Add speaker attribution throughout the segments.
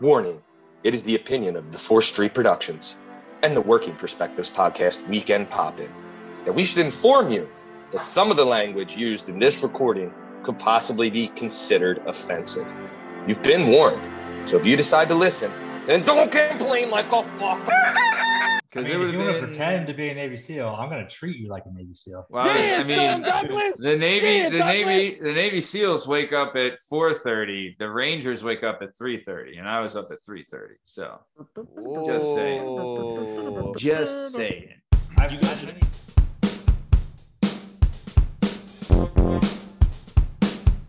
Speaker 1: Warning it is the opinion of the 4th Street Productions and the Working Perspectives podcast Weekend Pop In that we should inform you that some of the language used in this recording could possibly be considered offensive. You've been warned, so if you decide to listen, then don't complain like a fuck.
Speaker 2: I
Speaker 3: Because
Speaker 2: mean,
Speaker 3: it would
Speaker 2: if you want
Speaker 3: have
Speaker 2: to
Speaker 3: been.
Speaker 2: pretend to be a Navy SEAL, I'm going to treat you like a Navy SEAL.
Speaker 3: Well, I mean, the Navy, the Navy, the Navy SEALs wake up at 4:30. The Rangers wake up at 3:30, and I was up at 3:30. So just saying, just saying.
Speaker 2: I've, I've been-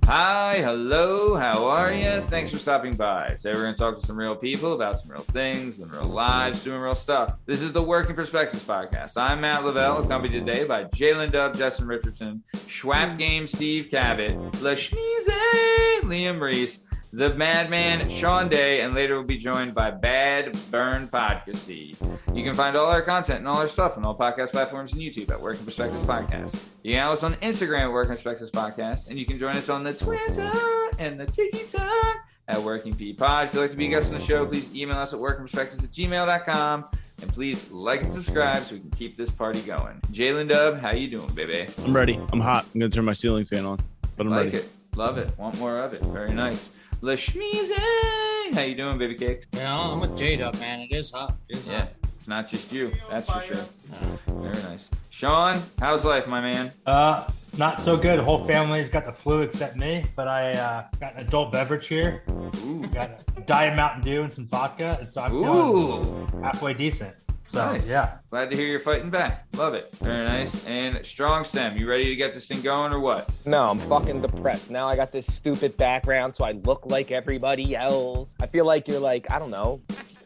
Speaker 3: Hi, hello, how are you? Thanks for stopping by. Today we're going to talk to some real people about some real things, living real lives, doing real stuff. This is the Working Perspectives podcast. I'm Matt Lavelle, accompanied today by Jalen Dub, Justin Richardson, Schwab Game, Steve Cabot, La Schmize, Liam Reese, the Madman, Sean Day, and later we'll be joined by Bad Burn Podcasty. You can find all our content and all our stuff on all podcast platforms and YouTube at Working Perspectives Podcast. You can follow us on Instagram at Working Perspectives Podcast, and you can join us on the Twitter and the TikTok at Working P Pod. If you'd like to be a guest on the show, please email us at workingperspectives at gmail.com. And please like and subscribe so we can keep this party going. Jalen Dub, how you doing, baby?
Speaker 4: I'm ready. I'm hot. I'm gonna turn my ceiling fan on, but I'm
Speaker 3: like
Speaker 4: ready.
Speaker 3: it. Love it. Want more of it. Very nice. La Schmize, how you doing, baby cakes?
Speaker 5: You know, I'm with J Dub, man. It is hot. It is
Speaker 3: Yeah,
Speaker 5: hot.
Speaker 3: it's not just you. That's for sure. Very nice. Sean, how's life, my man?
Speaker 2: uh, not so good. Whole family's got the flu except me, but I uh, got an adult beverage here. Got a diet Mountain Dew and some vodka, and so I'm feeling
Speaker 3: Ooh,
Speaker 2: halfway decent. So
Speaker 3: Nice.
Speaker 2: yeah,
Speaker 3: glad to hear you're fighting back. Love it. Very nice. And strong stem, you ready to get this thing going or what?
Speaker 6: No, I'm fucking depressed. Now I got this stupid background, so I look like everybody else. I feel like you're like, I don't know,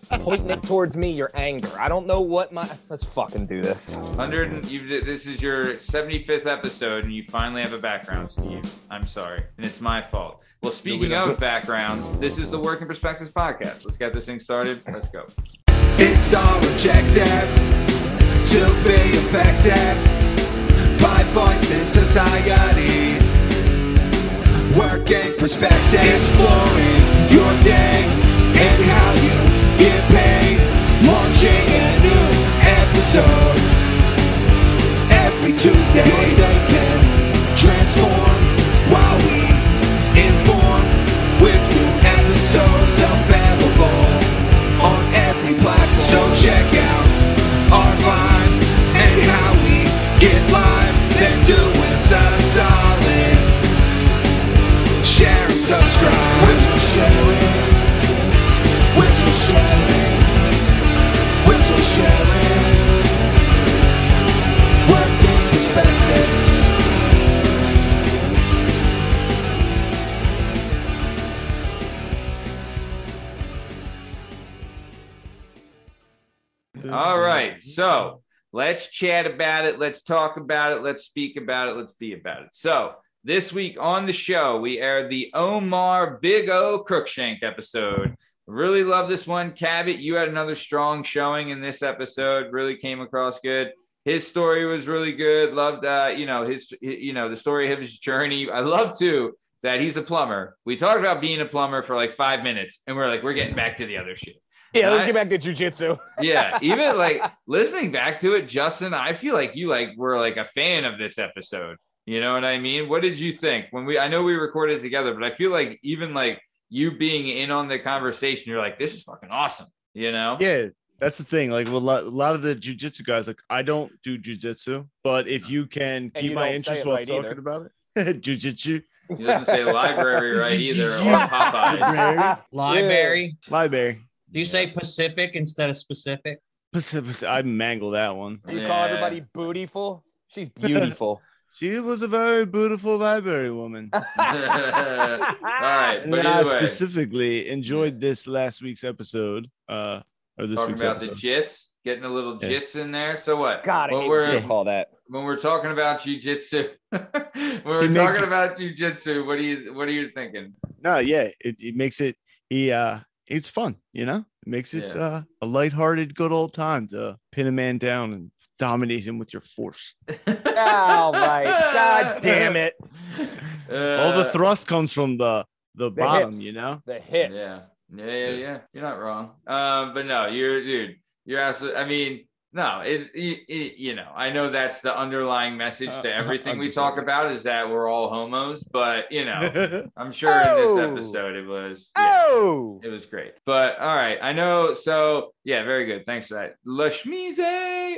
Speaker 6: pointing it towards me, your anger. I don't know what my. Let's fucking do this.
Speaker 3: Hundred. and- You. This is your 75th episode, and you finally have a background, Steve. I'm sorry, and it's my fault. Well, speaking of backgrounds, this is the Working Perspectives podcast. Let's get this thing started. Let's go.
Speaker 7: It's all objective to be effective by voice in societies. Working perspective, exploring your day and how you get paid. Launching a new episode every Tuesday. Your day can transform while we inform with new episodes available on every platform. So check out our vibe and how we get live. Then do us a solid. Share and subscribe. Would you share it? Would you share it? Would you share it? Working perspectives.
Speaker 3: All right. So let's chat about it. Let's talk about it. Let's speak about it. Let's be about it. So this week on the show, we aired the Omar Big O Crookshank episode. Really love this one. Cabot, you had another strong showing in this episode. Really came across good. His story was really good. Loved, uh, you know, his, you know, the story of his journey. I love too that he's a plumber. We talked about being a plumber for like five minutes, and we're like, we're getting back to the other shit
Speaker 6: Yeah,
Speaker 3: I-
Speaker 6: let's get back to jujitsu.
Speaker 3: yeah even like listening back to it justin i feel like you like were like a fan of this episode you know what i mean what did you think when we i know we recorded together but i feel like even like you being in on the conversation you're like this is fucking awesome you know
Speaker 4: Yeah, that's the thing. Like well, a lot, a lot of the jujitsu guys, like I don't do jujitsu, but if you can keep
Speaker 6: you
Speaker 4: my
Speaker 6: don't say
Speaker 4: interest
Speaker 6: it
Speaker 4: while
Speaker 6: right
Speaker 4: talking
Speaker 6: either.
Speaker 4: about it, jujitsu,
Speaker 3: he doesn't say library right either or popeyes
Speaker 5: Library.
Speaker 4: library,
Speaker 5: Do you say Pacific instead of specific?
Speaker 4: Pacific. I mangle that one.
Speaker 6: you call
Speaker 3: Yeah.
Speaker 6: everybody bootyful? She's beautiful.
Speaker 4: She was a very beautiful library woman.
Speaker 3: all right
Speaker 4: And
Speaker 3: but
Speaker 4: then I
Speaker 3: either way,
Speaker 4: specifically enjoyed this last week's episode, uh, or this
Speaker 3: talking
Speaker 4: week's
Speaker 3: about the
Speaker 4: episode.
Speaker 3: jits getting a little
Speaker 4: Yeah.
Speaker 3: jits in there so what
Speaker 6: God, I
Speaker 3: Well,
Speaker 6: hate
Speaker 3: we're-
Speaker 6: when people call that.
Speaker 3: when we're talking about jujitsu, when we're
Speaker 4: It makes-
Speaker 3: talking about jujitsu, what are you what are you thinking?
Speaker 4: no, yeah, it, it makes it he uh it's fun, you know? It makes it
Speaker 3: Yeah.
Speaker 4: uh a lighthearted good old time to pin a man down and dominate him with your force.
Speaker 6: Oh my god, damn it!
Speaker 3: Uh,
Speaker 4: All the thrust comes from the the bottom,
Speaker 6: hips.
Speaker 4: you know?
Speaker 6: The hips.
Speaker 3: Yeah. Yeah, yeah, yeah. You're not wrong. Um, but no, you're dude. You're absolutely. I mean, no, it, it, it- you know, I know that's the underlying message to
Speaker 4: Uh,
Speaker 3: everything
Speaker 4: I'm
Speaker 3: we
Speaker 4: just
Speaker 3: talk
Speaker 4: joking.
Speaker 3: about is that we're all homos. But you know, I'm sure
Speaker 6: Oh.
Speaker 3: in this episode it was. yeah,
Speaker 6: Oh,
Speaker 3: It was great. But all right, I know. So yeah, very good. Thanks for that. La Chemise,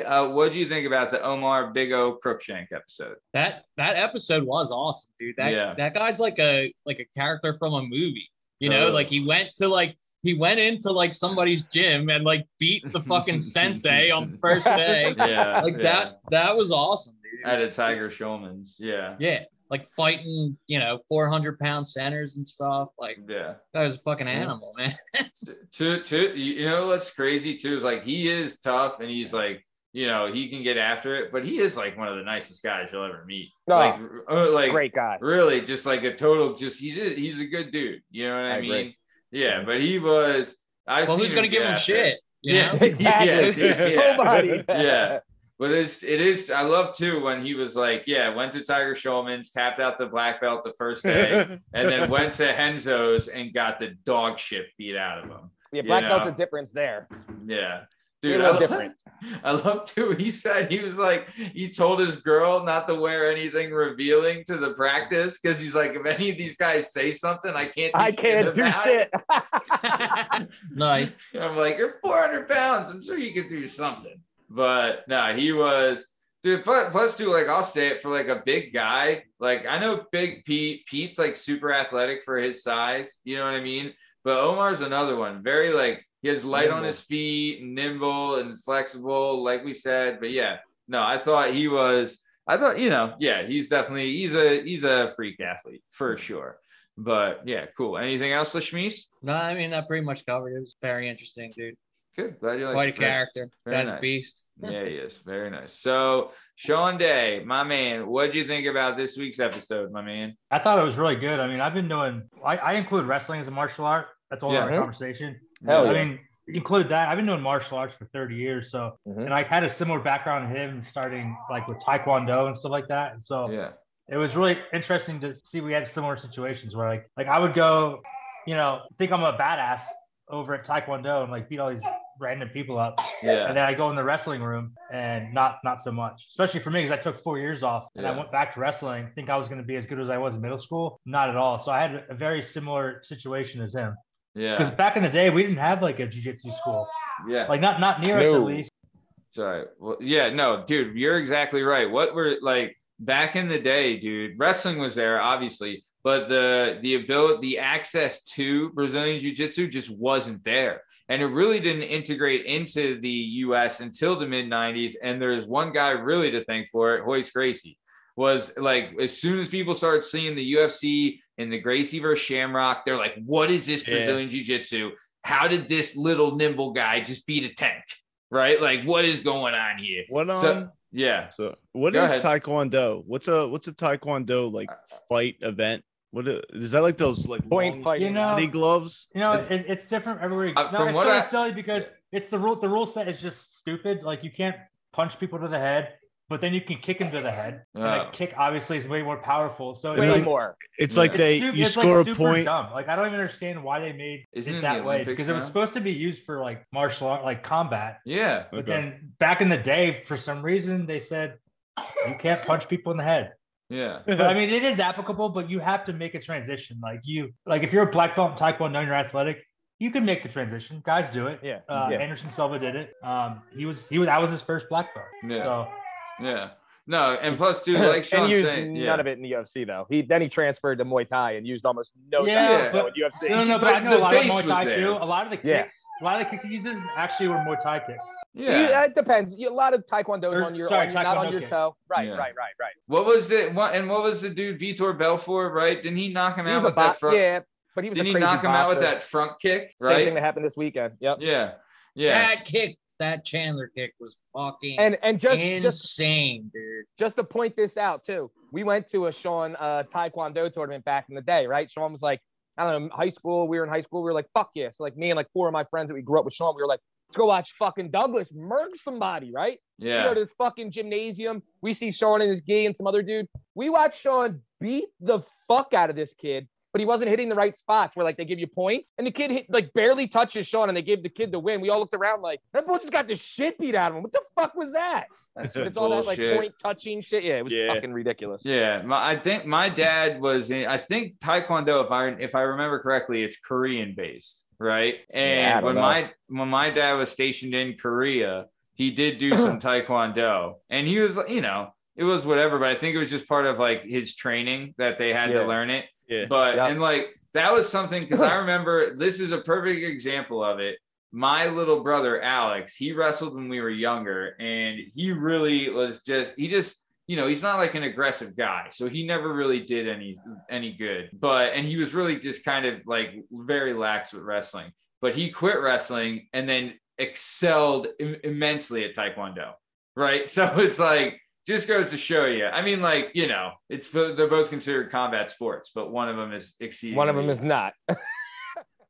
Speaker 3: uh, what do you think about the Omar Big O Crookshank episode?
Speaker 5: That that episode was awesome, dude. That
Speaker 3: Yeah.
Speaker 5: that guy's like a like a character from a movie. You know,
Speaker 3: Totally.
Speaker 5: like he went to like he went into like somebody's gym and like beat the fucking sensei on the first day.
Speaker 3: Yeah,
Speaker 5: Like
Speaker 3: yeah.
Speaker 5: that that was awesome, dude. It was-
Speaker 3: at a Tiger Shulman's. Yeah,
Speaker 5: yeah, like fighting, you know, 400 pound centers and stuff. Like
Speaker 3: yeah.
Speaker 5: that was a fucking
Speaker 3: Yeah.
Speaker 5: animal, man.
Speaker 3: to to you know what's crazy too is like he is tough and he's like you know he can get after it but he is like one of the nicest guys you'll ever meet
Speaker 6: Oh,
Speaker 3: like uh, like
Speaker 6: great guy.
Speaker 3: really just like a total just he's a, he's a good dude you know what i,
Speaker 6: I
Speaker 3: mean
Speaker 6: agree.
Speaker 3: yeah but he was i
Speaker 5: Well, who's gonna give him shit? You
Speaker 3: yeah,
Speaker 5: know?
Speaker 6: Exactly.
Speaker 3: yeah, yeah.
Speaker 6: Nobody.
Speaker 3: Yeah. But it's it is I love too when he was like, yeah, went to Tiger Showman's, tapped out the black belt the first day, and then went to Henzo's and got the dog shit beat out of him.
Speaker 6: Yeah, black
Speaker 3: Yeah.
Speaker 6: belts are different there.
Speaker 3: Yeah.
Speaker 6: They
Speaker 3: Dude,
Speaker 6: were
Speaker 3: I love,
Speaker 6: different.
Speaker 3: I love too. He said he was like, he told his girl not to wear anything revealing to the practice because he's like, if any of these guys say something, I can't.
Speaker 6: I can't do
Speaker 3: about
Speaker 6: shit.
Speaker 5: nice.
Speaker 3: It. I'm like, you're 400 pounds. I'm sure you can do something. But no, he was, dude. Plus, plus too, like, I'll say it for like a big guy. Like, I know Big Pete. Pete's like super athletic for his size. You know what I mean? But Omar's another one. Very like he has light on
Speaker 6: Nimble.
Speaker 3: his feet, nimble and flexible, like we said. But yeah, no, I thought he was. I thought you know, yeah, he's definitely he's a he's a freak athlete for sure. But yeah, cool. Anything else, Lashmise?
Speaker 5: No, I mean that pretty much covered. it. It was very interesting, dude.
Speaker 3: Good. Glad you like
Speaker 5: Quite a character.
Speaker 3: very
Speaker 5: That's
Speaker 3: nice.
Speaker 5: a beast.
Speaker 3: Yeah, he is very nice. So Sean Day, my man, what'd you think about this week's episode, my man?
Speaker 2: I thought it was really good. I mean, I've been doing. I, I include wrestling as a martial art. That's all
Speaker 3: Yeah.
Speaker 2: our
Speaker 6: Mhm.
Speaker 2: conversation. I
Speaker 6: Hell yeah.
Speaker 2: mean, include that. I've been doing martial arts for 30 years, so
Speaker 6: Mhm.
Speaker 2: and I had a similar background to him, starting like with taekwondo and stuff like that. And so
Speaker 3: Yeah.
Speaker 2: it was really interesting to see we had similar situations where like like I would go, you know, think I'm a badass over at taekwondo and like beat all these random people up,
Speaker 3: Yeah.
Speaker 2: and then I go in the wrestling room and not not so much, especially for me because I took four years off and
Speaker 3: Yeah.
Speaker 2: I went back to wrestling. Think I was going to be as good as I was in middle school? Not at all. So I had a very similar situation as him because
Speaker 3: Yeah.
Speaker 2: back in the day we didn't have like a jujitsu school,
Speaker 3: Yeah.
Speaker 2: like not not near us at
Speaker 6: No.
Speaker 2: least.
Speaker 3: Sorry. Well, yeah, no, dude, you're exactly right. What were like back in the day, dude, wrestling was there, obviously, but the the ability, the access to Brazilian jiu-jitsu just wasn't there. And it really didn't integrate into the US until the mid 90s. And there's one guy really to thank for it, Hoyce Gracie. Was like as soon as people started seeing the UFC and the Gracie versus Shamrock, they're like, What is this
Speaker 4: Yeah.
Speaker 3: Brazilian Jiu Jitsu? How did this little nimble guy just beat a tank? right? Like, what is going on here?
Speaker 4: What um,
Speaker 3: So- Yeah.
Speaker 4: So what
Speaker 3: Go
Speaker 4: is
Speaker 3: ahead.
Speaker 4: taekwondo? What's a what's a taekwondo like fight event? What a, is that like those like
Speaker 6: Point
Speaker 4: long
Speaker 6: fighting.
Speaker 2: You know,
Speaker 4: body gloves?
Speaker 2: You know, it, it's different everywhere. You,
Speaker 3: Uh,
Speaker 2: no,
Speaker 3: from
Speaker 2: it's
Speaker 3: what
Speaker 2: so
Speaker 3: I-
Speaker 2: silly because it's the rule. The rule set is just stupid. Like you can't punch people to the head, but then you can kick them to the head. And
Speaker 3: Oh.
Speaker 2: a kick obviously is way more powerful. So it's
Speaker 4: Wait,
Speaker 6: Way
Speaker 2: like,
Speaker 6: more.
Speaker 4: It's
Speaker 3: Yeah.
Speaker 4: like
Speaker 2: it's
Speaker 4: they
Speaker 2: stu-
Speaker 4: you
Speaker 2: it's, like,
Speaker 4: score a
Speaker 2: super
Speaker 4: point.
Speaker 2: Dumb. Like I don't even understand why they made
Speaker 3: Isn't it
Speaker 2: it
Speaker 3: in
Speaker 2: that
Speaker 3: the
Speaker 2: way
Speaker 3: Olympics
Speaker 2: because it was
Speaker 3: now?
Speaker 2: supposed to be used for like martial art, like combat.
Speaker 3: Yeah.
Speaker 2: But
Speaker 4: Okay.
Speaker 2: then back in the day, for some reason, they said you can't punch people in the head.
Speaker 3: Yeah.
Speaker 2: But, I mean, it is applicable, but you have to make a transition. Like you, like if you're a black belt in Taekwondo, and you're athletic, you can make the transition. Guys do it.
Speaker 6: Yeah.
Speaker 2: Uh,
Speaker 6: yeah.
Speaker 2: Anderson Silva did it. Um, he was he was that was his first black belt.
Speaker 3: Yeah.
Speaker 2: So
Speaker 3: Yeah. No, and plus, dude, like
Speaker 6: and
Speaker 3: Sean
Speaker 6: used
Speaker 3: saying,
Speaker 6: none
Speaker 3: yeah.
Speaker 6: of it in the UFC though. He then he transferred to Muay Thai and used almost no
Speaker 2: Yeah,
Speaker 6: yeah,
Speaker 2: but-
Speaker 6: in UFC.
Speaker 2: no, no, but,
Speaker 3: But
Speaker 2: I know
Speaker 3: the
Speaker 2: a lot of
Speaker 3: base
Speaker 2: Muay
Speaker 3: was
Speaker 2: Thai
Speaker 3: there.
Speaker 2: too. A lot of the kicks,
Speaker 6: Yeah.
Speaker 2: a lot of the kicks he uses actually were Muay Thai kicks.
Speaker 3: yeah.
Speaker 6: You- uh, it depends. You, a lot of taekwondo
Speaker 2: Or-
Speaker 6: on your,
Speaker 2: sorry,
Speaker 6: on your- not
Speaker 2: Taekwondo
Speaker 6: on your
Speaker 2: kick.
Speaker 6: toe. Right,
Speaker 3: Yeah.
Speaker 6: right, right, right.
Speaker 3: What was it? What and what was the dude Vitor Belfort? Right? Didn't he knock him
Speaker 6: He
Speaker 3: out
Speaker 6: was a
Speaker 3: with
Speaker 6: bo-
Speaker 3: that front?
Speaker 6: yeah, but he was
Speaker 3: Didn't
Speaker 6: a
Speaker 3: he
Speaker 6: crazy
Speaker 3: knock him out with
Speaker 6: boxer.
Speaker 3: that front kick?
Speaker 6: Same thing
Speaker 3: Right?
Speaker 6: that happened this weekend. Yep.
Speaker 3: Yeah. Yeah.
Speaker 5: That kick, that Chandler kick was fucking
Speaker 6: And and just just
Speaker 5: insane, dude.
Speaker 6: just to point this out too, we went to a Sean uh, Taekwondo tournament back in the day, right? Sean was like, I don't know, high school. We were in high school. We were like, fuck yeah. So like me and like four of my friends that we grew up with Sean, we were like, let's go watch fucking Douglas murder somebody, right? We go
Speaker 3: Yeah.
Speaker 6: to this fucking gymnasium. We see Sean and his gi and some other dude. We watch Sean beat the fuck out of this kid. but he wasn't hitting the right spots where like they give you points. And the kid hit like barely touches Sean and they gave the kid the win. We all looked around like that boy just got the shit beat out of him. What the fuck was that?
Speaker 3: That's
Speaker 6: It's all that like
Speaker 3: bullshit.
Speaker 6: point touching shit. Yeah, it was
Speaker 4: Yeah.
Speaker 6: fucking ridiculous.
Speaker 3: Yeah, my, I think my dad was. In, I think Taekwondo, if I if I remember correctly, it's Korean based, right? And
Speaker 6: Yeah, I don't
Speaker 3: when
Speaker 6: know.
Speaker 3: my when my dad was stationed in Korea, he did do some Taekwondo, and he was, you know, it was whatever. But I think it was just part of like his training that they had
Speaker 6: Yeah.
Speaker 3: to learn it.
Speaker 4: Yeah.
Speaker 3: But
Speaker 6: Yeah.
Speaker 3: and like that was something because I remember this is a perfect example of it. My little brother Alex, he wrestled when we were younger, and he really was just he just you know he's not like an aggressive guy so he never really did any any good but and he was really just kind of like very lax with wrestling but he quit wrestling and then excelled im- immensely at taekwondo right so it's like just goes to show you i mean like you know it's bo- they're both considered combat sports but one of them is exceeding
Speaker 6: One of them is not.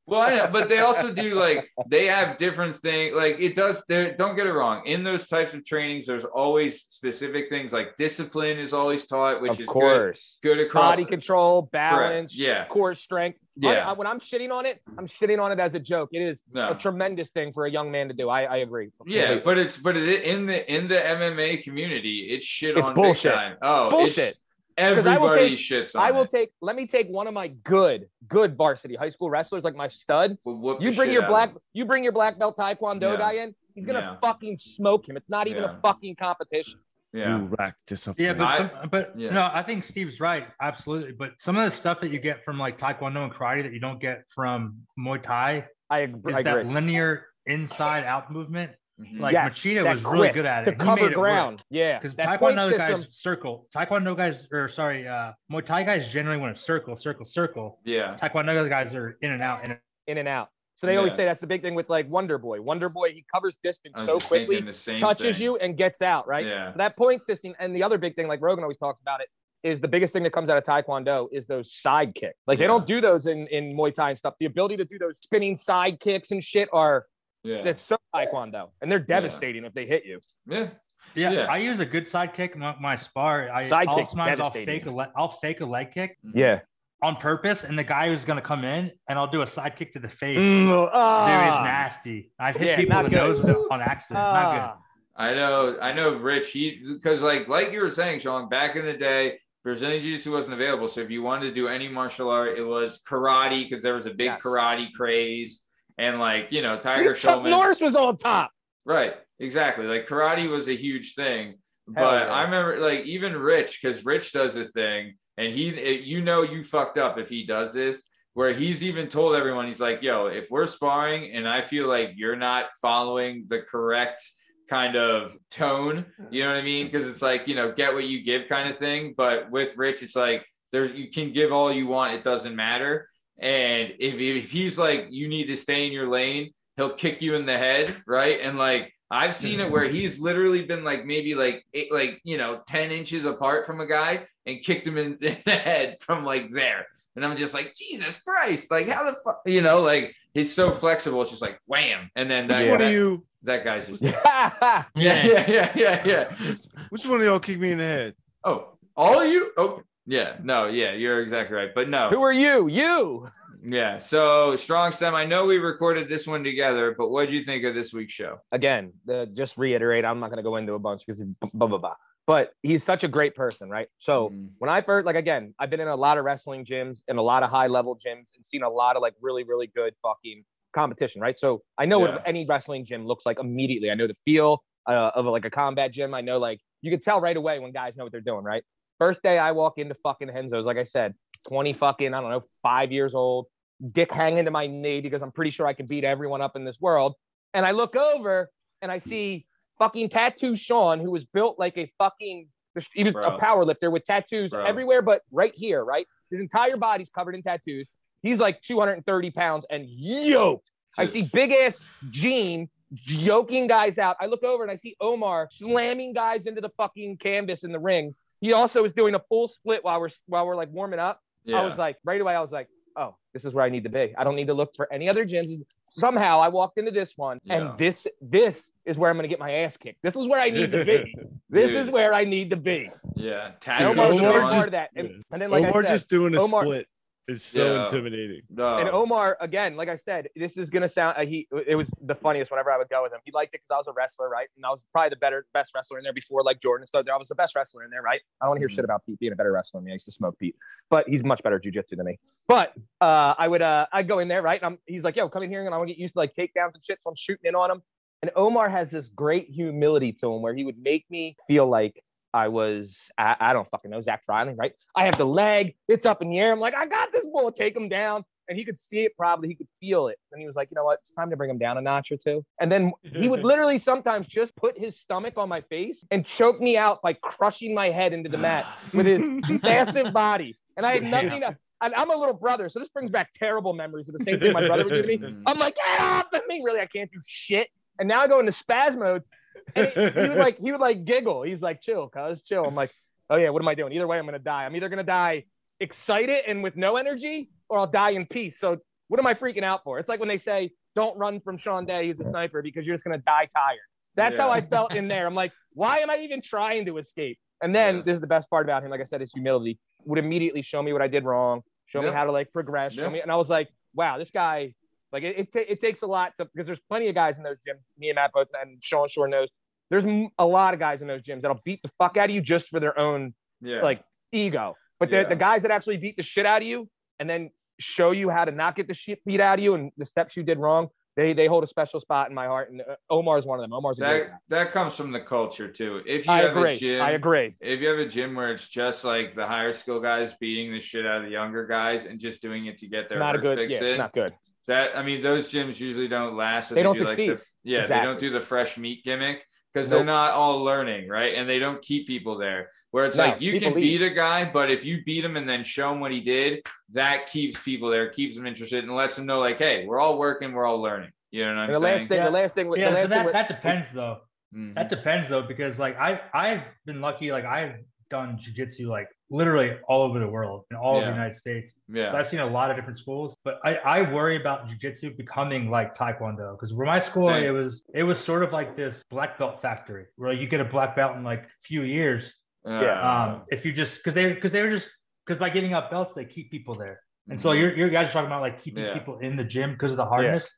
Speaker 3: well, I know, but they also do like they have different things. Like it does. There, don't get it wrong. In those types of trainings, there's always specific things like discipline is always taught, which
Speaker 6: of
Speaker 3: is
Speaker 6: course.
Speaker 3: good. Good across.
Speaker 6: Body control, balance,
Speaker 3: Yeah.
Speaker 6: core strength. I-
Speaker 3: Yeah.
Speaker 6: I- when I'm shitting on it, I'm shitting on it as a joke. It is
Speaker 3: No.
Speaker 6: a tremendous thing for a young man to do. I, I agree.
Speaker 3: Yeah,
Speaker 6: Completely.
Speaker 3: but it's but it, in the in the MMA community, it's shit
Speaker 6: It's
Speaker 3: on
Speaker 6: bullshit.
Speaker 3: big time. Oh,
Speaker 6: It's bullshit.
Speaker 3: It's,
Speaker 6: 'Cause I will
Speaker 3: everybody
Speaker 6: take-
Speaker 3: shits on.
Speaker 6: I will
Speaker 3: it.
Speaker 6: take. Let me take one of my good, good varsity high school wrestlers, like my stud.
Speaker 3: We'll whoop
Speaker 6: You
Speaker 3: the
Speaker 6: bring
Speaker 3: shit
Speaker 6: your
Speaker 3: out of
Speaker 6: black,
Speaker 3: them.
Speaker 6: you bring your black belt taekwondo
Speaker 3: Yeah.
Speaker 6: guy in. He's gonna
Speaker 3: Yeah.
Speaker 6: fucking smoke him. It's not even
Speaker 3: Yeah.
Speaker 6: a fucking competition.
Speaker 3: Yeah.
Speaker 4: You rack this up.
Speaker 2: Yeah, but
Speaker 3: I-
Speaker 2: some, but
Speaker 3: yeah.
Speaker 2: no, I think Steve's right, absolutely. But some of the stuff that you get from like Taekwondo and karate that you don't get from Muay Thai
Speaker 6: I, ag-
Speaker 2: is
Speaker 6: I
Speaker 2: that
Speaker 6: agree.
Speaker 2: linear inside out movement.
Speaker 3: Mhm.
Speaker 2: Like
Speaker 6: Yes,
Speaker 2: Machida
Speaker 6: that
Speaker 2: was really
Speaker 6: quick
Speaker 2: good at
Speaker 6: to
Speaker 2: it. He made
Speaker 6: cover
Speaker 2: it work.
Speaker 6: ground. Yeah,
Speaker 2: Because
Speaker 6: that point
Speaker 2: Taekwondo
Speaker 6: system.
Speaker 2: guys circle. Taekwondo guys, or sorry, uh, Muay Thai guys generally want to circle, circle, circle.
Speaker 3: yeah.
Speaker 2: Taekwondo guys are in and out. And
Speaker 6: in and out. So they always
Speaker 3: Yeah.
Speaker 6: say that's the big thing with like Wonder Boy. Wonder Boy, he covers distance
Speaker 3: I was
Speaker 6: so
Speaker 3: just thinking
Speaker 6: quickly,
Speaker 3: the same
Speaker 6: touches
Speaker 3: thing.
Speaker 6: you, and gets out. Right.
Speaker 3: Yeah.
Speaker 6: So that point system, and the other big thing, like Rogan always talks about it, is the biggest thing that comes out of Taekwondo is those side kicks. Like
Speaker 3: Yeah.
Speaker 6: they don't do those in in Muay Thai and stuff. The ability to do those spinning side kicks and shit are
Speaker 3: Yeah.
Speaker 6: that's so Taekwondo, and they're devastating if they hit you.
Speaker 3: yeah.
Speaker 2: yeah,
Speaker 3: Yeah.
Speaker 2: I use a good sidekick in my, my spar. I
Speaker 6: Side
Speaker 2: I'll,
Speaker 6: kick's
Speaker 2: sometimes I'll
Speaker 6: devastating.
Speaker 2: fake a le- I'll fake a leg kick
Speaker 6: Yeah.
Speaker 2: on purpose, and the guy who's gonna come in, and I'll do a sidekick to the face. Dude, it's nasty. I've hit
Speaker 6: Mm, ah. Yeah,
Speaker 2: people
Speaker 6: not
Speaker 2: in the
Speaker 6: good.
Speaker 2: nose with it on accident.
Speaker 6: Ah.
Speaker 2: not
Speaker 3: I know, I know, Rich. He because like like you were saying, Sean, back in the day, Brazilian Jiu-Jitsu wasn't available. So if you wanted to do any martial art, it was karate because there was a big
Speaker 6: Yes.
Speaker 3: karate craze, and like you know, Tiger
Speaker 6: Chuck
Speaker 3: Shulman,
Speaker 6: Norris was on top.
Speaker 3: right? Exactly. Like karate was a huge thing, but
Speaker 6: yeah.
Speaker 3: I remember like even Rich because Rich does a thing, and he, it, you know, you fucked up if he does this. Where he's even told everyone, he's like, "Yo, if we're sparring and I feel like you're not following the correct." kind of tone. You know what I mean? Because it's like you know, get what you give kind of thing. But with Rich, it's like there's you can give all you want. It doesn't matter. And if if he's like you need to stay in your lane, he'll kick you in the head, right? And like I've seen it where he's literally been like maybe like eight, like you know ten inches apart from a guy and kicked him in, in the head from like there. And I'm just like Jesus Christ! Like how the fuck, you know? Like he's so flexible. It's just like wham, and then that,
Speaker 4: Which one
Speaker 3: that,
Speaker 4: of you?
Speaker 3: that guy's just yeah,
Speaker 5: Yeah.
Speaker 3: yeah, yeah, yeah, yeah.
Speaker 4: Which one of y'all kicked me in the head?
Speaker 3: Oh, all you? Oh, yeah. No, yeah, you're exactly right. But no,
Speaker 6: Who are you? You.
Speaker 3: yeah. So strong stem. I know we recorded this one together, but what do you think of this week's show?
Speaker 6: again, the, just reiterate, I'm not going to go into a bunch because blah, blah, blah. But he's such a great person, right? So
Speaker 3: Mhm.
Speaker 6: when I first, like, again, I've been in a lot of wrestling gyms and a lot of high level gyms and seen a lot of like really, really good fucking competition, right? So I know
Speaker 3: Yeah.
Speaker 6: what any wrestling gym looks like immediately. I know the feel uh, of like a combat gym. I know like you could tell right away when guys know what they're doing, right? First day I walk into fucking Henzo's, like I said, 20 fucking, I don't know, five years old, dick hanging to my knee because I'm pretty sure I can beat everyone up in this world. And I look over and I see fucking tattoo Sean, who was built like a fucking, he was
Speaker 3: Bro.
Speaker 6: a power lifter with tattoos
Speaker 3: Bro.
Speaker 6: everywhere, but right here, right? His entire body's covered in tattoos. He's like 230 pounds and yoked. I see
Speaker 3: Just-
Speaker 6: big ass Gene yoking guys out. I look over and I see Omar slamming guys into the fucking canvas in the ring. He also is doing a full split while we're while we're like warming up.
Speaker 3: Yeah.
Speaker 6: I was like, right away, I was like, oh, this is where I need to be. I don't need to look for any other gyms. Somehow I walked into this one,
Speaker 3: Yeah.
Speaker 6: and this this is where I'm gonna get my ass kicked. This is where I need to be. this
Speaker 3: Dude.
Speaker 6: is where I need to be.
Speaker 3: yeah.
Speaker 6: And
Speaker 3: Tattoo
Speaker 4: Omar
Speaker 6: Omar's
Speaker 3: Sean.
Speaker 6: Omar
Speaker 4: just-
Speaker 6: that. And, and then like
Speaker 4: Omar
Speaker 6: I said,
Speaker 4: just doing a
Speaker 6: Omar-
Speaker 4: split is so
Speaker 3: Yeah.
Speaker 4: intimidating.
Speaker 3: No.
Speaker 6: And Omar, again, like I said, this is gonna sound. Uh, he it was the funniest whenever I would go with him. He liked it because I was a wrestler, right? And I was probably the better, best wrestler in there before, like Jordan and stuff. I was the best wrestler in there, right? I don't want to hear shit about Pete being a better wrestler than me. I used to smoke Pete, but he's much better at jujitsu than me. But uh, I would, uh, I go in there, right? And I'm, he's like, "Yo, come in here," and I want to get used to like takedowns and shit. So I'm shooting in on him. And Omar has this great humility to him where he would make me feel like I was, I, I don't fucking know, Zach Riley, right? I have the leg, it's up in the air. I'm like, I got this bull, take him down. And he could see it probably, he could feel it. And he was like, you know what? It's time to bring him down a notch or two. And then he would literally sometimes just put his stomach on my face and choke me out by crushing my head into the mat with his massive body. And I had nothing to, and I'm a little brother, so this brings back terrible memories of the same thing my brother would do to me.
Speaker 3: Mm,
Speaker 6: I'm like, get off of me! Really, I can't do shit. And now I go into spasm mode. And it- he would like, he would like giggle. He's like, chill, cuz, chill. I'm like, oh yeah, what am I doing? Either way, I'm gonna die. I'm either gonna die excited and with no energy, or I'll die in peace. So what am I freaking out for? It's like when they say, don't run from Sean Day, he's a sniper, because you're just gonna die tired. That's how
Speaker 3: Yeah.
Speaker 6: I felt in there. I'm like, why am I even trying to escape? And then
Speaker 3: Yeah.
Speaker 6: this is the best part about him. Like I said, his humility would immediately show me what I did wrong, show
Speaker 3: Yeah.
Speaker 6: me how to like progress,
Speaker 3: Yeah.
Speaker 6: show me. And I was like, wow, this guy, like it, it, ta- it takes a lot to, because there's plenty of guys in those gyms, me and Matt both, and Sean Shore knows, there's m- a lot of guys in those gyms that'll beat the fuck out of you just for their own
Speaker 3: yeah.
Speaker 6: like ego. But the,
Speaker 3: Yeah.
Speaker 6: the guys that actually beat the shit out of you and then show you how to not get the shit beat out of you and the steps you did wrong, they they hold a special spot in my heart. And uh, Omar's one of them. Omar's a great guy.
Speaker 3: that that comes from the culture too. If you
Speaker 6: I
Speaker 3: have a
Speaker 6: agree.
Speaker 3: gym,
Speaker 6: I agree.
Speaker 3: if you have a gym where it's just like the higher skill guys beating the shit out of the younger guys and just doing it to get
Speaker 6: It's
Speaker 3: their
Speaker 6: not a
Speaker 3: work
Speaker 6: good.
Speaker 3: fix
Speaker 6: Yeah,
Speaker 3: in,
Speaker 6: it's not good.
Speaker 3: that I mean those gyms usually don't last. if
Speaker 6: They don't
Speaker 3: do, Like
Speaker 6: succeed.
Speaker 3: the, yeah, they don't
Speaker 6: Exactly.
Speaker 3: do the fresh meat gimmick because they're
Speaker 6: Nope.
Speaker 3: not all learning, right? And they don't keep people there. Where it's
Speaker 6: No,
Speaker 3: like you
Speaker 6: people
Speaker 3: can
Speaker 6: leave.
Speaker 3: beat a guy, but if you beat him and then show him what he did, that keeps people there, keeps them interested, and lets them know like, hey, we're all working, we're all learning. You know what I'm
Speaker 6: And the
Speaker 3: saying?
Speaker 6: last thing,
Speaker 2: Yeah.
Speaker 6: the last thing, with- the
Speaker 2: Yeah, but
Speaker 6: last thing.
Speaker 2: that,
Speaker 6: with-
Speaker 2: that depends though.
Speaker 3: Mhm.
Speaker 2: That depends though, because like I I've been lucky, like I've done jujitsu like literally all over the world and all over
Speaker 3: Yeah.
Speaker 2: the United States.
Speaker 3: yeah.
Speaker 2: So I've seen a lot of different schools, but I, I worry about jujitsu becoming like taekwondo because where my school
Speaker 3: Same.
Speaker 2: it was it was sort of like this black belt factory where you get a black belt in like few years
Speaker 3: yeah.
Speaker 2: um, if you just because they because they were just because by giving out belts they keep people there
Speaker 3: mm-hmm.
Speaker 2: and so your your guys are talking about like keeping
Speaker 3: Yeah.
Speaker 2: people in the gym because of the hardness.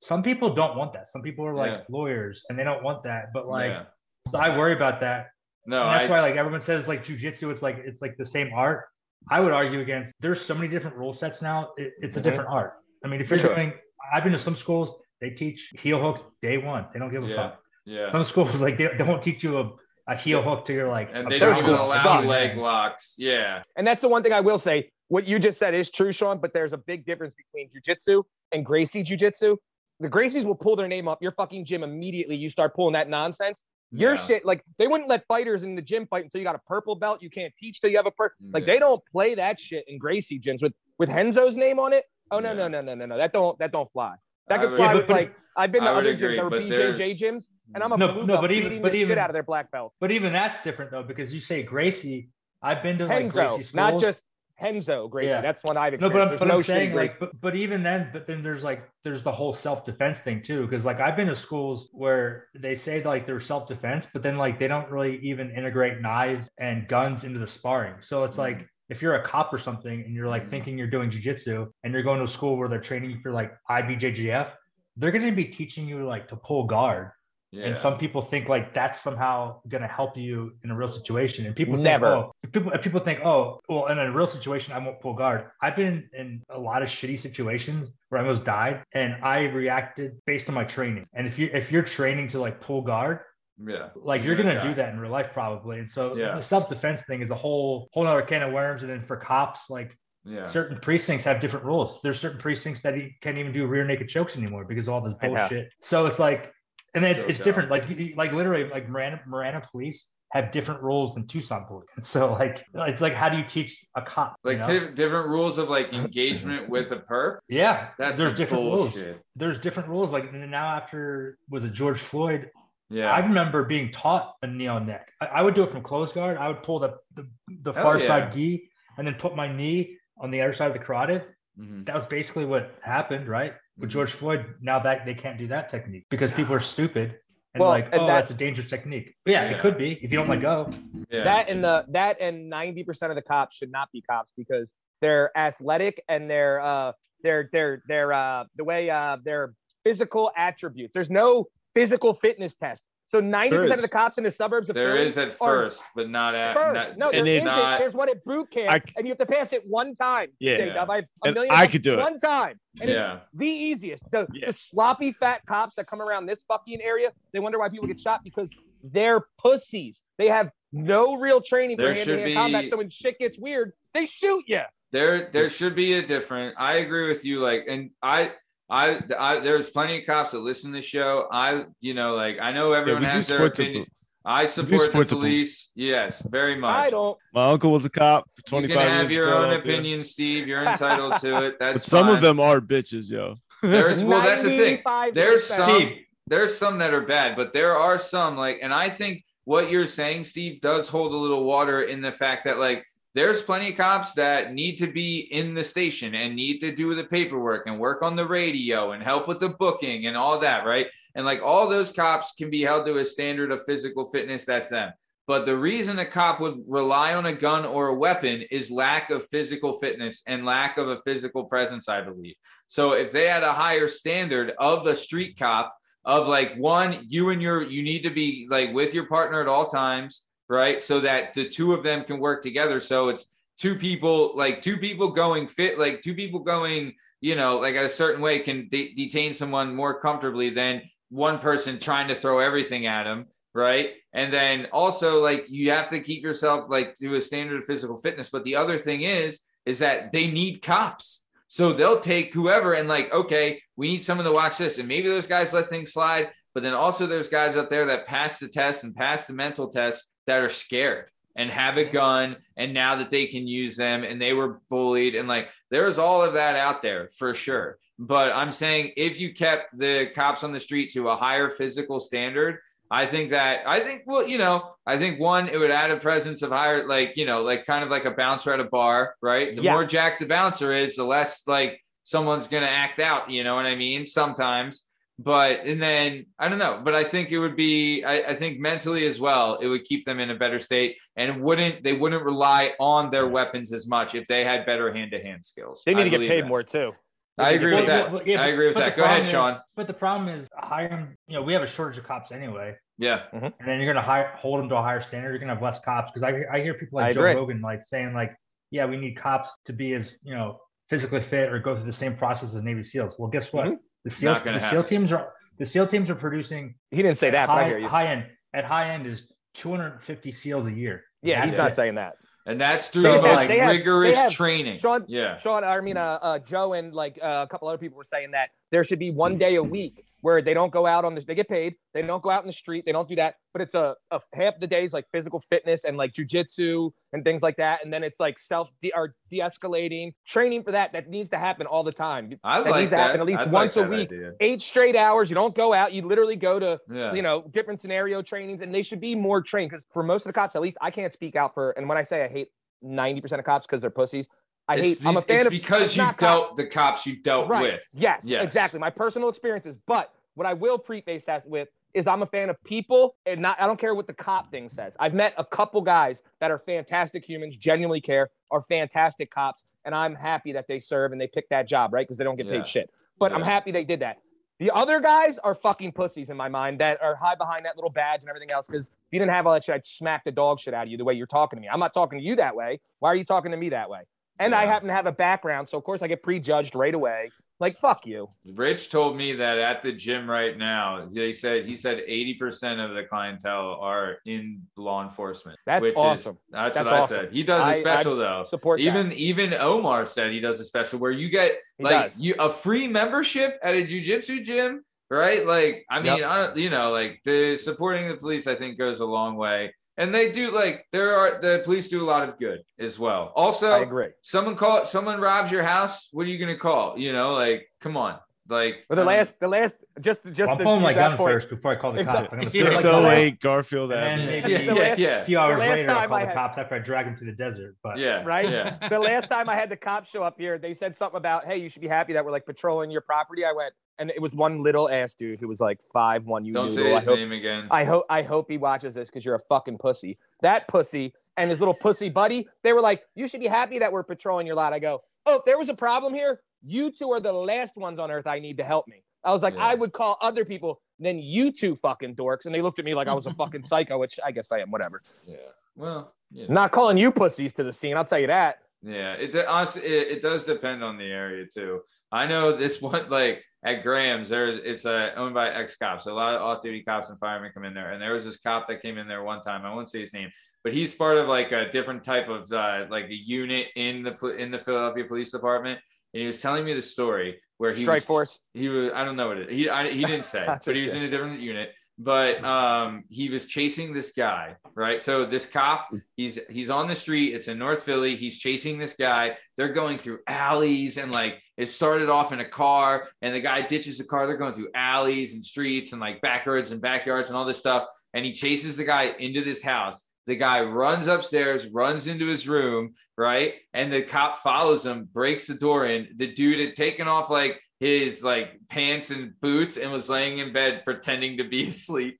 Speaker 2: Some people don't want that. Some people are like
Speaker 3: Yeah.
Speaker 2: lawyers and they don't want that. But like
Speaker 3: Yeah.
Speaker 2: so I worry about that.
Speaker 3: no,
Speaker 2: and that's
Speaker 3: I,
Speaker 2: why like everyone says like jujitsu, it's like it's like the same art. I would argue against. There's so many different rule sets now. It, it's
Speaker 3: Mm-hmm.
Speaker 2: a
Speaker 6: Mhm.
Speaker 2: different art. I mean, if you're
Speaker 6: Sure.
Speaker 2: doing, I've been to some schools. They teach heel hook day one. They don't give a
Speaker 3: Yeah.
Speaker 2: fuck.
Speaker 3: yeah.
Speaker 2: Some schools like they, they won't teach you a, a heel hook to your like.
Speaker 3: and
Speaker 2: a
Speaker 3: they
Speaker 6: Those
Speaker 3: don't
Speaker 2: brown
Speaker 3: even
Speaker 6: schools
Speaker 2: belt.
Speaker 3: allow
Speaker 6: suck.
Speaker 3: leg locks. Yeah,
Speaker 6: And that's the one thing I will say. What you just said is true, Sean, but there's a big difference between jujitsu and Gracie jujitsu. The Gracies will pull their name up your fucking gym immediately. You start pulling that nonsense. Your
Speaker 3: Yeah.
Speaker 6: shit, like they wouldn't let fighters in the gym fight until you got a purple belt. You can't teach till you have a purple. Like
Speaker 3: Mm, Yeah.
Speaker 6: they don't play that shit in Gracie gyms with with Henzo's name on it. Oh no
Speaker 3: Yeah.
Speaker 6: no no no no no that don't that don't fly.
Speaker 3: I
Speaker 6: That could
Speaker 3: would-
Speaker 6: fly
Speaker 2: Yeah, but-
Speaker 6: with
Speaker 2: but-
Speaker 6: like I've been to
Speaker 3: I would
Speaker 6: other
Speaker 3: agree,
Speaker 6: gyms that were
Speaker 3: but
Speaker 6: BJJ
Speaker 3: there's-
Speaker 6: gyms, and I'm a
Speaker 2: No,
Speaker 6: blue
Speaker 2: no,
Speaker 6: belt
Speaker 2: but even-
Speaker 6: beating
Speaker 2: but
Speaker 6: the shit
Speaker 2: even-
Speaker 6: out of their black belt.
Speaker 2: But even that's different though, because you say Gracie. I've been to like
Speaker 6: Henzo,
Speaker 2: Gracie schools.
Speaker 6: not just Henzo Gracie.
Speaker 2: Yeah.
Speaker 6: That's one I've
Speaker 2: no,
Speaker 6: experienced.
Speaker 2: but I'm,
Speaker 6: There's
Speaker 2: but
Speaker 6: no
Speaker 2: I'm
Speaker 6: shade
Speaker 2: saying
Speaker 6: Gracie.
Speaker 2: like, but, but even then, but then there's like there's the whole self defense thing too, because like I've been to schools where they say like they're self defense, but then like they don't really even integrate knives and guns into the sparring. So it's like if you're a cop or something and you're like
Speaker 3: Mhm.
Speaker 2: thinking you're doing jujitsu and you're going to a school where they're training you for like IBJJF, they're going to be teaching you like to pull guard.
Speaker 3: yeah.
Speaker 2: And some people think like that's somehow going to help you in a real situation. And people
Speaker 6: Never.
Speaker 2: Think, oh, if people if people think, oh, well, in a real situation, I won't pull guard. I've been in a lot of shitty situations where I almost died, and I reacted based on my training. And if you if you're training to like pull guard,
Speaker 3: yeah.
Speaker 2: like you're gonna
Speaker 3: Yeah.
Speaker 2: do that in real life probably. And so
Speaker 3: Yeah.
Speaker 2: the self defense thing is a whole whole other can of worms. And then for cops, like
Speaker 3: Yeah.
Speaker 2: certain precincts have different rules. There's certain precincts that you can't even do rear naked chokes anymore because of all this
Speaker 6: I know.
Speaker 2: bullshit. So it's like, and it's,
Speaker 3: So
Speaker 2: it's
Speaker 3: dumb.
Speaker 2: different. Like, you- like literally, like Marana, Marana police have different rules than Tucson police. So like, it's like, how do you teach a cop? you
Speaker 3: Like
Speaker 2: know?
Speaker 3: di- different rules of like engagement with a perp.
Speaker 2: yeah,
Speaker 3: That's
Speaker 2: there's
Speaker 3: some
Speaker 2: different rules.
Speaker 3: bullshit.
Speaker 2: There's different rules. Like and now, after was it George Floyd? I
Speaker 3: Yeah.
Speaker 2: remember being taught a kneel neck. I, I would do it from close guard. I would pull the the, the
Speaker 3: Hell
Speaker 2: far
Speaker 3: yeah.
Speaker 2: side gi and then put my knee on the other side of the carotid
Speaker 3: Mhm.
Speaker 2: that was basically what happened, right?
Speaker 3: Mm-hmm.
Speaker 2: With George Floyd, now that they can't do that technique because people are stupid and
Speaker 6: Well,
Speaker 2: like,
Speaker 6: and
Speaker 2: oh,
Speaker 6: that-
Speaker 2: that's a dangerous technique. But yeah,
Speaker 3: Yeah.
Speaker 2: it could be if you don't let go.
Speaker 3: Yeah.
Speaker 6: That and the that and ninety percent of the cops should not be cops because they're athletic and they're uh they're they're they're uh the way uh their physical attributes. There's no physical fitness test. So 90% of
Speaker 4: is.
Speaker 6: the cops in the suburbs of
Speaker 3: There
Speaker 6: Philly
Speaker 3: is at
Speaker 6: are
Speaker 3: first, but not at
Speaker 6: First,
Speaker 3: not-
Speaker 6: no, there
Speaker 4: and
Speaker 6: is
Speaker 4: it's
Speaker 6: it.
Speaker 3: not-
Speaker 6: There's one at boot camp,
Speaker 4: I-
Speaker 6: and you have to pass it one time.
Speaker 4: Yeah.
Speaker 6: J-Dub. I've a
Speaker 4: And
Speaker 6: million
Speaker 4: I
Speaker 6: times-
Speaker 4: could do it.
Speaker 6: one time, and it's
Speaker 3: yeah.
Speaker 6: the easiest. The,
Speaker 4: Yeah.
Speaker 6: the sloppy fat cops that come around this fucking area, they wonder why people get shot because they're pussies. They have no real training
Speaker 3: There
Speaker 6: for
Speaker 3: should
Speaker 6: hand-to-hand
Speaker 3: be-
Speaker 6: combat. So when shit gets weird, they shoot you.
Speaker 3: There, there should be a different. I agree with you. Like, and I, I, I there's plenty of cops that listen to the show. I, you know, like I know everyone
Speaker 4: we do
Speaker 3: has their
Speaker 4: support the
Speaker 3: opinion.
Speaker 4: po-
Speaker 3: I support the
Speaker 4: support the po-
Speaker 3: police. Yes, very much.
Speaker 6: I don't.
Speaker 4: My uncle was a cop for
Speaker 3: You
Speaker 4: 25
Speaker 3: can have
Speaker 4: years. in
Speaker 3: your own
Speaker 4: Philadelphia.
Speaker 3: opinion, Steve. You're entitled to it. That's
Speaker 4: But some
Speaker 3: fine.
Speaker 4: of them are bitches, yo.
Speaker 3: There's well, that's the thing.
Speaker 6: 95%.
Speaker 3: There's some-
Speaker 2: Steve,
Speaker 3: there's some that are bad, but there are some like, and I think what you're saying, Steve, does hold a little water in the fact that like there's plenty of cops that need to be in the station and need to do the paperwork and work on the radio and help with the booking and all that, right? And like all those cops can be held to a standard of physical fitness. That's them. But the reason a cop would rely on a gun or a weapon is lack of physical fitness and lack of a physical presence, I believe. So if they had a higher standard of the street cop of like one, you and your you need to be like with your partner at all times, right? So that the two of them can work together. So it's two people, like two people going fit, like two people going, you know, like a certain way can de- detain someone more comfortably than one person trying to throw everything at him right? And then also like you have to keep yourself like to a standard of physical fitness. But the other thing is, is that they need cops. So they'll take whoever and like, okay, we need someone to watch this. And maybe those guys let things slide, but then also there's guys out there that pass the test and pass the mental test that are scared and have a gun and now that they can use them and they were bullied and like there's all of that out there for sure but i'm saying if you kept the cops on the street to a higher physical standard I think that I think well, you know, I think one, it would add a presence of higher, like you know, like kind of like a bouncer at a bar, right? The
Speaker 6: Yeah.
Speaker 3: more jacked the bouncer is, the less like someone's gonna act out. You know what I mean? Sometimes, but and then I don't know, but I think it would be, I, I think mentally as well, it would keep them in a better state, and it wouldn't they wouldn't rely on their weapons as much if they had better hand to hand skills. I believe that.
Speaker 6: too.
Speaker 3: I agree with
Speaker 2: Well,
Speaker 3: that.
Speaker 2: well, yeah,
Speaker 3: I
Speaker 2: but-
Speaker 3: agree with
Speaker 2: but
Speaker 3: that.
Speaker 2: the
Speaker 3: Go ahead,
Speaker 2: problem is-
Speaker 3: Sean.
Speaker 2: But the problem is hiring, you know, we have a shortage of cops anyway.
Speaker 3: Yeah,
Speaker 2: And then you're going to hire, hold them to a higher standard. You're going to have less cops. Cause I, I hear people like
Speaker 6: I
Speaker 2: Joe
Speaker 6: agree.
Speaker 2: Rogan, like saying like, yeah, we need cops to be as, you know, physically fit or go through the same process as Navy SEALs. Well, guess what? The SEAL,
Speaker 3: Mm-hmm. Not gonna
Speaker 2: the SEAL
Speaker 3: happen.
Speaker 2: teams are, the SEAL teams are producing
Speaker 6: He didn't say that, but I hear
Speaker 2: high,
Speaker 6: you.
Speaker 2: high end at high end is 250 SEALs a year.
Speaker 6: Yeah, he's
Speaker 2: That's
Speaker 6: not
Speaker 2: it.
Speaker 6: saying that.
Speaker 3: and that's through
Speaker 2: So,
Speaker 3: the most
Speaker 2: like, they
Speaker 6: have- they
Speaker 3: rigorous
Speaker 6: have-
Speaker 3: training.
Speaker 6: Sean-
Speaker 3: yeah.
Speaker 6: Sean, I mean, uh, uh, Joe and like uh, a couple other people were saying that there should be one day a week where they don't go out on this. They get paid. They don't go out in the street. They don't do that. But it's a, a half the days like physical fitness and like jujitsu and things like that. And then it's like self de- or de-escalating training for that. That needs to happen all the time.
Speaker 3: I
Speaker 6: that
Speaker 3: like
Speaker 6: needs to
Speaker 3: that.
Speaker 6: happen at least
Speaker 3: I'd like
Speaker 6: once a
Speaker 3: that
Speaker 6: week.
Speaker 3: idea.
Speaker 6: Eight straight hours. You don't go out. You literally go to
Speaker 3: Yeah.
Speaker 6: you know, different scenario trainings, and they should be more trained because for most of the cops, at least I can't speak out for. And when I say I hate 90% of cops because they're pussies, I
Speaker 3: It's
Speaker 6: hate,
Speaker 3: be-
Speaker 6: I'm a fan
Speaker 3: it's
Speaker 6: of
Speaker 3: because
Speaker 6: it's
Speaker 3: you
Speaker 6: not
Speaker 3: dealt the cops you dealt
Speaker 6: Right.
Speaker 3: with.
Speaker 6: Yes,
Speaker 3: Yes.
Speaker 6: exactly. My personal experiences. But what I will preface that with is I'm a fan of people and not I don't care what the cop thing says. I've met a couple guys that are fantastic humans, genuinely care, are fantastic cops, and I'm happy that they serve and they pick that job, right? Because they don't get
Speaker 3: Yeah.
Speaker 6: paid shit. But I'm
Speaker 3: Yeah.
Speaker 6: happy they did that. The other guys are fucking pussies in my mind that are high behind that little badge and everything else. Because if you didn't have all that shit, I'd smack the dog shit out of you the way you're talking to me. I'm not talking to you that way. Why are you talking to me that way? And I
Speaker 3: Yeah.
Speaker 6: happen to have a background, so of course I get prejudged right away. Like fuck you.
Speaker 3: Rich told me that at the gym right now, they said he said 80% of the clientele are in law enforcement.
Speaker 6: That's
Speaker 3: which is-
Speaker 6: awesome.
Speaker 3: that's,
Speaker 6: That's
Speaker 3: what
Speaker 6: awesome.
Speaker 3: I said. He does
Speaker 6: I-
Speaker 3: a special though.
Speaker 6: Support that.
Speaker 3: Even even Omar said he does a special where you get
Speaker 6: He
Speaker 3: like
Speaker 6: does.
Speaker 3: you a free membership at a jujitsu gym, right? Like, I mean,
Speaker 6: Yep.
Speaker 3: I, you know, like the supporting the police, I think goes a long way, and they do like there are the police do a lot of good as well. Also,
Speaker 6: I agree.
Speaker 3: someone call someone robs your house what are you gonna call you know like come on like
Speaker 6: But the
Speaker 3: I mean,
Speaker 6: last, the last, just just
Speaker 2: Well, I'm
Speaker 6: to
Speaker 2: pulling my
Speaker 6: use that
Speaker 2: gun
Speaker 6: point,
Speaker 2: first before I call the
Speaker 6: Exactly.
Speaker 2: cops. I'm gonna
Speaker 6: Yeah,
Speaker 2: put
Speaker 6: like
Speaker 4: Six
Speaker 2: my
Speaker 4: oh
Speaker 2: gun
Speaker 6: the
Speaker 4: eight Garfield
Speaker 2: And
Speaker 4: Avenue.
Speaker 2: maybe-
Speaker 3: yeah yeah
Speaker 2: A
Speaker 3: yeah
Speaker 2: few hours
Speaker 6: last
Speaker 2: later, I'll
Speaker 6: time
Speaker 2: call
Speaker 6: I
Speaker 2: the
Speaker 6: had-
Speaker 2: cops after I drag him to the desert. But
Speaker 3: yeah
Speaker 6: Right?
Speaker 3: yeah
Speaker 6: The last time I had the cops show up here, they said something about, "Hey, you should be happy that we're like patrolling your property." I went, and it was one little ass dude who was like five one. You
Speaker 3: don't
Speaker 6: noodle.
Speaker 3: say
Speaker 6: I
Speaker 3: his
Speaker 6: hope,
Speaker 3: name again
Speaker 6: I hope, I hope he watches this because you're a fucking pussy. That pussy and his little pussy buddy, they were like, "You should be happy that we're patrolling your lot." I go, "Oh, if there was a problem here, you two are the last ones on earth I need to help me." I was like,
Speaker 3: Yeah.
Speaker 6: "I would call other people than you two fucking dorks," and they looked at me like I was a fucking psycho, which I guess I am. Whatever.
Speaker 3: Yeah. Well, yeah.
Speaker 6: Not calling you pussies to the scene. I'll tell you that.
Speaker 3: Yeah, it de- honestly it, it does depend on the area too. I know this one like at Graham's. There's it's uh, owned by ex cops. A lot of off duty cops and firemen come in there, and there was this cop that came in there one time. I won't say his name, but he's part of like a different type of uh, like a unit in the pl- in the Philadelphia Police Department. And he was telling me the story where he
Speaker 6: Strike
Speaker 3: was,
Speaker 6: force.
Speaker 3: he was i don't know what it he I, he didn't say but he was in a different unit but um he was chasing this guy right so this cop he's he's on the street it's in north philly he's chasing this guy they're going through alleys and like it started off in a car and the guy ditches the car they're going through alleys and streets and like back roads and backyards and all this stuff and he chases the guy into this house the guy runs upstairs runs into his room right? And the cop follows him, breaks the door in. The dude had taken off like his like pants and boots and was laying in bed pretending to be asleep.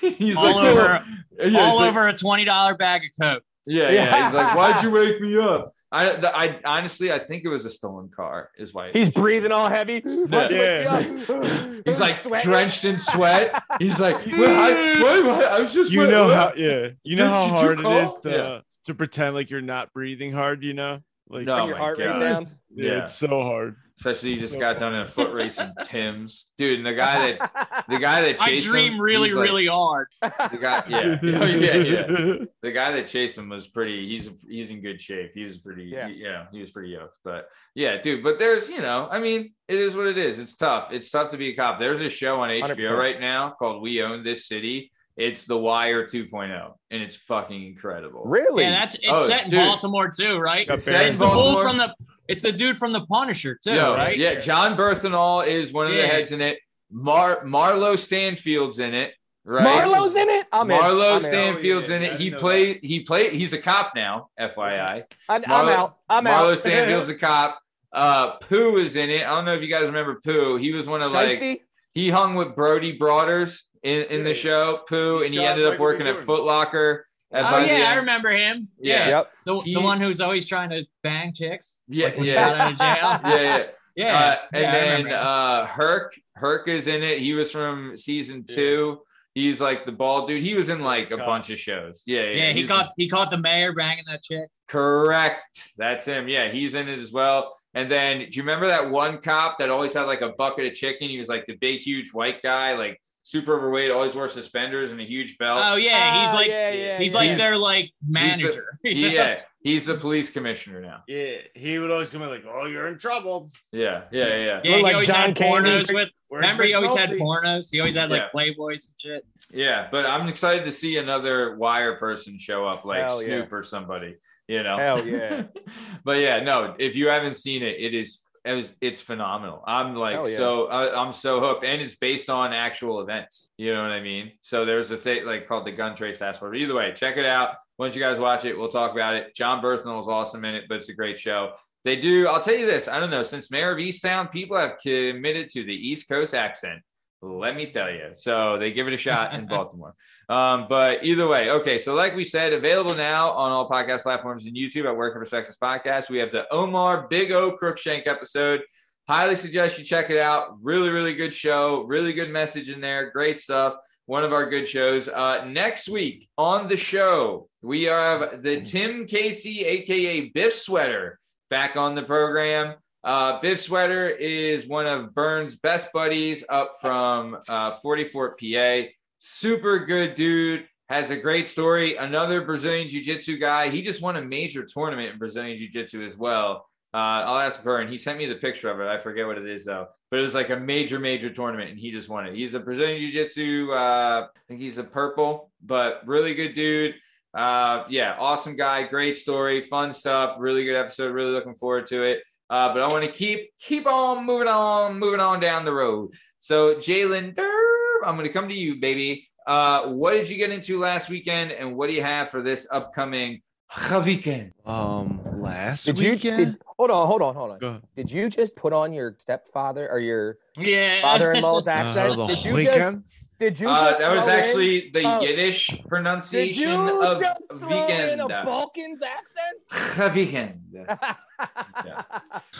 Speaker 3: He's
Speaker 5: all
Speaker 3: like,
Speaker 5: over,
Speaker 3: "No." Yeah,
Speaker 5: all
Speaker 3: he's like-
Speaker 5: over a twenty dollar bag of coke.
Speaker 3: yeah, yeah. He's like, why'd you wake me up? I, the, I honestly, I think it was a stolen car. Is why
Speaker 6: He's breathing all heavy.
Speaker 4: Yeah.
Speaker 3: He's like
Speaker 6: Sweating.
Speaker 3: drenched in sweat. He's like, "Wait, I, what am I? I was just
Speaker 4: You
Speaker 3: what-
Speaker 4: know
Speaker 3: what?"
Speaker 4: how yeah. You know
Speaker 3: Did-
Speaker 4: how
Speaker 3: did you
Speaker 4: hard it is
Speaker 3: call?
Speaker 4: to
Speaker 3: Yeah.
Speaker 4: to pretend like you're not breathing hard, you know? Like
Speaker 3: No. Oh
Speaker 6: Bring your
Speaker 3: my
Speaker 6: heart
Speaker 3: God.
Speaker 6: rate down.
Speaker 4: yeah,
Speaker 3: Yeah.
Speaker 4: it's so hard.
Speaker 3: Especially, you just
Speaker 4: So
Speaker 3: got done in a foot race in Tim's, dude. And the guy that the guy that
Speaker 5: I
Speaker 3: chased him,
Speaker 5: dream really,
Speaker 3: he's like-
Speaker 5: really hard.
Speaker 3: The guy, yeah, Oh, yeah, yeah, yeah. The guy that chased him was pretty. He's he's in good shape. He was pretty. Yeah,
Speaker 6: Yeah.
Speaker 3: he was pretty yoked. But yeah, dude. But there's, you know, I mean, it is what it is. It's tough. It's tough to be a cop. There's a show on HBO
Speaker 6: 100%.
Speaker 3: right now called We Own This City. It's The Wire 2.0, and it's fucking incredible.
Speaker 6: really?
Speaker 5: Yeah, that's it's
Speaker 3: Oh,
Speaker 5: set in
Speaker 3: dude.
Speaker 5: Baltimore too, right?
Speaker 4: Got
Speaker 5: It's
Speaker 4: Barry
Speaker 5: the bull
Speaker 3: Baltimore.
Speaker 5: from the. It's the dude from the Punisher too,
Speaker 3: Yo,
Speaker 5: right?
Speaker 3: Yeah, John Berthenol is one of
Speaker 5: Yeah.
Speaker 3: the heads in it. Mar Marlo Stanfield's in it. Right.
Speaker 6: Marlo's in it. I'm in.
Speaker 3: Marlo
Speaker 6: I'm in.
Speaker 3: Stanfield's
Speaker 4: Oh, yeah,
Speaker 3: in
Speaker 4: yeah,
Speaker 3: it.
Speaker 4: I
Speaker 3: He
Speaker 4: didn't know
Speaker 3: played. He played. He's a cop now. FYI,
Speaker 6: I'm, I'm
Speaker 3: Marlo-
Speaker 6: out. I'm
Speaker 3: Marlo
Speaker 6: out.
Speaker 3: Stanfield's a cop. Uh, Pooh is in it. I don't know if you guys remember Pooh. He was one of like
Speaker 6: Shiesty?
Speaker 3: he hung with Brody Broaders in, in
Speaker 4: Yeah.
Speaker 3: the show Pooh,
Speaker 4: He
Speaker 3: and he
Speaker 4: shot
Speaker 3: ended up
Speaker 4: Michael B.
Speaker 3: working at
Speaker 4: Jordan.
Speaker 3: Foot Locker. And
Speaker 5: Oh
Speaker 3: by the
Speaker 5: yeah, I
Speaker 3: end-
Speaker 5: remember him.
Speaker 3: Yeah.
Speaker 6: Yep.
Speaker 5: The,
Speaker 3: He-
Speaker 5: the one who's always trying to bang chicks.
Speaker 3: Yeah,
Speaker 5: like when he
Speaker 3: yeah.
Speaker 5: got out of jail.
Speaker 3: yeah, yeah.
Speaker 5: Yeah.
Speaker 3: Uh, and
Speaker 5: Yeah, I remember
Speaker 3: then
Speaker 5: him.
Speaker 3: uh, Herc, Herc is in it. He was from season two. He's like the bald dude. He was in like a
Speaker 4: Cop.
Speaker 3: bunch of shows. Yeah, yeah.
Speaker 5: yeah, he
Speaker 3: he's-
Speaker 5: caught he caught the mayor banging that chick.
Speaker 3: Correct. That's him. Yeah, he's in it as well. And then, do you remember that one cop that always had like a bucket of chicken? He was like the big, huge white guy, like super overweight, always wore suspenders and a huge belt.
Speaker 5: Oh yeah, he's
Speaker 6: Oh,
Speaker 5: like
Speaker 6: yeah, yeah,
Speaker 5: he's
Speaker 6: yeah.
Speaker 5: like
Speaker 3: He's-
Speaker 5: their like manager.
Speaker 3: yeah, he's the police commissioner now.
Speaker 4: Yeah, he would always come in like, "Oh, you're in trouble."
Speaker 3: Yeah, yeah, yeah,
Speaker 5: yeah.
Speaker 6: Like
Speaker 5: he always
Speaker 6: John
Speaker 5: had
Speaker 6: Candy.
Speaker 5: pornos with.
Speaker 4: Where's
Speaker 5: Remember, he always had
Speaker 4: McNulty?
Speaker 5: pornos. He always had like
Speaker 3: Yeah.
Speaker 5: playboys and shit.
Speaker 3: yeah. But I'm excited to see another wire person show up, like
Speaker 6: Hell yeah.
Speaker 3: Snoop or somebody. You know.
Speaker 6: Hell Oh, yeah.
Speaker 3: but yeah, no. If you haven't seen it, it is it was, it's phenomenal. I'm like
Speaker 6: Hell yeah.
Speaker 3: so I, I'm so hooked, and it's based on actual events. You know what I mean? So there's a thing like called the Gun Trace Passport. But either way, check it out. Once you guys watch it, we'll talk about it. John Berthnell is awesome in it, but it's a great show. They do. I'll tell you this. I don't know. Since Mayor of Easttown, people have committed to the East Coast accent. Let me tell you. So they give it a shot in Baltimore. Um, but either way, okay. So, like we said, available now on all podcast platforms and YouTube at Working Perspectives Podcast. We have the Omar Big O Crookshank episode. Highly suggest you check it out. Really, really good show. Really good message in there. Great stuff. One of our good shows. Uh, next week on the show, we have the Tim Casey, aka Biff Sweater, back on the program. Uh, Biff Sweater is one of Burns' best buddies up from uh, 44 PA super good dude has a great story another brazilian jiu-jitsu guy he just won a major tournament in brazilian jiu-jitsu as well uh, i'll ask Vern. he sent me the picture of it i forget what it is though but it was like a major major tournament and he just won it he's a brazilian jiu-jitsu uh, i think he's a purple but really good dude uh, yeah awesome guy great story fun stuff really good episode really looking forward to it uh, but i want to keep keep on moving on moving on down the road so, Jalen, Durr, I'm going to come to you, baby. Uh, what did you get into last weekend, and what do you have for this upcoming weekend?
Speaker 4: Um, last
Speaker 6: Did you?
Speaker 4: weekend.
Speaker 6: Did, hold on. Hold on. Hold on.
Speaker 4: Go ahead.
Speaker 6: Did you just put on your stepfather or your
Speaker 5: Yeah.
Speaker 6: father-in-law's
Speaker 4: Uh,
Speaker 6: accent?
Speaker 4: the
Speaker 6: Did you just?
Speaker 4: weekend?
Speaker 6: Did you?
Speaker 3: Uh,
Speaker 6: just
Speaker 3: that was
Speaker 6: throw in-
Speaker 3: actually the
Speaker 6: oh.
Speaker 3: Yiddish
Speaker 6: Did
Speaker 3: pronunciation
Speaker 6: you
Speaker 3: of
Speaker 6: just throw in
Speaker 3: weekend.
Speaker 6: a Balkans accent?
Speaker 3: Weekend.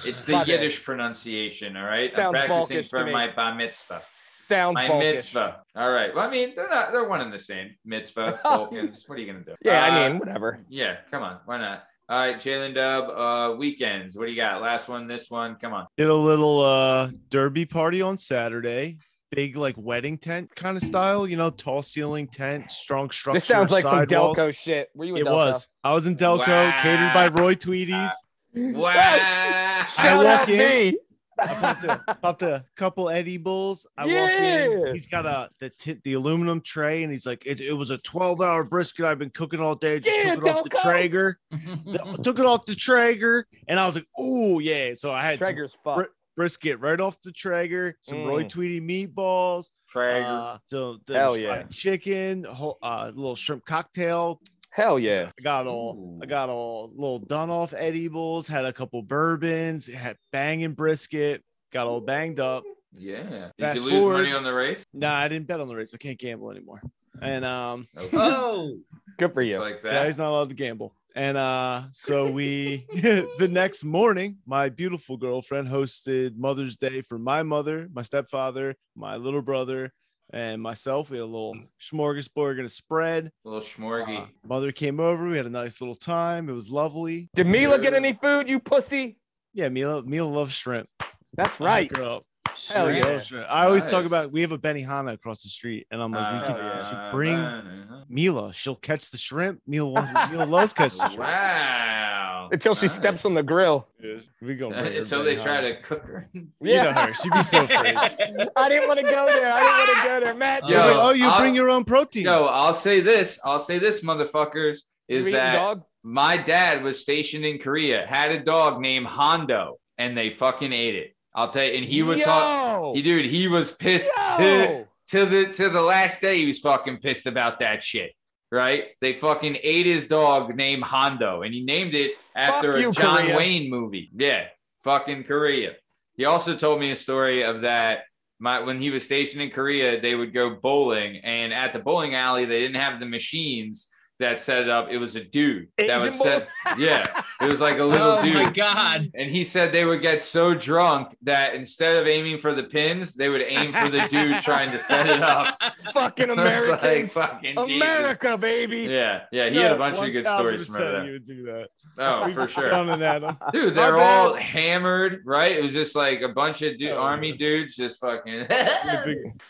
Speaker 3: It's the
Speaker 6: My bad.
Speaker 3: Yiddish pronunciation, all right? I'm
Speaker 6: Sounds
Speaker 3: practicing
Speaker 6: Balkish to
Speaker 3: for
Speaker 6: me.
Speaker 3: my bar mitzvah.
Speaker 6: Sounds
Speaker 3: My
Speaker 6: Balkish.
Speaker 3: mitzvah. All right. Well, I mean, they're not they're one and the same. Mitzvah, Balkans. what are you gonna do?
Speaker 6: Yeah,
Speaker 3: Uh,
Speaker 6: I mean, whatever.
Speaker 3: Yeah, come on. Why not? All right, Jalen Dub, uh, weekends. What do you got? Last one, this one. Come on.
Speaker 4: Did a little uh derby party on Saturday. Big like wedding tent kind of style, you know, tall ceiling tent, strong structure.
Speaker 6: This sounds like some
Speaker 4: side walls.
Speaker 6: Delco shit. Were you? in
Speaker 4: It
Speaker 6: Delco?
Speaker 4: was. I was in Delco,
Speaker 3: Wow.
Speaker 4: catered by Roy Tweedy's.
Speaker 3: Wow.
Speaker 4: I
Speaker 6: Shout
Speaker 4: walk
Speaker 6: out
Speaker 4: in.
Speaker 6: me.
Speaker 4: I popped a, popped a couple Eddie Bulls. I walk
Speaker 6: Yeah.
Speaker 4: in. He's got a the tin the aluminum tray, and he's like, "It, it was a twelve hour brisket I've been cooking all day. Just
Speaker 6: Yeah,
Speaker 4: took it off the
Speaker 6: Delco.
Speaker 4: Traeger. The- took it off the Traeger, and I was like, "Oh yeah!" So I had some
Speaker 6: Traeger's fuck.
Speaker 4: Br- brisket right off the Traeger, some Roy
Speaker 6: Mm.
Speaker 4: Tweedy meatballs,
Speaker 3: Traeger.
Speaker 4: uh, so the
Speaker 6: Hell
Speaker 4: fried
Speaker 6: yeah.
Speaker 4: chicken, whole, uh, little shrimp cocktail.
Speaker 6: Hell yeah.
Speaker 4: I got all I
Speaker 3: Ooh.
Speaker 4: got all little Dunoff edibles, had a couple bourbons, had banging brisket, got all banged up.
Speaker 3: yeah. Did
Speaker 4: Fast
Speaker 3: you lose
Speaker 4: forward.
Speaker 3: money on the race?
Speaker 4: Nah, I didn't bet on the race. I can't gamble anymore. And um
Speaker 3: Nope.
Speaker 5: Oh,
Speaker 6: Good for
Speaker 3: It's
Speaker 6: you.
Speaker 3: like
Speaker 4: yeah,
Speaker 3: that.
Speaker 4: he's not allowed to gamble. And uh so we the next morning, my beautiful girlfriend hosted Mother's Day for my mother, my stepfather, my little brother, and myself. We had a little smorgasbord and a spread.
Speaker 3: A little smorgy.
Speaker 4: Uh, mother came over, we had a nice little time. It was lovely.
Speaker 6: Did Mila get any food, you pussy?
Speaker 4: Yeah, Mila Mila loves shrimp.
Speaker 6: That's
Speaker 4: I
Speaker 6: right.
Speaker 4: hook her up.
Speaker 6: Hell
Speaker 4: She
Speaker 6: yeah.
Speaker 4: loves shrimp. I always
Speaker 3: Nice.
Speaker 4: talk
Speaker 3: Ah,
Speaker 4: about we have a Benihana across the street, and I'm like, we could
Speaker 6: yeah.
Speaker 4: we should bring
Speaker 3: Uh,
Speaker 4: Mila. She'll catch the shrimp. Mila, wants, Mila loves catch the shrimp.
Speaker 3: Wow.
Speaker 6: Until she
Speaker 3: Nice.
Speaker 6: steps on the grill.
Speaker 4: We go
Speaker 3: Uh, Until they try to cook her.
Speaker 4: Yeah. You know
Speaker 6: Yeah.
Speaker 4: her. She'd be so afraid.
Speaker 6: I didn't want to go there. I didn't want to go there. Matt,
Speaker 4: They're
Speaker 3: Yo,
Speaker 4: like, oh, you
Speaker 3: I'll-
Speaker 4: bring your own protein.
Speaker 3: Yo, I'll say this. I'll say this, motherfuckers,
Speaker 6: you
Speaker 3: is
Speaker 6: eating
Speaker 3: that
Speaker 6: dog?
Speaker 3: my dad was stationed in Korea, had a dog named Hondo, and they fucking ate it. I'll tell you, and he would talk.
Speaker 6: Yo!
Speaker 3: He, dude, he was pissed to,
Speaker 6: Yo!
Speaker 3: to the to the last day. He was fucking pissed about that shit. Right? They fucking ate his dog named Hondo, and he named it after
Speaker 6: Fuck
Speaker 3: a
Speaker 6: you,
Speaker 3: John
Speaker 6: Korea.
Speaker 3: Wayne movie. Yeah, fucking Korea. He also told me a story of that. My when he was stationed in Korea, they would go bowling, and at the bowling alley, they didn't have the machines that set it up. It was a dude that
Speaker 6: Asian
Speaker 3: would set. Yeah, it was like a little
Speaker 5: oh
Speaker 3: dude.
Speaker 5: my God.
Speaker 3: And he said they would get so drunk that instead of aiming for the pins, they would aim for the dude trying to set it up.
Speaker 6: Fucking
Speaker 3: I was like,
Speaker 6: Americans.
Speaker 3: fucking Jesus.
Speaker 6: America, baby.
Speaker 3: Yeah, yeah, he had a bunch of good stories from
Speaker 4: 1000% You
Speaker 3: over
Speaker 4: would do that.
Speaker 3: there. Oh, for sure.
Speaker 4: Down and at 'em.
Speaker 3: Dude, they're
Speaker 4: My bad.
Speaker 3: all hammered, right? It was just like a bunch of dude,
Speaker 4: Oh,
Speaker 3: army
Speaker 4: yeah.
Speaker 3: dude's just fucking.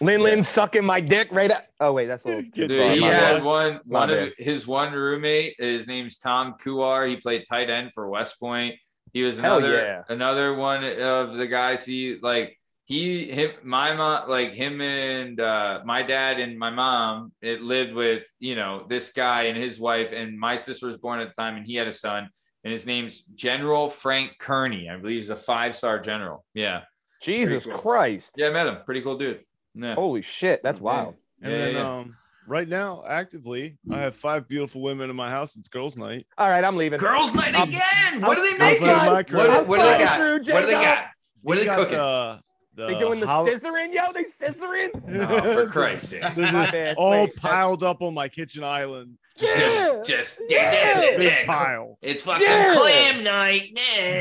Speaker 6: Lin Lin sucking my dick right up. Oh, wait, that's a little.
Speaker 4: Get
Speaker 3: Dude, he
Speaker 6: my
Speaker 3: had
Speaker 4: bad.
Speaker 3: one
Speaker 6: My
Speaker 3: one of
Speaker 6: bad.
Speaker 3: his one roommate. His name's Tom Kuar. He played tight end for West Point. He was
Speaker 6: Hell
Speaker 3: another
Speaker 6: yeah.
Speaker 3: another one of the guys. He like he him my mom like him and uh, my dad and my mom. It lived with you know this guy and his wife and my sister was born at the time and he had a son and his name's General Frank Kearney. I believe he's a five star general. Yeah,
Speaker 6: Jesus
Speaker 3: Pretty cool.
Speaker 6: Christ.
Speaker 3: yeah, I met him. Pretty cool dude. Yeah.
Speaker 6: Holy shit. Oh, That's
Speaker 3: Yeah.
Speaker 6: wild.
Speaker 4: And
Speaker 3: Yeah,
Speaker 4: then
Speaker 3: yeah, yeah.
Speaker 4: um right now, actively, I have five beautiful women in my house. It's girls' night.
Speaker 6: All right, I'm leaving.
Speaker 3: Girls' night
Speaker 6: I'm-
Speaker 3: again. what do they make?
Speaker 4: Girls' night in
Speaker 3: What,
Speaker 6: Mike.
Speaker 4: my
Speaker 3: what,
Speaker 4: crib.
Speaker 3: what do they
Speaker 6: I'm
Speaker 3: got?
Speaker 6: sorry, Drew,
Speaker 3: What do they
Speaker 6: J-Dub.
Speaker 3: got? What are
Speaker 4: We
Speaker 3: they
Speaker 4: got
Speaker 3: cooking?
Speaker 4: The, the
Speaker 6: They doing the
Speaker 4: hol-
Speaker 6: scissoring? Yo, they scissoring?
Speaker 3: No, for Christ's sake.
Speaker 4: They're
Speaker 6: My
Speaker 4: just
Speaker 6: bad.
Speaker 4: all
Speaker 6: Wait, that's-
Speaker 4: piled up on my kitchen island.
Speaker 6: Yeah.
Speaker 3: Just, just, yeah,
Speaker 6: Yeah.
Speaker 3: yeah,
Speaker 4: Big
Speaker 3: yeah.
Speaker 4: pile.
Speaker 3: It's fucking
Speaker 6: Yeah.
Speaker 3: clam night.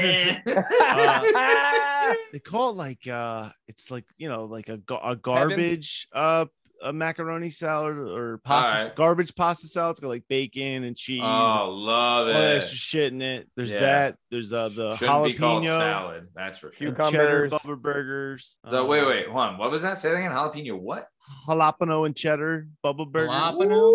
Speaker 3: Yeah.
Speaker 6: Ah,
Speaker 4: They call it like uh, it's like you know, like a, ga- a garbage uh, a macaroni salad or pasta
Speaker 3: Alright.
Speaker 4: garbage pasta salad. It's got like bacon and cheese, and
Speaker 3: oh, love
Speaker 4: all
Speaker 3: it.
Speaker 4: that extra shit in it. There's
Speaker 3: Yeah.
Speaker 4: that. There's uh, the
Speaker 3: Shouldn't be called
Speaker 4: jalapeno,
Speaker 3: salad. That's for sure.
Speaker 6: Cucumber.
Speaker 4: cheddar
Speaker 6: Cucumbers.
Speaker 4: bubble burgers.
Speaker 3: The,
Speaker 4: uh,
Speaker 3: wait, wait, hold on. What was that? Say that again. Jalapeno. What?
Speaker 4: jalapeno and cheddar bubble burgers.
Speaker 5: Jalapeno?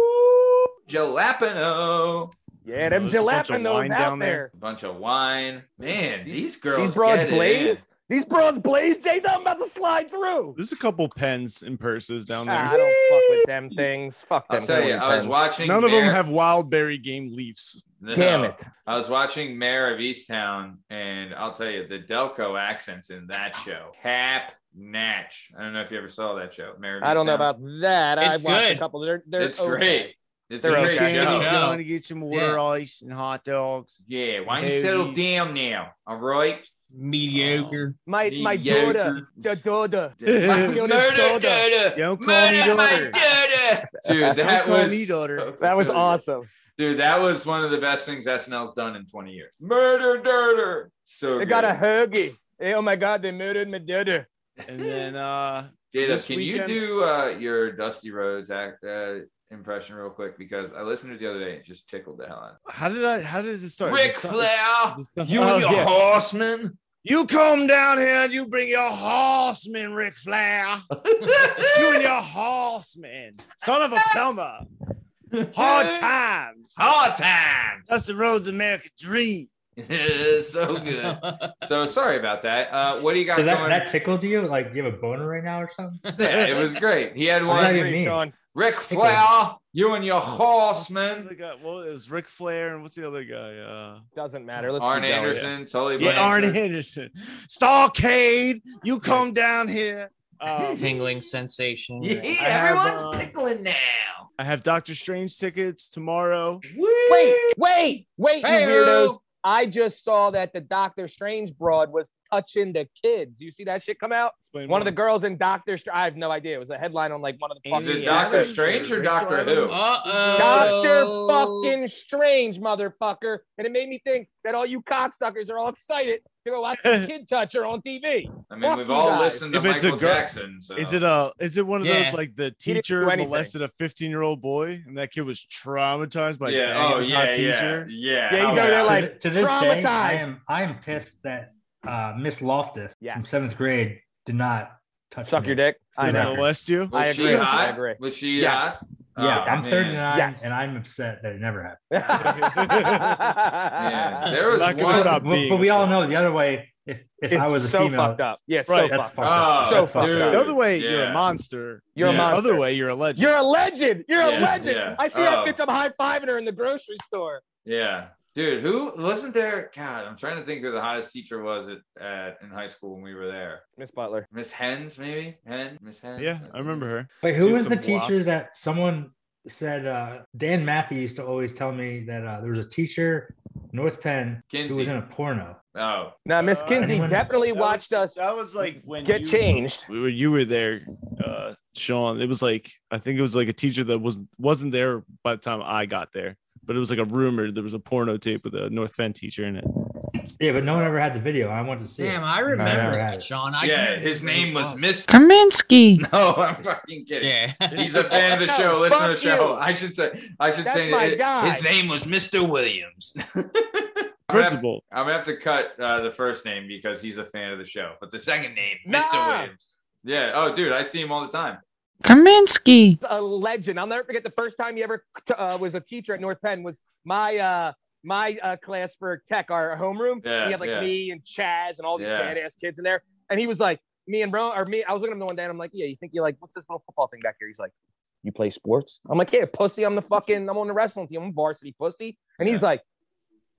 Speaker 3: Jalapeno.
Speaker 6: yeah, them
Speaker 4: There's a bunch of
Speaker 6: jalapenos
Speaker 4: wine
Speaker 6: out
Speaker 4: down
Speaker 6: there.
Speaker 4: there.
Speaker 3: A bunch of wine. Man, these girls.
Speaker 6: These broads
Speaker 3: get it
Speaker 6: blaze. These broads blaze. J Dub about to slide through.
Speaker 4: There's a couple pens and purses down there.
Speaker 6: Ah, I don't fuck with them things. Fuck
Speaker 3: in.
Speaker 6: them.
Speaker 3: I'll tell you,
Speaker 6: Hillary
Speaker 3: I was
Speaker 6: Clinton.
Speaker 3: watching.
Speaker 4: None of
Speaker 3: Mar-
Speaker 4: them have wildberry game leaves.
Speaker 3: No.
Speaker 6: Damn it.
Speaker 3: I was watching Mayor of Easttown, and I'll tell you the Delco accents in that show. Cap Natch. I don't know if you ever saw that show. Mayor of
Speaker 6: I don't know
Speaker 3: Easttown.
Speaker 6: about that. I
Speaker 5: It's
Speaker 6: watched a
Speaker 5: good.
Speaker 6: couple. They're, they're
Speaker 3: It's
Speaker 6: okay.
Speaker 3: great. It's a
Speaker 6: They're
Speaker 3: great
Speaker 6: okay.
Speaker 3: show.
Speaker 5: Yeah.
Speaker 4: going to get some water ice and hot dogs.
Speaker 3: Yeah, why don't you settle
Speaker 4: Ladies.
Speaker 3: down now? All right.
Speaker 5: mediocre.
Speaker 6: My my daughter,
Speaker 3: Mediocre.
Speaker 6: the daughter.
Speaker 4: Don't
Speaker 3: Murder, daughter.
Speaker 4: Don't call
Speaker 3: Murder,
Speaker 4: me
Speaker 3: my
Speaker 4: daughter.
Speaker 3: daughter. Dude, that
Speaker 4: call
Speaker 3: was
Speaker 4: me daughter.
Speaker 3: so
Speaker 6: That was
Speaker 3: good.
Speaker 6: awesome.
Speaker 3: Dude, that was one of the best things SNL's done in 20 years. Murder, daughter. So
Speaker 6: They
Speaker 3: good.
Speaker 6: got a hoagie. Hey, oh my god, they murdered my daughter.
Speaker 4: And then uh
Speaker 3: Jada,
Speaker 4: This
Speaker 3: can
Speaker 4: weekend-
Speaker 3: you do uh, your Dusty Rhodes act, uh, impression real quick? Because I listened to it the other day and it just tickled the hell out.
Speaker 4: how did I how does it
Speaker 3: of
Speaker 4: start?
Speaker 3: me. Ric
Speaker 4: Is it some-
Speaker 3: Flair,
Speaker 4: is it some-
Speaker 3: you
Speaker 4: Oh,
Speaker 3: and your
Speaker 4: yeah.
Speaker 3: horseman.
Speaker 4: You come down here and you bring your horseman, Ric Flair. you and your horseman, son of a plumber. Hard times.
Speaker 3: Hard times.
Speaker 4: That's the road to American dream.
Speaker 3: so good. So sorry about that. Uh, what do you got
Speaker 2: So that,
Speaker 3: going?
Speaker 2: that tickled you? Like you have a boner right now or something? What
Speaker 3: Yeah, it was great. He had
Speaker 2: does that
Speaker 3: one.
Speaker 2: even mean?
Speaker 6: Sean.
Speaker 3: Ric Flair, you and your horseman.
Speaker 4: What's the other guy? Well, it was Ric Flair and what's the other guy? Uh,
Speaker 6: Doesn't matter. Let's
Speaker 3: Arn
Speaker 6: keep going.
Speaker 3: Anderson, Tully
Speaker 4: yeah, Arn
Speaker 3: Blanchard.
Speaker 4: Anderson. Starcade, you come down here. Um,
Speaker 5: Tingling sensation.
Speaker 3: Yeah,
Speaker 4: I have,
Speaker 3: everyone's
Speaker 4: uh,
Speaker 3: tickling now.
Speaker 4: I have Doctor Strange tickets tomorrow.
Speaker 6: Wait, wait, wait, you
Speaker 5: Hey-o.
Speaker 6: weirdos. I just saw that the Doctor Strange broad was touching the kids. You see that shit come out?
Speaker 4: Explain
Speaker 6: One of
Speaker 4: more.
Speaker 6: the girls in Doctor Strange. I have no idea. It was a headline on like one of the
Speaker 4: Is
Speaker 3: Is
Speaker 6: fucking.
Speaker 3: it
Speaker 4: Amy
Speaker 3: Doctor
Speaker 4: Adams
Speaker 3: Strange or
Speaker 4: or
Speaker 3: Doctor
Speaker 4: Rachel
Speaker 3: Who?
Speaker 4: Adams?
Speaker 5: Uh
Speaker 6: Doctor
Speaker 5: oh.
Speaker 6: fucking Strange, motherfucker. And it made me think that all you cocksuckers are all excited to go watch the kid toucher on TV.
Speaker 3: I mean,
Speaker 6: Fuck
Speaker 3: we've
Speaker 6: you
Speaker 3: all
Speaker 6: guys.
Speaker 3: listened to
Speaker 4: If it's a
Speaker 3: Michael
Speaker 4: girl-
Speaker 3: Jackson. So.
Speaker 4: Is it a is it one of
Speaker 5: Yeah.
Speaker 4: those like the
Speaker 6: didn't
Speaker 4: teacher
Speaker 6: do anything.
Speaker 4: molested a 15 year old boy and that kid was traumatized by
Speaker 3: yeah.
Speaker 4: banging
Speaker 3: Oh
Speaker 4: his
Speaker 3: yeah,
Speaker 4: hot
Speaker 3: yeah,
Speaker 4: teacher?
Speaker 3: yeah.
Speaker 6: Yeah, he's
Speaker 3: Oh,
Speaker 6: over there like-
Speaker 2: to this day, I
Speaker 6: traumatized.
Speaker 2: am I am pissed that uh, Miss Loftus
Speaker 6: Yeah.
Speaker 2: from seventh grade did not touch
Speaker 6: Suck
Speaker 2: me.
Speaker 6: your dick. I
Speaker 4: Did
Speaker 2: know.
Speaker 4: molest you?
Speaker 3: was
Speaker 6: I
Speaker 3: she
Speaker 6: agree. I
Speaker 3: hot?
Speaker 6: agree.
Speaker 3: Was she
Speaker 6: Yes.
Speaker 3: hot?
Speaker 2: Yeah,
Speaker 3: Oh,
Speaker 2: I'm
Speaker 3: man.
Speaker 2: 39
Speaker 6: Yes.
Speaker 2: and I'm upset that it never happened.
Speaker 3: Yeah, there
Speaker 4: I'm
Speaker 3: was
Speaker 4: not gonna
Speaker 3: one-
Speaker 4: stop
Speaker 2: But,
Speaker 4: being.
Speaker 2: but we all
Speaker 4: upset.
Speaker 2: know the other way. If if
Speaker 6: It's
Speaker 2: I was a
Speaker 6: so
Speaker 2: female,
Speaker 6: fucked up. Yeah, so
Speaker 4: Right.
Speaker 2: that's
Speaker 6: fucked
Speaker 2: fucked
Speaker 6: up.
Speaker 2: up.
Speaker 3: Oh,
Speaker 6: So
Speaker 2: That's fucked
Speaker 3: dude.
Speaker 2: up.
Speaker 4: The other way, you're
Speaker 3: Yeah.
Speaker 4: a monster.
Speaker 6: You're a
Speaker 4: The
Speaker 6: monster.
Speaker 4: other way, you're a legend.
Speaker 6: You're a legend. You're
Speaker 3: Yeah,
Speaker 6: a legend.
Speaker 3: yeah.
Speaker 6: I see that
Speaker 3: Oh.
Speaker 6: bitch. I'm high fiving her in the grocery store.
Speaker 3: Yeah. Dude, who wasn't there? God, I'm trying to think who the hottest teacher was at, at in high school when we were there.
Speaker 6: Miss Butler.
Speaker 3: Miss Hens, maybe? Hen? Miss Hens?
Speaker 4: yeah, I remember her.
Speaker 2: Wait, who
Speaker 4: Dude,
Speaker 2: was the
Speaker 4: some
Speaker 2: teacher
Speaker 4: blocks.
Speaker 2: that someone said uh, Dan Matthew used to always tell me that uh, there was a teacher North Penn who was
Speaker 3: Kinsey.
Speaker 2: in a porno.
Speaker 3: Oh.
Speaker 6: Now, Miss
Speaker 4: Uh,
Speaker 6: Kinsey
Speaker 2: anyone-
Speaker 6: definitely
Speaker 4: That
Speaker 6: watched
Speaker 4: was-
Speaker 6: us
Speaker 4: That was like when
Speaker 6: get
Speaker 4: you-
Speaker 6: changed.
Speaker 4: We were you were there, uh, Sean. It was like I think it was like a teacher that was wasn't there by the time I got there, but it was like a rumor there was a porno tape with a North Bend teacher in it.
Speaker 2: Yeah, but no one ever had the video. I wanted to see.
Speaker 5: Damn,
Speaker 2: it.
Speaker 5: I
Speaker 2: No,
Speaker 5: remember
Speaker 2: no, no.
Speaker 5: that, Sean. I
Speaker 3: yeah,
Speaker 5: can't
Speaker 3: his
Speaker 5: remember
Speaker 3: name
Speaker 5: who it
Speaker 3: was Miss.
Speaker 8: Kaminsky.
Speaker 3: No, I'm fucking kidding.
Speaker 5: Yeah.
Speaker 3: He's a fan of the show. Listen to the
Speaker 6: Fuck
Speaker 3: show.
Speaker 6: you.
Speaker 3: I should say. I should
Speaker 6: That's
Speaker 3: say.
Speaker 6: my
Speaker 3: it-
Speaker 6: guy.
Speaker 3: His name was Mr. Williams. I'm gonna have-
Speaker 4: Principal.
Speaker 3: I'm gonna have to cut uh, the first name because he's a fan of the show, but the second name, Mr.
Speaker 6: Nah.
Speaker 3: Williams. Yeah. Oh, dude, I see him all the time.
Speaker 8: Kaminsky.
Speaker 6: a legend. I'll never forget the first time he ever uh, was a teacher at North Penn was my uh, my uh, class for tech, our homeroom.
Speaker 3: Yeah,
Speaker 6: he had like
Speaker 3: yeah.
Speaker 6: me and Chaz and all these
Speaker 3: Yeah.
Speaker 6: badass kids in there, and he was like, me and bro, or me. I was looking at him the one day, and I'm like, yeah, you think you're like, what's this little football thing back here? He's like, you play sports? I'm like, yeah, pussy. I'm the fucking, I'm on the wrestling team. I'm varsity pussy, and he's like,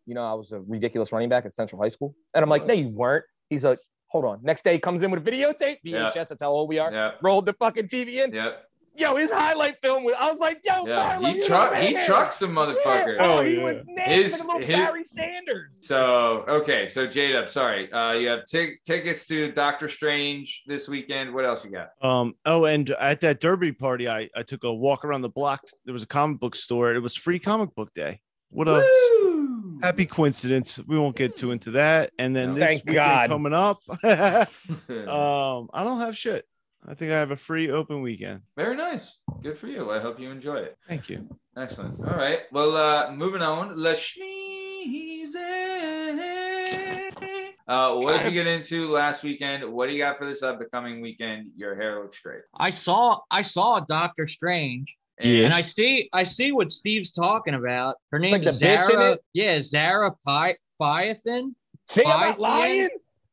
Speaker 6: you know, I was a ridiculous running back at Central High School, and I'm like, no, you weren't. He's like, hold on. Next day, he comes in with a videotape, VHS.
Speaker 3: Yeah.
Speaker 6: That's how old we are.
Speaker 3: Yep.
Speaker 6: Rolled the fucking TV in
Speaker 3: Yep.
Speaker 6: yo, his highlight film was. I was like, yo,
Speaker 3: Yeah.
Speaker 6: Marlo,
Speaker 3: He
Speaker 6: you
Speaker 3: truck.
Speaker 6: the
Speaker 3: He
Speaker 6: man.
Speaker 3: trucks a motherfucker.
Speaker 6: Yeah, Oh,
Speaker 4: Oh,
Speaker 6: he
Speaker 4: yeah.
Speaker 6: was nasty
Speaker 3: His-
Speaker 6: his, little
Speaker 3: his-
Speaker 6: Barry Sanders.
Speaker 3: So okay, so Jade, I'm sorry. Uh, you have tic- tickets to Doctor Strange this weekend. What else you got?
Speaker 4: Um, oh, and at that Derby party, I, I took a walk around the block. There was a comic book store. It was free comic book day. What a happy coincidence. We won't get too into that. And then
Speaker 3: No.
Speaker 4: this
Speaker 6: Thank
Speaker 4: weekend
Speaker 6: God.
Speaker 4: coming up, um, I don't have shit. I think I have a free open weekend.
Speaker 3: Very nice. Good for you. I hope you enjoy it.
Speaker 4: Thank you.
Speaker 3: Excellent. All right. Well, uh, moving on. La Schmeezy. Uh, what did you get into last weekend? What do you got for this upcoming weekend? Your hair looks great.
Speaker 5: I saw I saw Doctor Strange, and I see I see what Steve's talking about. Her name's
Speaker 6: like the bitch in
Speaker 5: Zara.
Speaker 6: it?
Speaker 5: Yeah, Zara Pi- Pyathan.
Speaker 6: See, I'm
Speaker 5: Five
Speaker 6: not lying.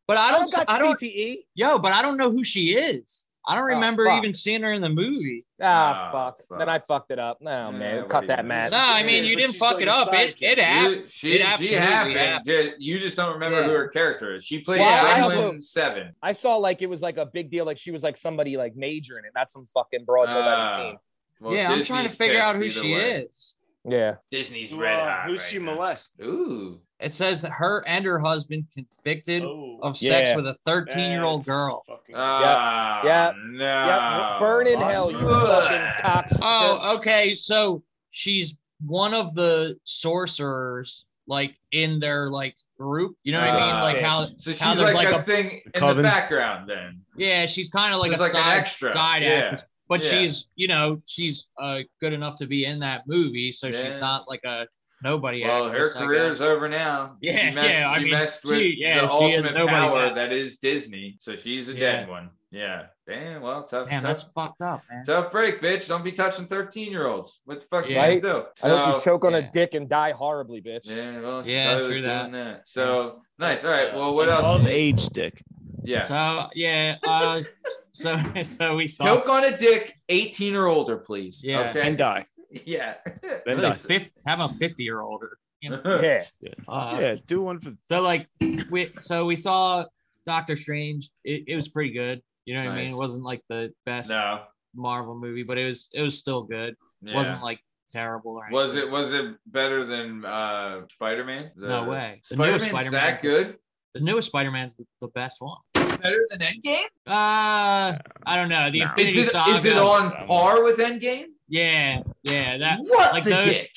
Speaker 5: But I
Speaker 6: I
Speaker 5: don't
Speaker 6: don't
Speaker 5: s- I
Speaker 6: got E.
Speaker 5: don't,
Speaker 6: CTE.
Speaker 5: yo, but I don't know who she is. I don't
Speaker 6: Oh,
Speaker 5: remember
Speaker 6: fuck.
Speaker 5: even seeing her in the movie.
Speaker 6: Ah,
Speaker 3: Ah,
Speaker 6: fuck.
Speaker 3: fuck.
Speaker 6: Then I fucked it up. No,
Speaker 3: Yeah,
Speaker 6: man,
Speaker 3: what do
Speaker 6: cut
Speaker 3: you
Speaker 6: that,
Speaker 3: do?
Speaker 6: Matt.
Speaker 5: No, I mean
Speaker 4: Yeah,
Speaker 5: you
Speaker 4: but
Speaker 5: didn't
Speaker 4: she's
Speaker 5: fuck
Speaker 4: like
Speaker 5: it
Speaker 4: a
Speaker 5: up. It it
Speaker 4: sidekick.
Speaker 5: happened.
Speaker 3: You, she,
Speaker 5: It
Speaker 3: she
Speaker 5: absolutely
Speaker 3: happened.
Speaker 5: happened.
Speaker 3: Ju- You just don't remember
Speaker 5: Yeah.
Speaker 3: who her character is. She played
Speaker 6: Well,
Speaker 3: yeah,
Speaker 6: I
Speaker 3: Gremlin
Speaker 6: also-
Speaker 3: Seven.
Speaker 6: I saw like it was like a big deal. Like she was like somebody like major in it, not some fucking broad that
Speaker 3: Ah.
Speaker 6: I've seen.
Speaker 3: Well,
Speaker 5: yeah, I'm trying to
Speaker 3: Disney's
Speaker 5: figure out who
Speaker 3: pissed either
Speaker 5: she
Speaker 3: way.
Speaker 5: is.
Speaker 6: Yeah.
Speaker 3: Disney's red hot.
Speaker 4: who's
Speaker 3: right
Speaker 4: she
Speaker 3: now.
Speaker 4: molest?
Speaker 3: Ooh,
Speaker 5: It says that her and her husband convicted
Speaker 4: Oh,
Speaker 5: of sex
Speaker 6: Yeah.
Speaker 5: with a 13 year old
Speaker 4: that's
Speaker 5: girl.
Speaker 4: fucking-
Speaker 3: Ah,
Speaker 6: Yep.
Speaker 3: No.
Speaker 6: Yep, burn in hell, you
Speaker 3: Ugh.
Speaker 6: fucking cocksucker.
Speaker 5: Oh, okay. So she's one of the sorcerers, like in their like group. You know what I mean?
Speaker 3: Ah,
Speaker 5: Like how,
Speaker 3: So she's
Speaker 5: how
Speaker 3: like,
Speaker 5: there's like,
Speaker 3: a,
Speaker 5: a,
Speaker 3: thing in
Speaker 4: Coven.
Speaker 3: the background then.
Speaker 5: yeah, she's kind of like
Speaker 3: There's
Speaker 5: a
Speaker 3: like an
Speaker 5: side,
Speaker 3: extra.
Speaker 5: side
Speaker 3: Yeah.
Speaker 5: actress. But
Speaker 3: Yeah.
Speaker 5: she's, you know, she's uh, good enough to be in that movie, so she's
Speaker 3: Yeah.
Speaker 5: not like a nobody
Speaker 3: Well, her
Speaker 5: actress. I
Speaker 3: career is
Speaker 5: guess.
Speaker 3: over now.
Speaker 5: Yeah,
Speaker 3: she messed,
Speaker 5: yeah, I
Speaker 3: she
Speaker 5: mean,
Speaker 3: messed
Speaker 5: she-
Speaker 3: with the
Speaker 5: yeah, she is
Speaker 3: ultimate
Speaker 5: nobody
Speaker 3: power
Speaker 5: now.
Speaker 3: that is Disney, so she's a
Speaker 5: Yeah.
Speaker 3: dead one. Yeah. Damn. Well, tough.
Speaker 5: Damn,
Speaker 3: tough,
Speaker 5: that's fucked up, man.
Speaker 3: tough break, bitch. Don't be touching thirteen-year-olds. What the fuck
Speaker 5: Yeah.
Speaker 3: you gonna do?
Speaker 6: I hope you
Speaker 3: So-
Speaker 6: choke on
Speaker 5: yeah.
Speaker 6: a dick and die horribly, bitch.
Speaker 3: Yeah. Well, she
Speaker 5: Yeah,
Speaker 3: probably was
Speaker 5: true
Speaker 3: doing
Speaker 5: that.
Speaker 3: that. So nice. All right. Well, what
Speaker 4: Above
Speaker 3: else?
Speaker 4: age dick.
Speaker 3: Yeah.
Speaker 5: So yeah, uh, so so we saw
Speaker 3: Choke on a dick, eighteen or older, please.
Speaker 5: Yeah.
Speaker 3: Okay.
Speaker 4: And die.
Speaker 3: yeah.
Speaker 4: Then
Speaker 5: really
Speaker 4: die.
Speaker 5: fif- have a fifty year older. You know?
Speaker 6: Yeah.
Speaker 5: Uh,
Speaker 4: Yeah, do one for
Speaker 5: So like we so we saw Doctor Strange. It, it was pretty good. You know what I mean?
Speaker 3: Nice.
Speaker 5: It wasn't like the best
Speaker 3: No.
Speaker 5: Marvel movie, but it was it was still good. It
Speaker 3: Yeah.
Speaker 5: wasn't like terrible or anything.
Speaker 3: Was it was it better than uh Spider-Man?
Speaker 5: No way. The
Speaker 3: Spider-Man's,
Speaker 5: newest Spider-Man's-
Speaker 3: that good?
Speaker 5: The newest Spider Man's the, the best one.
Speaker 3: Better than Endgame?
Speaker 5: Uh I don't know. The
Speaker 4: No.
Speaker 5: Infinity
Speaker 3: Is it,
Speaker 5: Saga.
Speaker 3: is it on par with Endgame?
Speaker 5: Yeah, yeah. That
Speaker 3: what
Speaker 5: like
Speaker 3: the
Speaker 5: those-
Speaker 3: dick?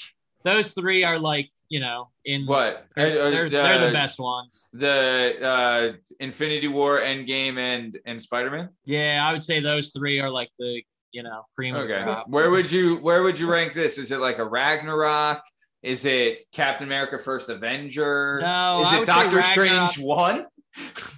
Speaker 5: those three are like you know in
Speaker 3: What?
Speaker 5: They're,
Speaker 3: Uh,
Speaker 5: they're,
Speaker 3: uh,
Speaker 5: they're the best ones.
Speaker 3: The uh, Infinity War, Endgame, and and Spider-Man.
Speaker 5: Yeah, I would say those three are like the you know cream of the
Speaker 3: Okay.
Speaker 5: crop.
Speaker 3: Where would you where would you rank this? Is it like a Ragnarok? Is it Captain America: First Avenger?
Speaker 5: No,
Speaker 3: Is
Speaker 5: I
Speaker 3: it
Speaker 5: would say
Speaker 3: Doctor
Speaker 5: Ragnarok.
Speaker 3: Strange One?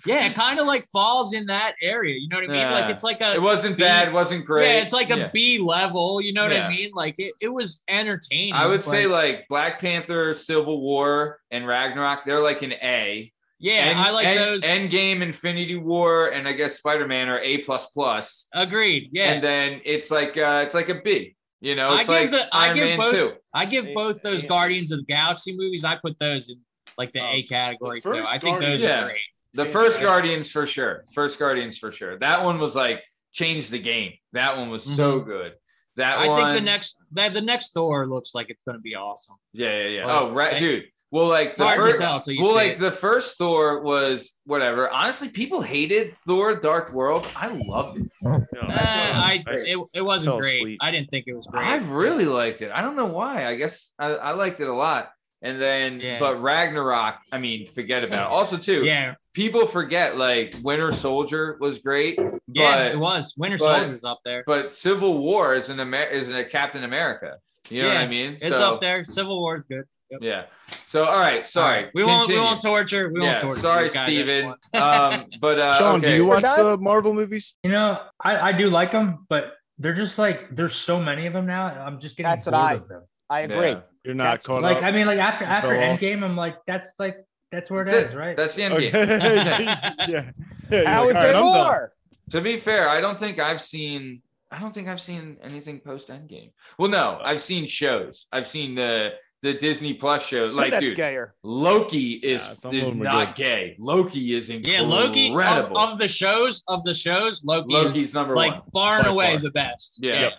Speaker 5: Yeah, it kind of like falls in that area. You know what I mean? Like
Speaker 3: Yeah.
Speaker 5: it's like
Speaker 3: It
Speaker 5: a
Speaker 3: wasn't
Speaker 5: B-
Speaker 3: bad. Wasn't great.
Speaker 5: yeah, it's like a B
Speaker 3: Yeah.
Speaker 5: level. You know what I
Speaker 3: Yeah.
Speaker 5: mean? Like it, it was entertaining.
Speaker 3: I would
Speaker 5: but-
Speaker 3: say like Black Panther, Civil War, and Ragnarok. They're like an A.
Speaker 5: yeah,
Speaker 3: End-
Speaker 5: I like
Speaker 3: End-
Speaker 5: those.
Speaker 3: Endgame, Infinity War, and I guess Spider Man are A plus plus.
Speaker 5: Agreed. Yeah,
Speaker 3: And then it's like uh, it's like a B. You know,
Speaker 5: I
Speaker 3: it's
Speaker 5: give
Speaker 3: like
Speaker 5: the- I
Speaker 3: Iron
Speaker 5: give
Speaker 3: Man
Speaker 5: both-
Speaker 3: two.
Speaker 5: I give
Speaker 4: Hey,
Speaker 5: both those
Speaker 4: hey.
Speaker 5: Guardians of the Galaxy movies. I put those in like the
Speaker 4: Oh,
Speaker 5: A category
Speaker 4: the
Speaker 5: too.
Speaker 4: first
Speaker 5: I think those
Speaker 3: Guardian-
Speaker 5: are
Speaker 3: Yeah.
Speaker 5: great.
Speaker 3: The
Speaker 4: Yeah.
Speaker 3: first Guardians for sure. First Guardians for sure. That one was like changed the game. That one was so good. That
Speaker 5: Mm-hmm. I
Speaker 3: one.
Speaker 5: think the next that the next Thor looks like it's going to be awesome.
Speaker 3: Yeah, yeah, yeah.
Speaker 5: Like,
Speaker 3: oh, right,
Speaker 5: I-
Speaker 3: dude. Well, like
Speaker 5: It's
Speaker 3: the
Speaker 5: hard to
Speaker 3: first.
Speaker 5: tell until you
Speaker 3: Well,
Speaker 5: see
Speaker 3: like
Speaker 5: it.
Speaker 3: the first Thor was whatever. Honestly, people hated Thor: Dark World. I loved it.
Speaker 4: No,
Speaker 5: Uh, I it, it wasn't
Speaker 4: Fell
Speaker 5: great.
Speaker 4: asleep.
Speaker 5: I didn't think it was great.
Speaker 3: I really liked it. I don't know why. I guess I, I liked it a lot. And then,
Speaker 5: Yeah.
Speaker 3: but Ragnarok. I mean, forget about. It. Also, too,
Speaker 5: yeah,
Speaker 3: people forget like Winter Soldier was great,
Speaker 5: yeah,
Speaker 3: but
Speaker 5: it was. Winter
Speaker 3: but-
Speaker 5: Soldier's up there.
Speaker 3: but Civil War is an Amer- is a Captain America. You know what
Speaker 5: Yeah,
Speaker 3: I mean?
Speaker 5: It's up there. Civil War's good.
Speaker 3: Yeah. So all right. Sorry.
Speaker 5: All right. We won't. We
Speaker 3: Continue.
Speaker 5: won't torture. We
Speaker 3: yeah.
Speaker 5: won't torture.
Speaker 3: Sorry,
Speaker 5: these guys
Speaker 3: Steven.
Speaker 5: anymore.
Speaker 3: um, but uh,
Speaker 4: Sean,
Speaker 3: okay.
Speaker 4: do you watch
Speaker 6: We're
Speaker 4: the Marvel movies?
Speaker 2: You know, I, I do like them, but they're just like there's so many of them now. I'm just getting
Speaker 6: That's what
Speaker 2: bored
Speaker 6: I-
Speaker 2: of them.
Speaker 6: I agree.
Speaker 3: Yeah.
Speaker 4: You're not
Speaker 6: That's-
Speaker 4: caught
Speaker 2: like
Speaker 4: up.
Speaker 2: I mean, like after
Speaker 4: You
Speaker 2: after
Speaker 4: fell off.
Speaker 2: Endgame, I'm like that's like that's where
Speaker 3: That's
Speaker 2: it
Speaker 3: it.
Speaker 2: is, right?
Speaker 3: That's the end
Speaker 4: Okay.
Speaker 3: game.
Speaker 4: yeah. yeah. you're
Speaker 6: How
Speaker 4: like,
Speaker 6: is
Speaker 4: "All right,
Speaker 6: there
Speaker 4: I'm done."
Speaker 6: more?
Speaker 3: To be fair, I don't think I've seen. I don't think I've seen anything post Endgame. Well, no, I've seen shows. I've seen the the Disney Plus show. Like,
Speaker 6: That's
Speaker 3: dude,
Speaker 6: gayer.
Speaker 3: Loki is
Speaker 4: Nah, some of
Speaker 3: is
Speaker 4: them are
Speaker 3: not gay. Loki is
Speaker 5: yeah,
Speaker 3: incredible.
Speaker 5: Loki. Of, of the shows, of the shows, Loki is
Speaker 3: Loki's number
Speaker 5: like
Speaker 3: one.
Speaker 5: far and
Speaker 3: by
Speaker 5: away
Speaker 3: far.
Speaker 5: the best.
Speaker 3: Yeah.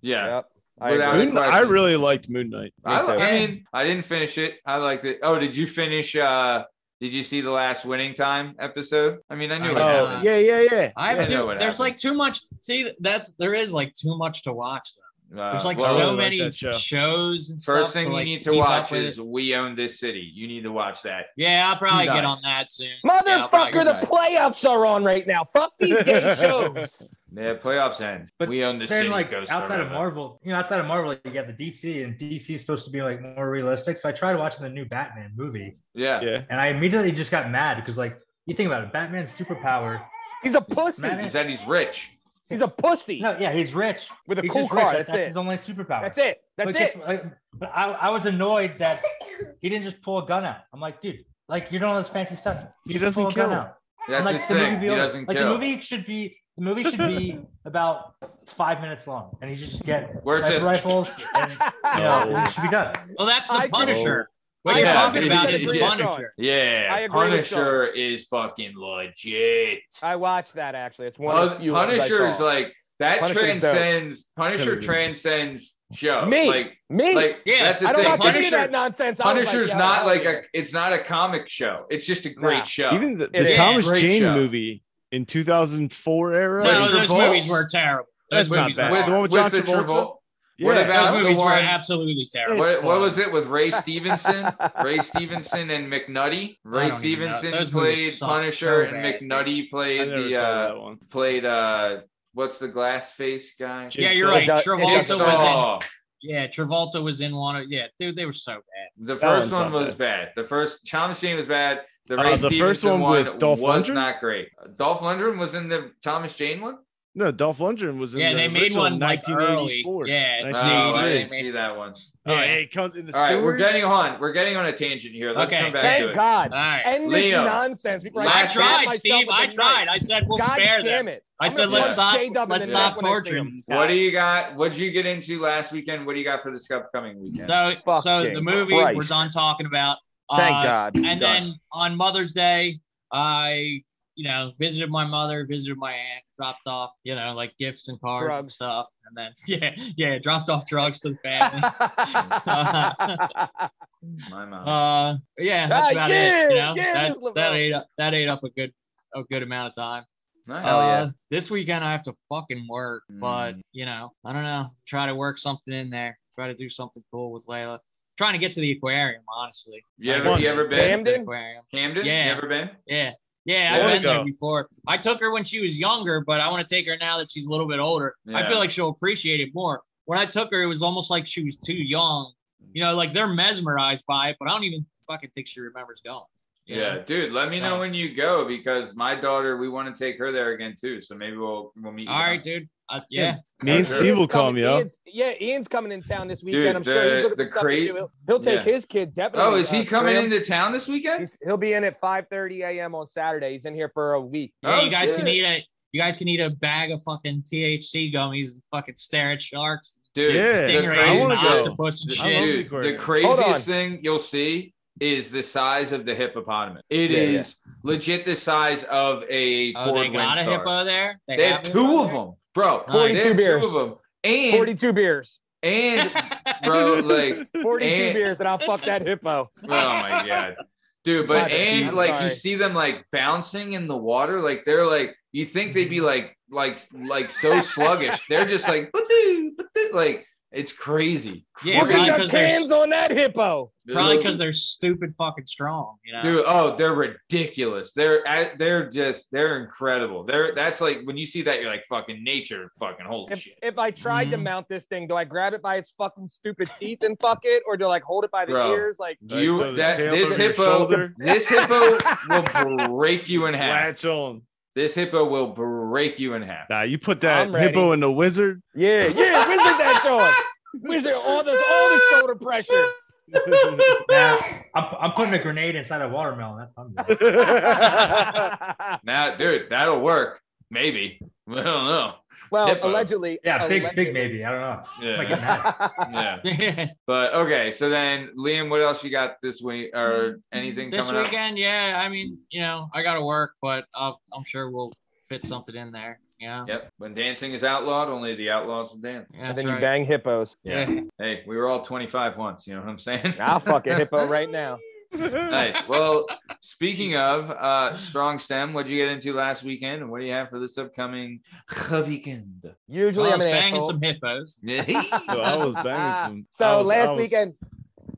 Speaker 3: Yeah.
Speaker 6: Yep. I
Speaker 3: Without-
Speaker 6: agree.
Speaker 4: Moon Knight- I
Speaker 3: question.
Speaker 4: really liked Moon Knight.
Speaker 3: I,
Speaker 4: Okay.
Speaker 3: I mean, I didn't finish it. I liked it. Oh, did you finish? uh Did you see the last winning time episode? I mean, I knew
Speaker 5: I
Speaker 3: it.
Speaker 5: know.
Speaker 3: happened.
Speaker 4: oh, yeah, yeah, yeah.
Speaker 5: I have
Speaker 3: Yeah, I
Speaker 5: too.
Speaker 3: know what
Speaker 5: There's
Speaker 3: happened.
Speaker 5: like too much. See, that's there is like too much to watch. Though.
Speaker 3: Uh,
Speaker 5: There's like
Speaker 4: well, I
Speaker 5: so
Speaker 4: really like
Speaker 5: many
Speaker 4: that show.
Speaker 5: shows and stuff.
Speaker 3: First thing
Speaker 5: to,
Speaker 3: you
Speaker 5: like,
Speaker 3: need to
Speaker 5: keep up
Speaker 3: watch
Speaker 5: with
Speaker 3: is
Speaker 5: it.
Speaker 3: "We Own This City." You need to watch that.
Speaker 5: Yeah, I'll probably
Speaker 3: Night.
Speaker 5: get on that soon. Yeah, I'll probably
Speaker 6: Motherfucker,
Speaker 5: get on
Speaker 6: the playoffs are on right now. Fuck these gay shows.
Speaker 3: Yeah, playoffs end.
Speaker 2: But
Speaker 3: we own this
Speaker 2: Then
Speaker 3: city.
Speaker 2: like
Speaker 3: goes
Speaker 2: outside of
Speaker 3: forever.
Speaker 2: Marvel, you know, outside of Marvel, like, you got the DC, and DC is supposed to be like more realistic. So I tried watching the new Batman movie,
Speaker 3: Yeah.
Speaker 4: Yeah.
Speaker 2: and I immediately just got mad because like you think about it, Batman's superpower.
Speaker 6: He's a pussy.
Speaker 2: Man,
Speaker 3: He said he's rich.
Speaker 6: He's a pussy
Speaker 2: No, yeah, he's rich
Speaker 6: with a
Speaker 2: He's
Speaker 6: cool
Speaker 2: just rich.
Speaker 6: car.
Speaker 2: That's,
Speaker 6: That's it.
Speaker 2: his only superpower.
Speaker 6: That's it. That's
Speaker 2: But guess-
Speaker 6: it.
Speaker 2: like, but I, I was annoyed that he didn't just pull a gun out. I'm like, dude, like you're doing all this fancy stuff.
Speaker 4: He
Speaker 2: Just
Speaker 4: doesn't
Speaker 2: pull a gun
Speaker 4: kill.
Speaker 2: out.
Speaker 3: That's
Speaker 2: like,
Speaker 3: his
Speaker 2: the
Speaker 3: thing.
Speaker 2: movie
Speaker 3: He
Speaker 2: over.
Speaker 3: doesn't
Speaker 2: like
Speaker 3: kill.
Speaker 2: the movie should be the movie should be about five minutes long, and you just get
Speaker 3: Where it
Speaker 2: sniper
Speaker 3: says-
Speaker 2: rifles, and you know,
Speaker 4: No.
Speaker 2: it should be done.
Speaker 5: it. Well, that's the
Speaker 6: I agree.
Speaker 5: Punisher. What
Speaker 6: I
Speaker 5: you're
Speaker 3: agree.
Speaker 5: talking about
Speaker 3: Oh. Yeah,
Speaker 5: is the
Speaker 3: yeah,
Speaker 6: yeah.
Speaker 5: Punisher.
Speaker 6: I
Speaker 3: Yeah,
Speaker 6: agree with
Speaker 3: Punisher is fucking legit.
Speaker 6: I watched that actually. It's one
Speaker 3: Pun-
Speaker 6: of the few ones I
Speaker 3: Punisher is
Speaker 6: saw.
Speaker 3: like that
Speaker 6: Punisher's dope.
Speaker 3: transcends. Punisher
Speaker 4: Totally.
Speaker 3: transcends show.
Speaker 6: Me.
Speaker 3: Like,
Speaker 6: Me?
Speaker 3: like
Speaker 5: Yeah,
Speaker 3: that's the
Speaker 6: I don't
Speaker 3: thing.
Speaker 6: have to do
Speaker 3: Punisher-
Speaker 6: that nonsense. I was
Speaker 3: Punisher's
Speaker 6: yeah,
Speaker 3: not
Speaker 6: I'm
Speaker 3: like
Speaker 6: out of
Speaker 3: a. It's not a comic show. It's just a great
Speaker 6: Nah.
Speaker 3: show.
Speaker 4: Even the,
Speaker 6: It
Speaker 4: the
Speaker 6: is.
Speaker 4: Thomas
Speaker 3: Great
Speaker 4: Jane
Speaker 3: show.
Speaker 4: movie in 2004 era.
Speaker 3: But
Speaker 5: No,
Speaker 3: it's
Speaker 5: those
Speaker 3: Travolta.
Speaker 5: movies were terrible. Those
Speaker 4: That's not
Speaker 5: movies
Speaker 4: bad.
Speaker 5: were
Speaker 4: With- the one
Speaker 5: awful.
Speaker 4: with John
Speaker 3: the
Speaker 4: Travolta?
Speaker 3: Travolta-
Speaker 4: yeah.
Speaker 3: what about-
Speaker 5: Those
Speaker 3: the
Speaker 5: movies were
Speaker 3: one-
Speaker 5: absolutely terrible.
Speaker 4: It's
Speaker 3: What, what
Speaker 4: fun.
Speaker 3: was it with Ray Stevenson? Ray Stevenson and McNutty. Ray
Speaker 5: don't even know.
Speaker 3: Stevenson
Speaker 5: Those movies
Speaker 3: played
Speaker 5: suck
Speaker 3: Punisher,
Speaker 5: so
Speaker 3: and
Speaker 5: bad, dude.
Speaker 3: McNutty
Speaker 4: I
Speaker 3: played
Speaker 4: never
Speaker 3: the
Speaker 4: saw
Speaker 3: uh,
Speaker 4: that one.
Speaker 3: played uh what's the glass face guy?
Speaker 5: Yeah, you're
Speaker 4: Jigsaw.
Speaker 5: right.
Speaker 6: It does- it
Speaker 5: Travolta was
Speaker 6: does-
Speaker 5: in.
Speaker 3: Jigsaw.
Speaker 5: Yeah, Travolta was in one. Of, yeah, dude, they were so bad.
Speaker 3: The
Speaker 4: That
Speaker 3: first
Speaker 4: one's
Speaker 3: one
Speaker 4: not
Speaker 3: was bad. The first Thomas Jane was bad. The
Speaker 4: Uh,
Speaker 3: Ray
Speaker 4: the
Speaker 3: Stevenson
Speaker 4: first
Speaker 3: one,
Speaker 4: one with Dolph
Speaker 3: was
Speaker 4: Lundgren?
Speaker 3: not great. Dolph Lundgren was in the Thomas Jane one.
Speaker 4: No, Dolph Lundgren was in
Speaker 5: yeah,
Speaker 4: the
Speaker 5: they made
Speaker 4: original
Speaker 5: one like early.
Speaker 4: 1984.
Speaker 5: Yeah,
Speaker 3: Oh,
Speaker 4: Nineteen
Speaker 5: they-
Speaker 3: I
Speaker 4: eighty-three.
Speaker 5: they
Speaker 3: didn't
Speaker 5: made-
Speaker 3: see that one.
Speaker 4: Oh,
Speaker 5: Yeah.
Speaker 4: hey, it comes in the
Speaker 3: All right,
Speaker 4: sewers.
Speaker 3: we're getting on. We're getting on a tangent here. Let's
Speaker 5: Okay.
Speaker 3: come back to
Speaker 6: Thank
Speaker 3: it.
Speaker 6: God.
Speaker 5: All right.
Speaker 6: End this
Speaker 3: Leo.
Speaker 6: nonsense. Before
Speaker 5: I
Speaker 3: Last
Speaker 5: tried,
Speaker 6: myself
Speaker 5: Steve.
Speaker 6: with
Speaker 5: I
Speaker 6: a
Speaker 5: tried.
Speaker 6: knife.
Speaker 5: I said we'll
Speaker 6: God
Speaker 5: spare
Speaker 6: damn
Speaker 5: them.
Speaker 6: it.
Speaker 5: I
Speaker 6: I'm
Speaker 5: said
Speaker 6: gonna
Speaker 5: let's
Speaker 6: punch
Speaker 5: not-
Speaker 6: J-Dub in
Speaker 5: Let's
Speaker 6: the
Speaker 5: stop
Speaker 6: neck when I see
Speaker 5: torturing
Speaker 6: him.
Speaker 5: these guys.
Speaker 3: What do you got? What'd you get into last weekend? What do you got for this upcoming weekend?
Speaker 5: So,
Speaker 6: Fucking
Speaker 5: so the movie we're
Speaker 6: Christ.
Speaker 5: done talking about.
Speaker 6: Thank
Speaker 5: Uh,
Speaker 6: God.
Speaker 5: And then on Mother's Day, I, you know, visited my mother, visited my aunt, dropped off, you know, like gifts and cards and
Speaker 6: Drugs.
Speaker 5: stuff. And then, yeah, yeah, dropped off drugs to the family.
Speaker 3: My mom.
Speaker 5: uh, yeah, that's
Speaker 6: Ah,
Speaker 5: about
Speaker 6: yeah,
Speaker 5: it. You know,
Speaker 6: yeah, Miss
Speaker 5: that, that
Speaker 6: Lavelle.
Speaker 5: ate up, that ate up a good, a good amount of time.
Speaker 3: Nice.
Speaker 5: Uh, this weekend I have to fucking work, but
Speaker 3: Mm.
Speaker 5: you know, I don't know. Try to work something in there. Try to do something cool with Layla. Trying to get to the aquarium, honestly.
Speaker 3: you ever you ever been
Speaker 6: Camden?
Speaker 5: Aquarium.
Speaker 3: Camden?
Speaker 5: Yeah.
Speaker 3: You ever been?
Speaker 5: Yeah. Yeah,
Speaker 4: I
Speaker 5: I've
Speaker 4: wanna
Speaker 5: been there
Speaker 4: go.
Speaker 5: before. I took her when she was younger, but I want to take her now that she's a little bit older. I
Speaker 3: Yeah.
Speaker 5: feel like she'll appreciate it more. When I took her, it was almost like she was too young. You know, like they're mesmerized by it, but I don't even fucking think she remembers going. you
Speaker 3: Yeah,
Speaker 5: know?
Speaker 3: dude. Let me know
Speaker 5: So-
Speaker 3: when you go because my daughter, we want to take her there again too. So maybe we'll we'll meet. you
Speaker 5: All
Speaker 3: down.
Speaker 5: right, dude. Uh, yeah.
Speaker 4: Me and
Speaker 3: Sure.
Speaker 4: Steve will call me
Speaker 6: coming-
Speaker 4: up.
Speaker 6: Ian's- Yeah, Ian's coming in town this weekend.
Speaker 3: Dude,
Speaker 6: I'm sure
Speaker 3: the-
Speaker 6: he's looking
Speaker 3: the
Speaker 6: for stuff
Speaker 3: crate-
Speaker 6: to do. He'll take
Speaker 3: Yeah.
Speaker 6: his kid definitely.
Speaker 3: Oh, is he
Speaker 6: uh,
Speaker 3: coming
Speaker 6: Graham.
Speaker 3: into town this weekend?
Speaker 6: He's- he'll be in at 5:30 a.m. on Saturday. He's in here for a week.
Speaker 5: Yeah,
Speaker 3: Oh,
Speaker 5: you guys can
Speaker 3: shit.
Speaker 5: eat a you guys can eat a bag of fucking THC gummies and fucking stare at sharks,
Speaker 3: Dude,
Speaker 4: Yeah.
Speaker 3: the
Speaker 5: stingrays,
Speaker 3: crazy-
Speaker 5: and
Speaker 4: wanna go.
Speaker 5: octopus and
Speaker 3: Dude,
Speaker 4: I love
Speaker 5: shit.
Speaker 4: the
Speaker 3: the,
Speaker 4: aquarium.
Speaker 6: Hold on.
Speaker 3: craziest thing you'll see is the size of the hippopotamus. It is
Speaker 1: Yeah,
Speaker 3: legit the size of a
Speaker 5: Oh,
Speaker 3: Ford
Speaker 5: they got a
Speaker 3: Windstar.
Speaker 5: hippo there. They,
Speaker 3: They have two of them, bro.
Speaker 5: Nice.
Speaker 3: They have
Speaker 6: 42
Speaker 3: two
Speaker 6: beers.
Speaker 3: of them, and
Speaker 6: 42 beers.
Speaker 3: and
Speaker 5: them.
Speaker 3: bro, like, oh
Speaker 6: 42
Speaker 3: And-
Speaker 6: beers, and I'll fuck that hippo.
Speaker 3: Oh my god, dude.
Speaker 6: My
Speaker 3: But
Speaker 6: bad.
Speaker 3: and
Speaker 6: I'm
Speaker 3: like you
Speaker 6: sorry.
Speaker 3: see them like bouncing in the water, like they're like you think they'd be like like like so sluggish. they're just like ba-doo, ba-doo, like it's crazy.
Speaker 5: Yeah,
Speaker 6: Look at
Speaker 5: probably
Speaker 6: your
Speaker 5: 'cause there's-
Speaker 6: cans on that hippo.
Speaker 5: Probably because they're stupid fucking strong, you know.
Speaker 3: Dude, oh, they're ridiculous. They're they're just they're incredible. They're that's like when you see that, you're like fucking nature, fucking holy
Speaker 6: If,
Speaker 3: shit.
Speaker 6: if I tried to
Speaker 3: Mm-hmm.
Speaker 5: Mhm.
Speaker 6: mount this thing, do I grab it by its fucking stupid teeth and fuck it, or do I like hold it by the
Speaker 3: Bro.
Speaker 6: ears? Like,
Speaker 4: Like, throw
Speaker 3: you
Speaker 4: the
Speaker 3: that
Speaker 4: tail
Speaker 3: this
Speaker 4: over your
Speaker 3: hippo
Speaker 4: shoulder.
Speaker 3: this hippo will break you in half.
Speaker 4: Latch on.
Speaker 3: This hippo will break you in half.
Speaker 4: Nah, you put that
Speaker 6: I'm ready.
Speaker 4: hippo in the wizard.
Speaker 6: yeah, yeah, wizard that on. Wizard, all the all the shoulder pressure.
Speaker 2: Now, I'm, I'm putting a grenade inside a watermelon. That's what I'm doing.
Speaker 3: Now, dude, that'll work. Maybe. I don't know.
Speaker 6: well,
Speaker 3: Hippo.
Speaker 6: allegedly.
Speaker 2: Yeah, big,
Speaker 6: allegedly.
Speaker 2: big maybe. I don't know.
Speaker 6: Oh
Speaker 2: Might get
Speaker 3: Yeah.
Speaker 2: mad.
Speaker 3: yeah.
Speaker 5: Yeah.
Speaker 3: But okay, so then Liam, what else you got this week or anything
Speaker 5: Mm, this
Speaker 3: coming
Speaker 5: weekend, yeah. I mean, you know, I gotta work, but I'll, I'm sure we'll fit something in there. You know?
Speaker 3: up? Yep. When dancing is outlawed, only the outlaws will dance.
Speaker 5: Yeah,
Speaker 6: And
Speaker 5: that's
Speaker 6: then you
Speaker 5: right.
Speaker 6: bang hippos.
Speaker 5: yeah.
Speaker 3: Hey, we were all 25 once, you know what I'm saying?
Speaker 6: I'll fuck a hippo right now.
Speaker 3: nice. Well, speaking of uh strong stem, what'd you get into last weekend and what do you have for this upcoming weekend?
Speaker 5: Well,
Speaker 6: Usually
Speaker 5: I
Speaker 6: I'm
Speaker 5: was
Speaker 6: an
Speaker 5: banging
Speaker 6: asshole.
Speaker 5: some hippos.
Speaker 6: Uh,
Speaker 4: So I was banging some. I
Speaker 6: Ah, So
Speaker 4: was- I
Speaker 6: last
Speaker 4: was-
Speaker 6: weekend,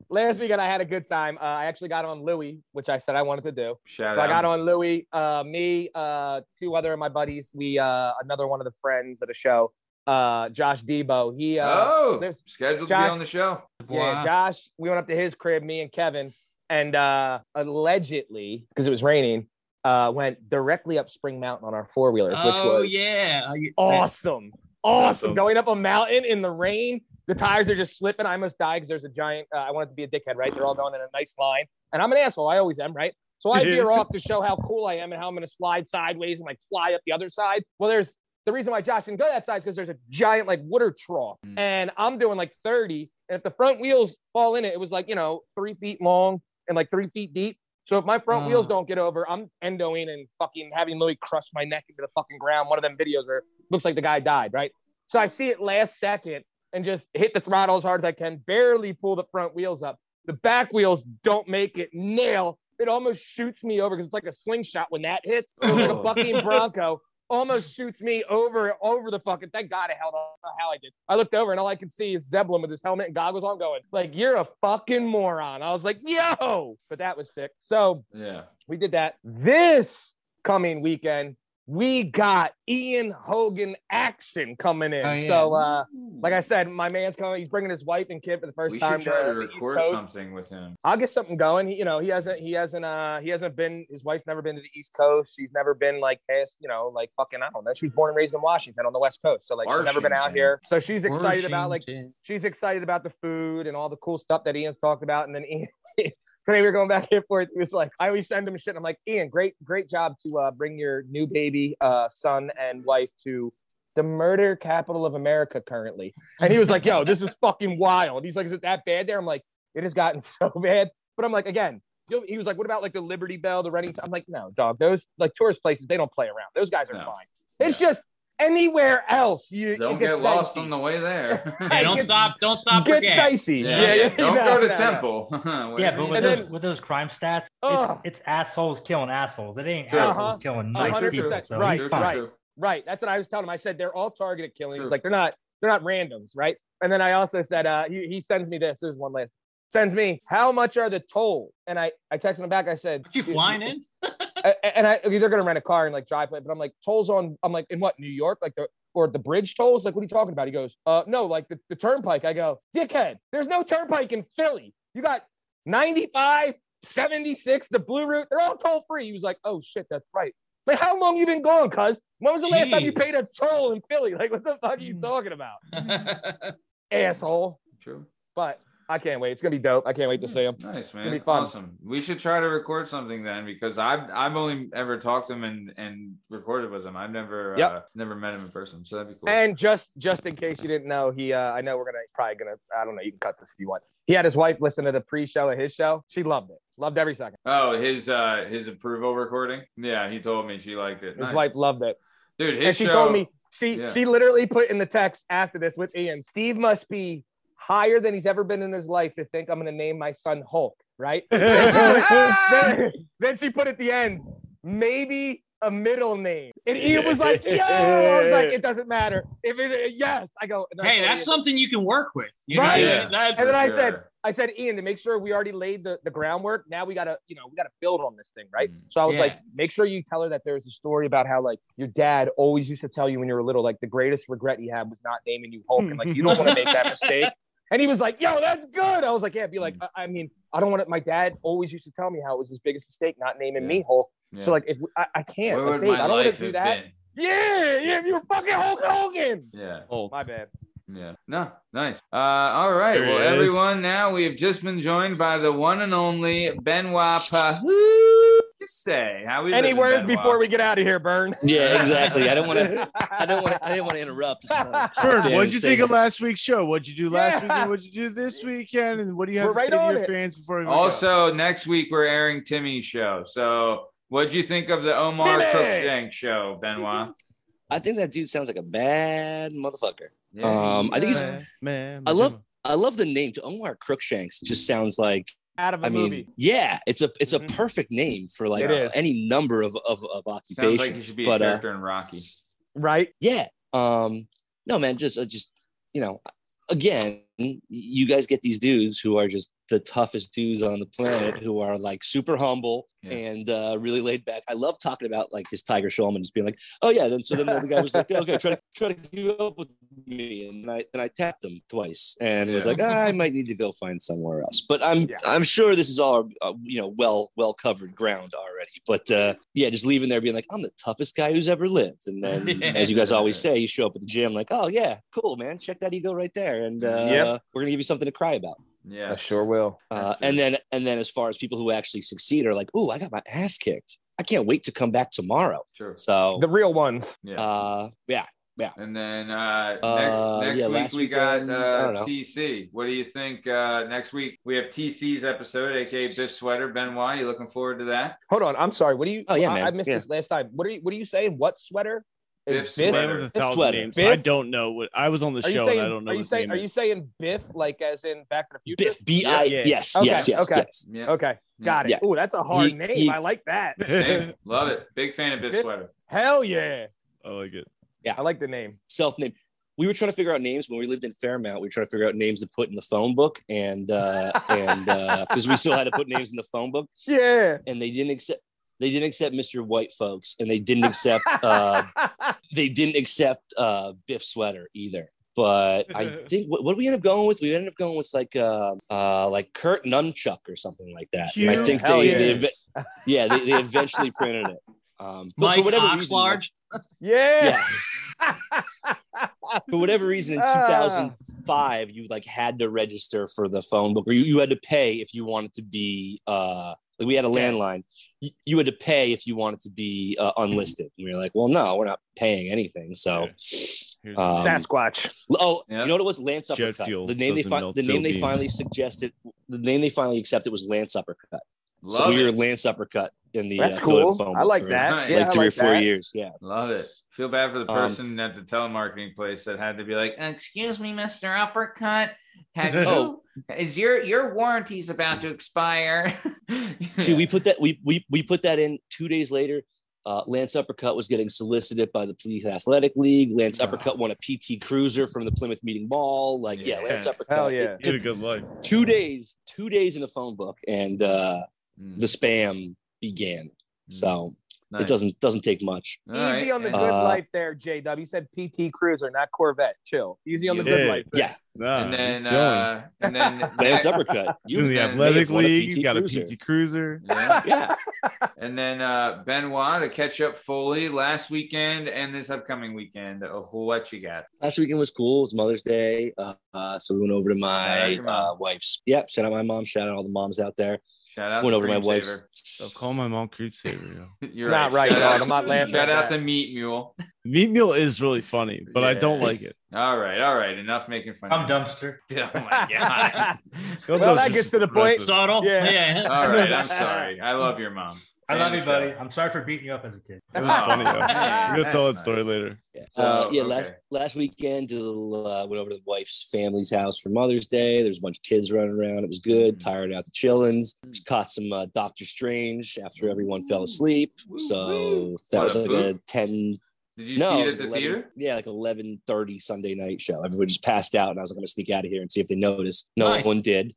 Speaker 6: last weekend I had a good time. Uh, I actually got on Louie, which I said I wanted to do.
Speaker 3: Shout
Speaker 6: So
Speaker 3: out.
Speaker 6: I got on Louie, uh, me, uh, two other of my buddies. We uh, another one of the friends of the show, uh, Josh Debo. He uh,
Speaker 3: oh,
Speaker 6: there's-
Speaker 3: scheduled to
Speaker 6: Josh-
Speaker 3: be on the show.
Speaker 6: yeah, Josh. We went up to his crib, me and Kevin, and uh, allegedly because it was raining, uh, went directly up Spring Mountain on our four wheelers, which
Speaker 5: Oh
Speaker 6: was
Speaker 5: yeah. I-
Speaker 6: awesome. Awesome.
Speaker 4: Awesome.
Speaker 6: Going up a mountain in the rain. The tires are just slipping. I almost died because there's a giant. Uh, I wanted to be a dickhead, right? They're all going in a nice line. And I'm an asshole. I always am, right? So I veer off to show how cool I am and how I'm going to slide sideways and like fly up the other side. Well, there's the reason why Josh didn't go that side is because there's a giant like water trough.
Speaker 3: Mm.
Speaker 6: And I'm doing like 30. And if the front wheels fall in it, it was like, you know, three feet long and like three feet deep. So if my front wheels
Speaker 5: Ah.
Speaker 6: don't get over, I'm endoing and fucking having Louis crush my neck into the fucking ground. One of them videos where it looks like the guy died, right? So I see it last second and just hit the throttle as hard as I can, barely pull the front wheels up. The back wheels don't make it nail. It almost shoots me over because it's like a slingshot when that hits. It was like a
Speaker 3: Oh.
Speaker 6: bucking Bronco. Almost shoots me over over the fucking. Thank God I held on. I don't know How I did. I looked over and all I could see is Zeblin with his helmet and goggles on, going like, "You're a fucking moron." I was like, "Yo!" But that was sick. So
Speaker 3: Yeah.
Speaker 6: we did that. This coming weekend, we got Ian Hogan action coming in.
Speaker 5: Oh, yeah.
Speaker 6: So, uh, like I said, my man's coming. He's bringing his wife and kid for the first
Speaker 3: We
Speaker 6: time
Speaker 3: should try to
Speaker 6: the East
Speaker 3: record
Speaker 6: Coast.
Speaker 3: something with him.
Speaker 6: I'll get something going. He, you know, he hasn't, he hasn't, uh, he hasn't been. His wife's never been to the East Coast. She's never been like past, you know, like fucking. I don't know. She was born and raised in Washington on the West Coast, so like she's never been out
Speaker 3: Washington.
Speaker 6: here. So she's excited about like
Speaker 5: Washington.
Speaker 6: she's excited about the food and all the cool stuff that Ian's talked about. And then Ian, today we were going back and forth. He was like, I always send him shit. I'm like, Ian, great, great job to uh, bring your new baby, uh, son, and wife to the murder capital of America currently. And he was like, Yo, this is fucking wild. He's like, Is it that bad there? I'm like, It has gotten so bad. But I'm like, again, you'll- he was like, What about like the Liberty Bell, the Reading? I'm like, No, dog, those like tourist places, they don't play around. Those guys are
Speaker 3: No.
Speaker 6: fine. It's just anywhere else. You it
Speaker 3: Don't
Speaker 6: gets
Speaker 3: get lost
Speaker 6: dicey.
Speaker 3: on the way there.
Speaker 5: Yeah, don't
Speaker 6: Gets-
Speaker 5: stop. Don't stop for
Speaker 6: Get
Speaker 5: gas.
Speaker 6: dicey.
Speaker 3: Yeah, yeah, Don't
Speaker 6: no,
Speaker 3: go
Speaker 6: no,
Speaker 3: to
Speaker 6: no.
Speaker 3: Temple.
Speaker 2: Yeah, but with
Speaker 6: And
Speaker 2: those,
Speaker 6: then-
Speaker 2: with those crime stats,
Speaker 6: Ugh.
Speaker 2: it's, it's assholes killing assholes. It ain't
Speaker 3: True.
Speaker 2: assholes killing
Speaker 6: Uh-huh.
Speaker 2: nice
Speaker 6: True, true,
Speaker 2: people.
Speaker 6: true.
Speaker 2: So
Speaker 6: Right,
Speaker 2: he's fine.
Speaker 6: right. Right. That's what I was telling him. I said they're all targeted killings.
Speaker 3: True.
Speaker 6: Like they're not they're not randoms, right? And then I also said uh he, he sends me this. This is one last sends me how much are the toll? And I I texted him back. I said
Speaker 5: Aren't you flying in?
Speaker 6: A- And I they're gonna rent a car and like drive it, but I'm like tolls on. I'm like in what New York like the. Or the bridge tolls? Like, what are you talking about? He goes, uh, no, like the, the turnpike. I go, dickhead, there's no turnpike in Philly. You got 95, 76, the blue route. They're all toll free. He was like, oh shit, that's right. Like, how long you been gone, cuz? When was the last time you
Speaker 5: Jeez.
Speaker 6: paid a toll in Philly? Like, what the fuck are you
Speaker 5: Mm.
Speaker 6: talking about? Asshole.
Speaker 3: True.
Speaker 6: But I can't wait. It's gonna be dope. I can't wait to see him.
Speaker 3: Nice
Speaker 6: gonna
Speaker 3: man,
Speaker 6: be fun.
Speaker 3: awesome. We should try to record something then because I've I've only ever talked to him and and recorded with him. I've never
Speaker 6: Yep.
Speaker 3: uh, never met him in person, so that'd be cool.
Speaker 6: And just just in case you didn't know, he uh, I know we're gonna probably gonna I don't know you can cut this if you want. He had his wife listen to the pre-show of his show. She loved it, loved every second.
Speaker 3: oh, his uh his approval recording. Yeah, he told me she liked it.
Speaker 6: His
Speaker 3: Nice.
Speaker 6: wife loved it,
Speaker 3: dude. His
Speaker 6: and she
Speaker 3: show,
Speaker 6: told me she
Speaker 3: yeah.
Speaker 6: she literally put in the text after this with Ian. Steve must be higher than he's ever been in his life to think I'm gonna name my son Hulk, right? then, then she put at the end, maybe a middle name. And Ian was like, yo, I was like, it doesn't matter. If it, yes, I go, and I
Speaker 5: hey,
Speaker 6: told
Speaker 5: that's
Speaker 6: Ian-
Speaker 5: something you can work with. You
Speaker 6: Right.
Speaker 5: know,
Speaker 3: Yeah.
Speaker 5: that's
Speaker 6: And then I
Speaker 3: For
Speaker 6: said-
Speaker 3: sure.
Speaker 6: I said, Ian, to make sure we already laid the, the groundwork, now we gotta, you know, we gotta build on this thing, right?
Speaker 3: Mm.
Speaker 6: So I was
Speaker 5: Yeah.
Speaker 6: like, make sure you tell her that there's a story about how like your dad always used to tell you when you were little, like the greatest regret he had was not naming you Hulk. And like you don't want to make that mistake. And he was like, yo, that's good. I was like, yeah, be like,
Speaker 3: Mm.
Speaker 6: I, I mean, I don't want to my dad always used to tell me how it was his biggest mistake not naming
Speaker 3: Yeah.
Speaker 6: me Hulk.
Speaker 3: Yeah.
Speaker 6: So like if I, I can't,
Speaker 3: where
Speaker 6: like,
Speaker 3: would
Speaker 6: babe,
Speaker 3: my
Speaker 6: I don't want
Speaker 3: life
Speaker 6: to do
Speaker 3: have
Speaker 6: that.
Speaker 3: been?
Speaker 6: Yeah, yeah, if you're fucking Hulk Hogan.
Speaker 3: Yeah.
Speaker 4: Oh,
Speaker 6: My bad.
Speaker 3: Yeah. No, nice. Uh, all right.
Speaker 4: There
Speaker 3: well,
Speaker 4: it is.
Speaker 3: everyone, now we have just been joined by the one and only Benoit Pahoo. Say how we
Speaker 6: Any
Speaker 3: living,
Speaker 6: words
Speaker 3: Benoit?
Speaker 6: before we get out of here, Burn?
Speaker 9: Yeah, exactly. I don't want to. I don't want. I didn't want to interrupt. Just wanna-
Speaker 4: Vern,
Speaker 9: Yeah,
Speaker 4: what'd you
Speaker 9: say
Speaker 4: think of
Speaker 9: that.
Speaker 4: last week's show? What'd you do last
Speaker 6: Yeah.
Speaker 4: weekend? What'd you do this weekend? And what do you have
Speaker 6: We're
Speaker 4: to
Speaker 6: right
Speaker 4: say to
Speaker 6: on
Speaker 4: your
Speaker 6: it.
Speaker 4: fans before we go?
Speaker 3: Also, next week we're airing Timmy's show. So, what'd you think of the Omar
Speaker 6: Timmy!
Speaker 3: Cookshank show, Benoit?
Speaker 9: I think that dude sounds like a bad motherfucker.
Speaker 3: Yeah.
Speaker 9: Um, I think he's.
Speaker 4: man, man,
Speaker 9: I love. I love the name. Omar Crookshanks just sounds like.
Speaker 6: Out of a
Speaker 9: I mean,
Speaker 6: movie.
Speaker 9: yeah, it's a it's a
Speaker 10: Mm-hmm.
Speaker 6: Mhm.
Speaker 9: perfect name for like
Speaker 6: It is.
Speaker 9: any number of of, of
Speaker 3: sounds like he
Speaker 9: occupations.
Speaker 3: should be
Speaker 9: but
Speaker 3: a
Speaker 9: uh,
Speaker 3: character in Rocky.
Speaker 6: Right?
Speaker 9: yeah, um, no man, just uh, just you know, again, you guys get these dudes who are just the toughest dudes on the planet, who are like super humble
Speaker 3: Yeah.
Speaker 9: and uh, really laid back. I love talking about like his Tiger Shulman just being like, oh yeah. Then so then the guy was like, okay, try to try to keep up with me, and I and I tapped him twice, and it was
Speaker 3: Yeah.
Speaker 9: like "Ah, I might need to go find somewhere else. But I'm
Speaker 6: Yeah.
Speaker 9: I'm sure this is all uh, you know well well covered ground already. But uh, yeah, just leaving there being like, I'm the toughest guy who's ever lived, and then as you guys always say, you show up at the gym like, oh yeah, cool man, check that ego right there, and uh,
Speaker 6: Yep.
Speaker 9: we're gonna give you something to cry about.
Speaker 3: Yeah.
Speaker 6: I sure will.
Speaker 9: Uh,
Speaker 3: That's true.
Speaker 9: and then and then as far as people who actually succeed are like, oh, I got my ass kicked. I can't wait to come back tomorrow.
Speaker 3: True.
Speaker 9: So
Speaker 6: The real ones.
Speaker 3: Yeah.
Speaker 9: uh, yeah,
Speaker 3: And then uh,
Speaker 9: Uh,
Speaker 3: next next
Speaker 9: yeah,
Speaker 3: week
Speaker 9: last
Speaker 3: we got
Speaker 9: weekend, I don't
Speaker 3: uh,
Speaker 9: know.
Speaker 3: TC. What do you think? Uh, next week we have TC's episode, aka Biff Sweater. Benoit, you looking forward to that?
Speaker 6: Hold on. I'm sorry. What do you?
Speaker 9: Oh, yeah,
Speaker 6: I,
Speaker 9: man.
Speaker 6: I missed
Speaker 9: Yeah.
Speaker 6: this last time. What are you? What are you saying? What sweater?
Speaker 3: Biff
Speaker 6: Is
Speaker 3: Sweater.
Speaker 4: Man with a thousand
Speaker 9: Sweater.
Speaker 4: names.
Speaker 6: Biff?
Speaker 4: I don't know what I was on the
Speaker 6: Are you
Speaker 4: show
Speaker 6: saying?
Speaker 4: and I don't know what
Speaker 6: are you
Speaker 4: his
Speaker 6: saying?
Speaker 4: name
Speaker 6: Are you
Speaker 4: is.
Speaker 6: saying Biff like as in Back to the Future?
Speaker 9: Biff, B I.
Speaker 4: Yeah.
Speaker 9: Yes,
Speaker 6: Okay,
Speaker 9: yes, yes,
Speaker 6: okay.
Speaker 9: yes.
Speaker 3: Yeah.
Speaker 6: Okay,
Speaker 4: Mm-hmm.
Speaker 6: got it.
Speaker 9: Yeah.
Speaker 6: Oh, that's a hard
Speaker 9: Ye-
Speaker 6: name.
Speaker 9: ye-
Speaker 6: I like that.
Speaker 3: Hey, love it. Big fan of Biff
Speaker 6: Biff-
Speaker 3: Sweater.
Speaker 6: Hell yeah,
Speaker 4: I like it.
Speaker 6: I like the name.
Speaker 9: Self name. We were trying to figure out names when we lived in Fairmount. We were trying to figure out names to put in the phone book, and uh, and because we still had to put names in the phone book,
Speaker 6: Yeah.
Speaker 9: and they didn't accept. They didn't accept Mr. White folks, and they didn't accept uh, they didn't accept uh, Biff sweater either. But I think what, what did we end up going with? We ended up going with like uh, uh, like Kurt Nunchuck or something like that. And I
Speaker 4: Huge
Speaker 9: think
Speaker 6: Hell
Speaker 9: they,
Speaker 6: yeah.
Speaker 9: they ev- yeah they, they eventually printed it. Um, but
Speaker 5: Mike
Speaker 9: for whatever reason,
Speaker 5: Oxlarge.
Speaker 6: yeah.
Speaker 9: yeah, for whatever reason in
Speaker 6: Ah.
Speaker 9: 2005 you like had to register for the phone book or you, you had to pay if you wanted to be uh like we had a landline you, you had to pay if you wanted to be uh, unlisted and we were like well no we're not paying anything so
Speaker 4: Here's-
Speaker 9: um,
Speaker 6: Sasquatch.
Speaker 9: oh
Speaker 3: Yeah.
Speaker 9: you know what it was lance
Speaker 4: Jet
Speaker 9: uppercut
Speaker 4: fuel
Speaker 9: the name they
Speaker 4: doesn't
Speaker 9: fi-
Speaker 4: melt
Speaker 9: the name they
Speaker 4: sardines.
Speaker 9: finally suggested the name they finally accepted was lance uppercut
Speaker 3: Love
Speaker 9: so we were
Speaker 3: it.
Speaker 9: lance uppercut in the
Speaker 6: That's
Speaker 9: uh, Philadelphia
Speaker 6: cool.
Speaker 9: phone
Speaker 6: I
Speaker 9: book
Speaker 6: like
Speaker 9: for
Speaker 6: that.
Speaker 3: Right.
Speaker 6: Yeah,
Speaker 9: like
Speaker 6: I
Speaker 9: three or
Speaker 6: like
Speaker 9: four
Speaker 6: that.
Speaker 9: years yeah
Speaker 3: Love it. Feel bad for the
Speaker 9: Um,
Speaker 3: person at the telemarketing place that had to be like, "Excuse me, Mister Uppercut, have you?
Speaker 9: Oh.
Speaker 3: Is your your warranty's about to expire?"
Speaker 9: Dude, we put that we we we put that in two days later. Uh, Lance Uppercut was getting solicited by the Plymouth Athletic League. Lance
Speaker 4: Wow.
Speaker 9: Uppercut won a PT Cruiser from the Plymouth Meeting Mall. Like, yeah, Lance
Speaker 4: Yes.
Speaker 9: Uppercut.
Speaker 6: Hell yeah.
Speaker 9: It
Speaker 4: Dude,
Speaker 9: took
Speaker 4: a good life.
Speaker 9: two days, two days in the phone book, and uh,
Speaker 3: Mm,
Speaker 9: the spam began. So
Speaker 3: nice.
Speaker 9: it doesn't doesn't take much.
Speaker 3: All right,
Speaker 6: Easy on the
Speaker 3: yeah.
Speaker 6: good
Speaker 9: Uh,
Speaker 6: life there, JW. You said PT Cruiser, not Corvette. Chill. Easy on the
Speaker 3: Yeah.
Speaker 6: good life.
Speaker 9: Yeah,
Speaker 4: Nah,
Speaker 3: and
Speaker 4: he's
Speaker 3: then,
Speaker 4: chilling.
Speaker 3: uh, and then
Speaker 9: Lance Uppercut.
Speaker 4: He's in the
Speaker 3: uh,
Speaker 4: athletic
Speaker 9: they've won a
Speaker 4: league.
Speaker 9: PT
Speaker 4: He's got a
Speaker 9: Cruiser.
Speaker 4: PT Cruiser.
Speaker 3: Yeah.
Speaker 9: yeah,
Speaker 3: And then uh, Benoit to catch up fully last weekend and this upcoming weekend. Oh, what you got?
Speaker 9: last weekend was cool. It was Mother's Day, uh, uh, so we went over to
Speaker 3: Shout out
Speaker 9: my
Speaker 3: your mom.
Speaker 9: uh, wife's. Yep, shout out my mom. Shout out all the moms out there.
Speaker 3: Shout out
Speaker 9: went
Speaker 3: to
Speaker 9: over to my
Speaker 3: Dream
Speaker 9: wife's.
Speaker 3: Saver.
Speaker 4: I'll call my mom Creep Saver. Yo.
Speaker 3: You're
Speaker 6: Not right,
Speaker 3: Shout out-
Speaker 6: dog. I'm not laughing
Speaker 3: Shout
Speaker 6: at
Speaker 3: out
Speaker 6: that.
Speaker 3: to Meat Mule.
Speaker 4: Meat meal is really funny, but I don't
Speaker 3: Yeah.
Speaker 4: like it.
Speaker 3: All right, all right. Enough making fun. of
Speaker 2: I'm
Speaker 3: me.
Speaker 2: dumpster.
Speaker 3: Oh my god.
Speaker 6: Well,
Speaker 4: Those are
Speaker 6: that gets
Speaker 4: just
Speaker 6: to the point.
Speaker 4: impressive.
Speaker 5: Subtle.
Speaker 6: Yeah.
Speaker 5: Yeah.
Speaker 3: all right, I'm sorry. I love your mom.
Speaker 2: I love
Speaker 3: Fan
Speaker 2: you,
Speaker 3: of the
Speaker 2: buddy.
Speaker 3: show.
Speaker 2: I'm sorry for beating you up as a kid.
Speaker 4: It was funny though.
Speaker 3: man,
Speaker 4: We're gonna tell that
Speaker 3: that's
Speaker 4: story
Speaker 3: nice.
Speaker 4: later.
Speaker 9: Yeah.
Speaker 3: So,
Speaker 9: uh, yeah.
Speaker 3: Oh, okay.
Speaker 9: Last last weekend, uh, went over to the wife's family's house for Mother's Day. There's a bunch of kids running around. It was good.
Speaker 3: Mm.
Speaker 9: Tired out the chillins. Just caught some uh, Doctor Strange after everyone fell asleep.
Speaker 3: Woo,
Speaker 9: So
Speaker 3: woo.
Speaker 9: that
Speaker 3: What,
Speaker 9: was
Speaker 3: a
Speaker 9: like
Speaker 3: boot?
Speaker 9: a ten.
Speaker 3: Did you
Speaker 9: no,
Speaker 3: see
Speaker 9: it
Speaker 3: it
Speaker 9: was
Speaker 3: at the
Speaker 9: 11
Speaker 3: theater?
Speaker 9: Yeah, like eleven thirty Sunday night show. Everyone just passed out, and I was like, I'm gonna sneak out of here and see if they noticed. No
Speaker 5: Nice.
Speaker 9: one did.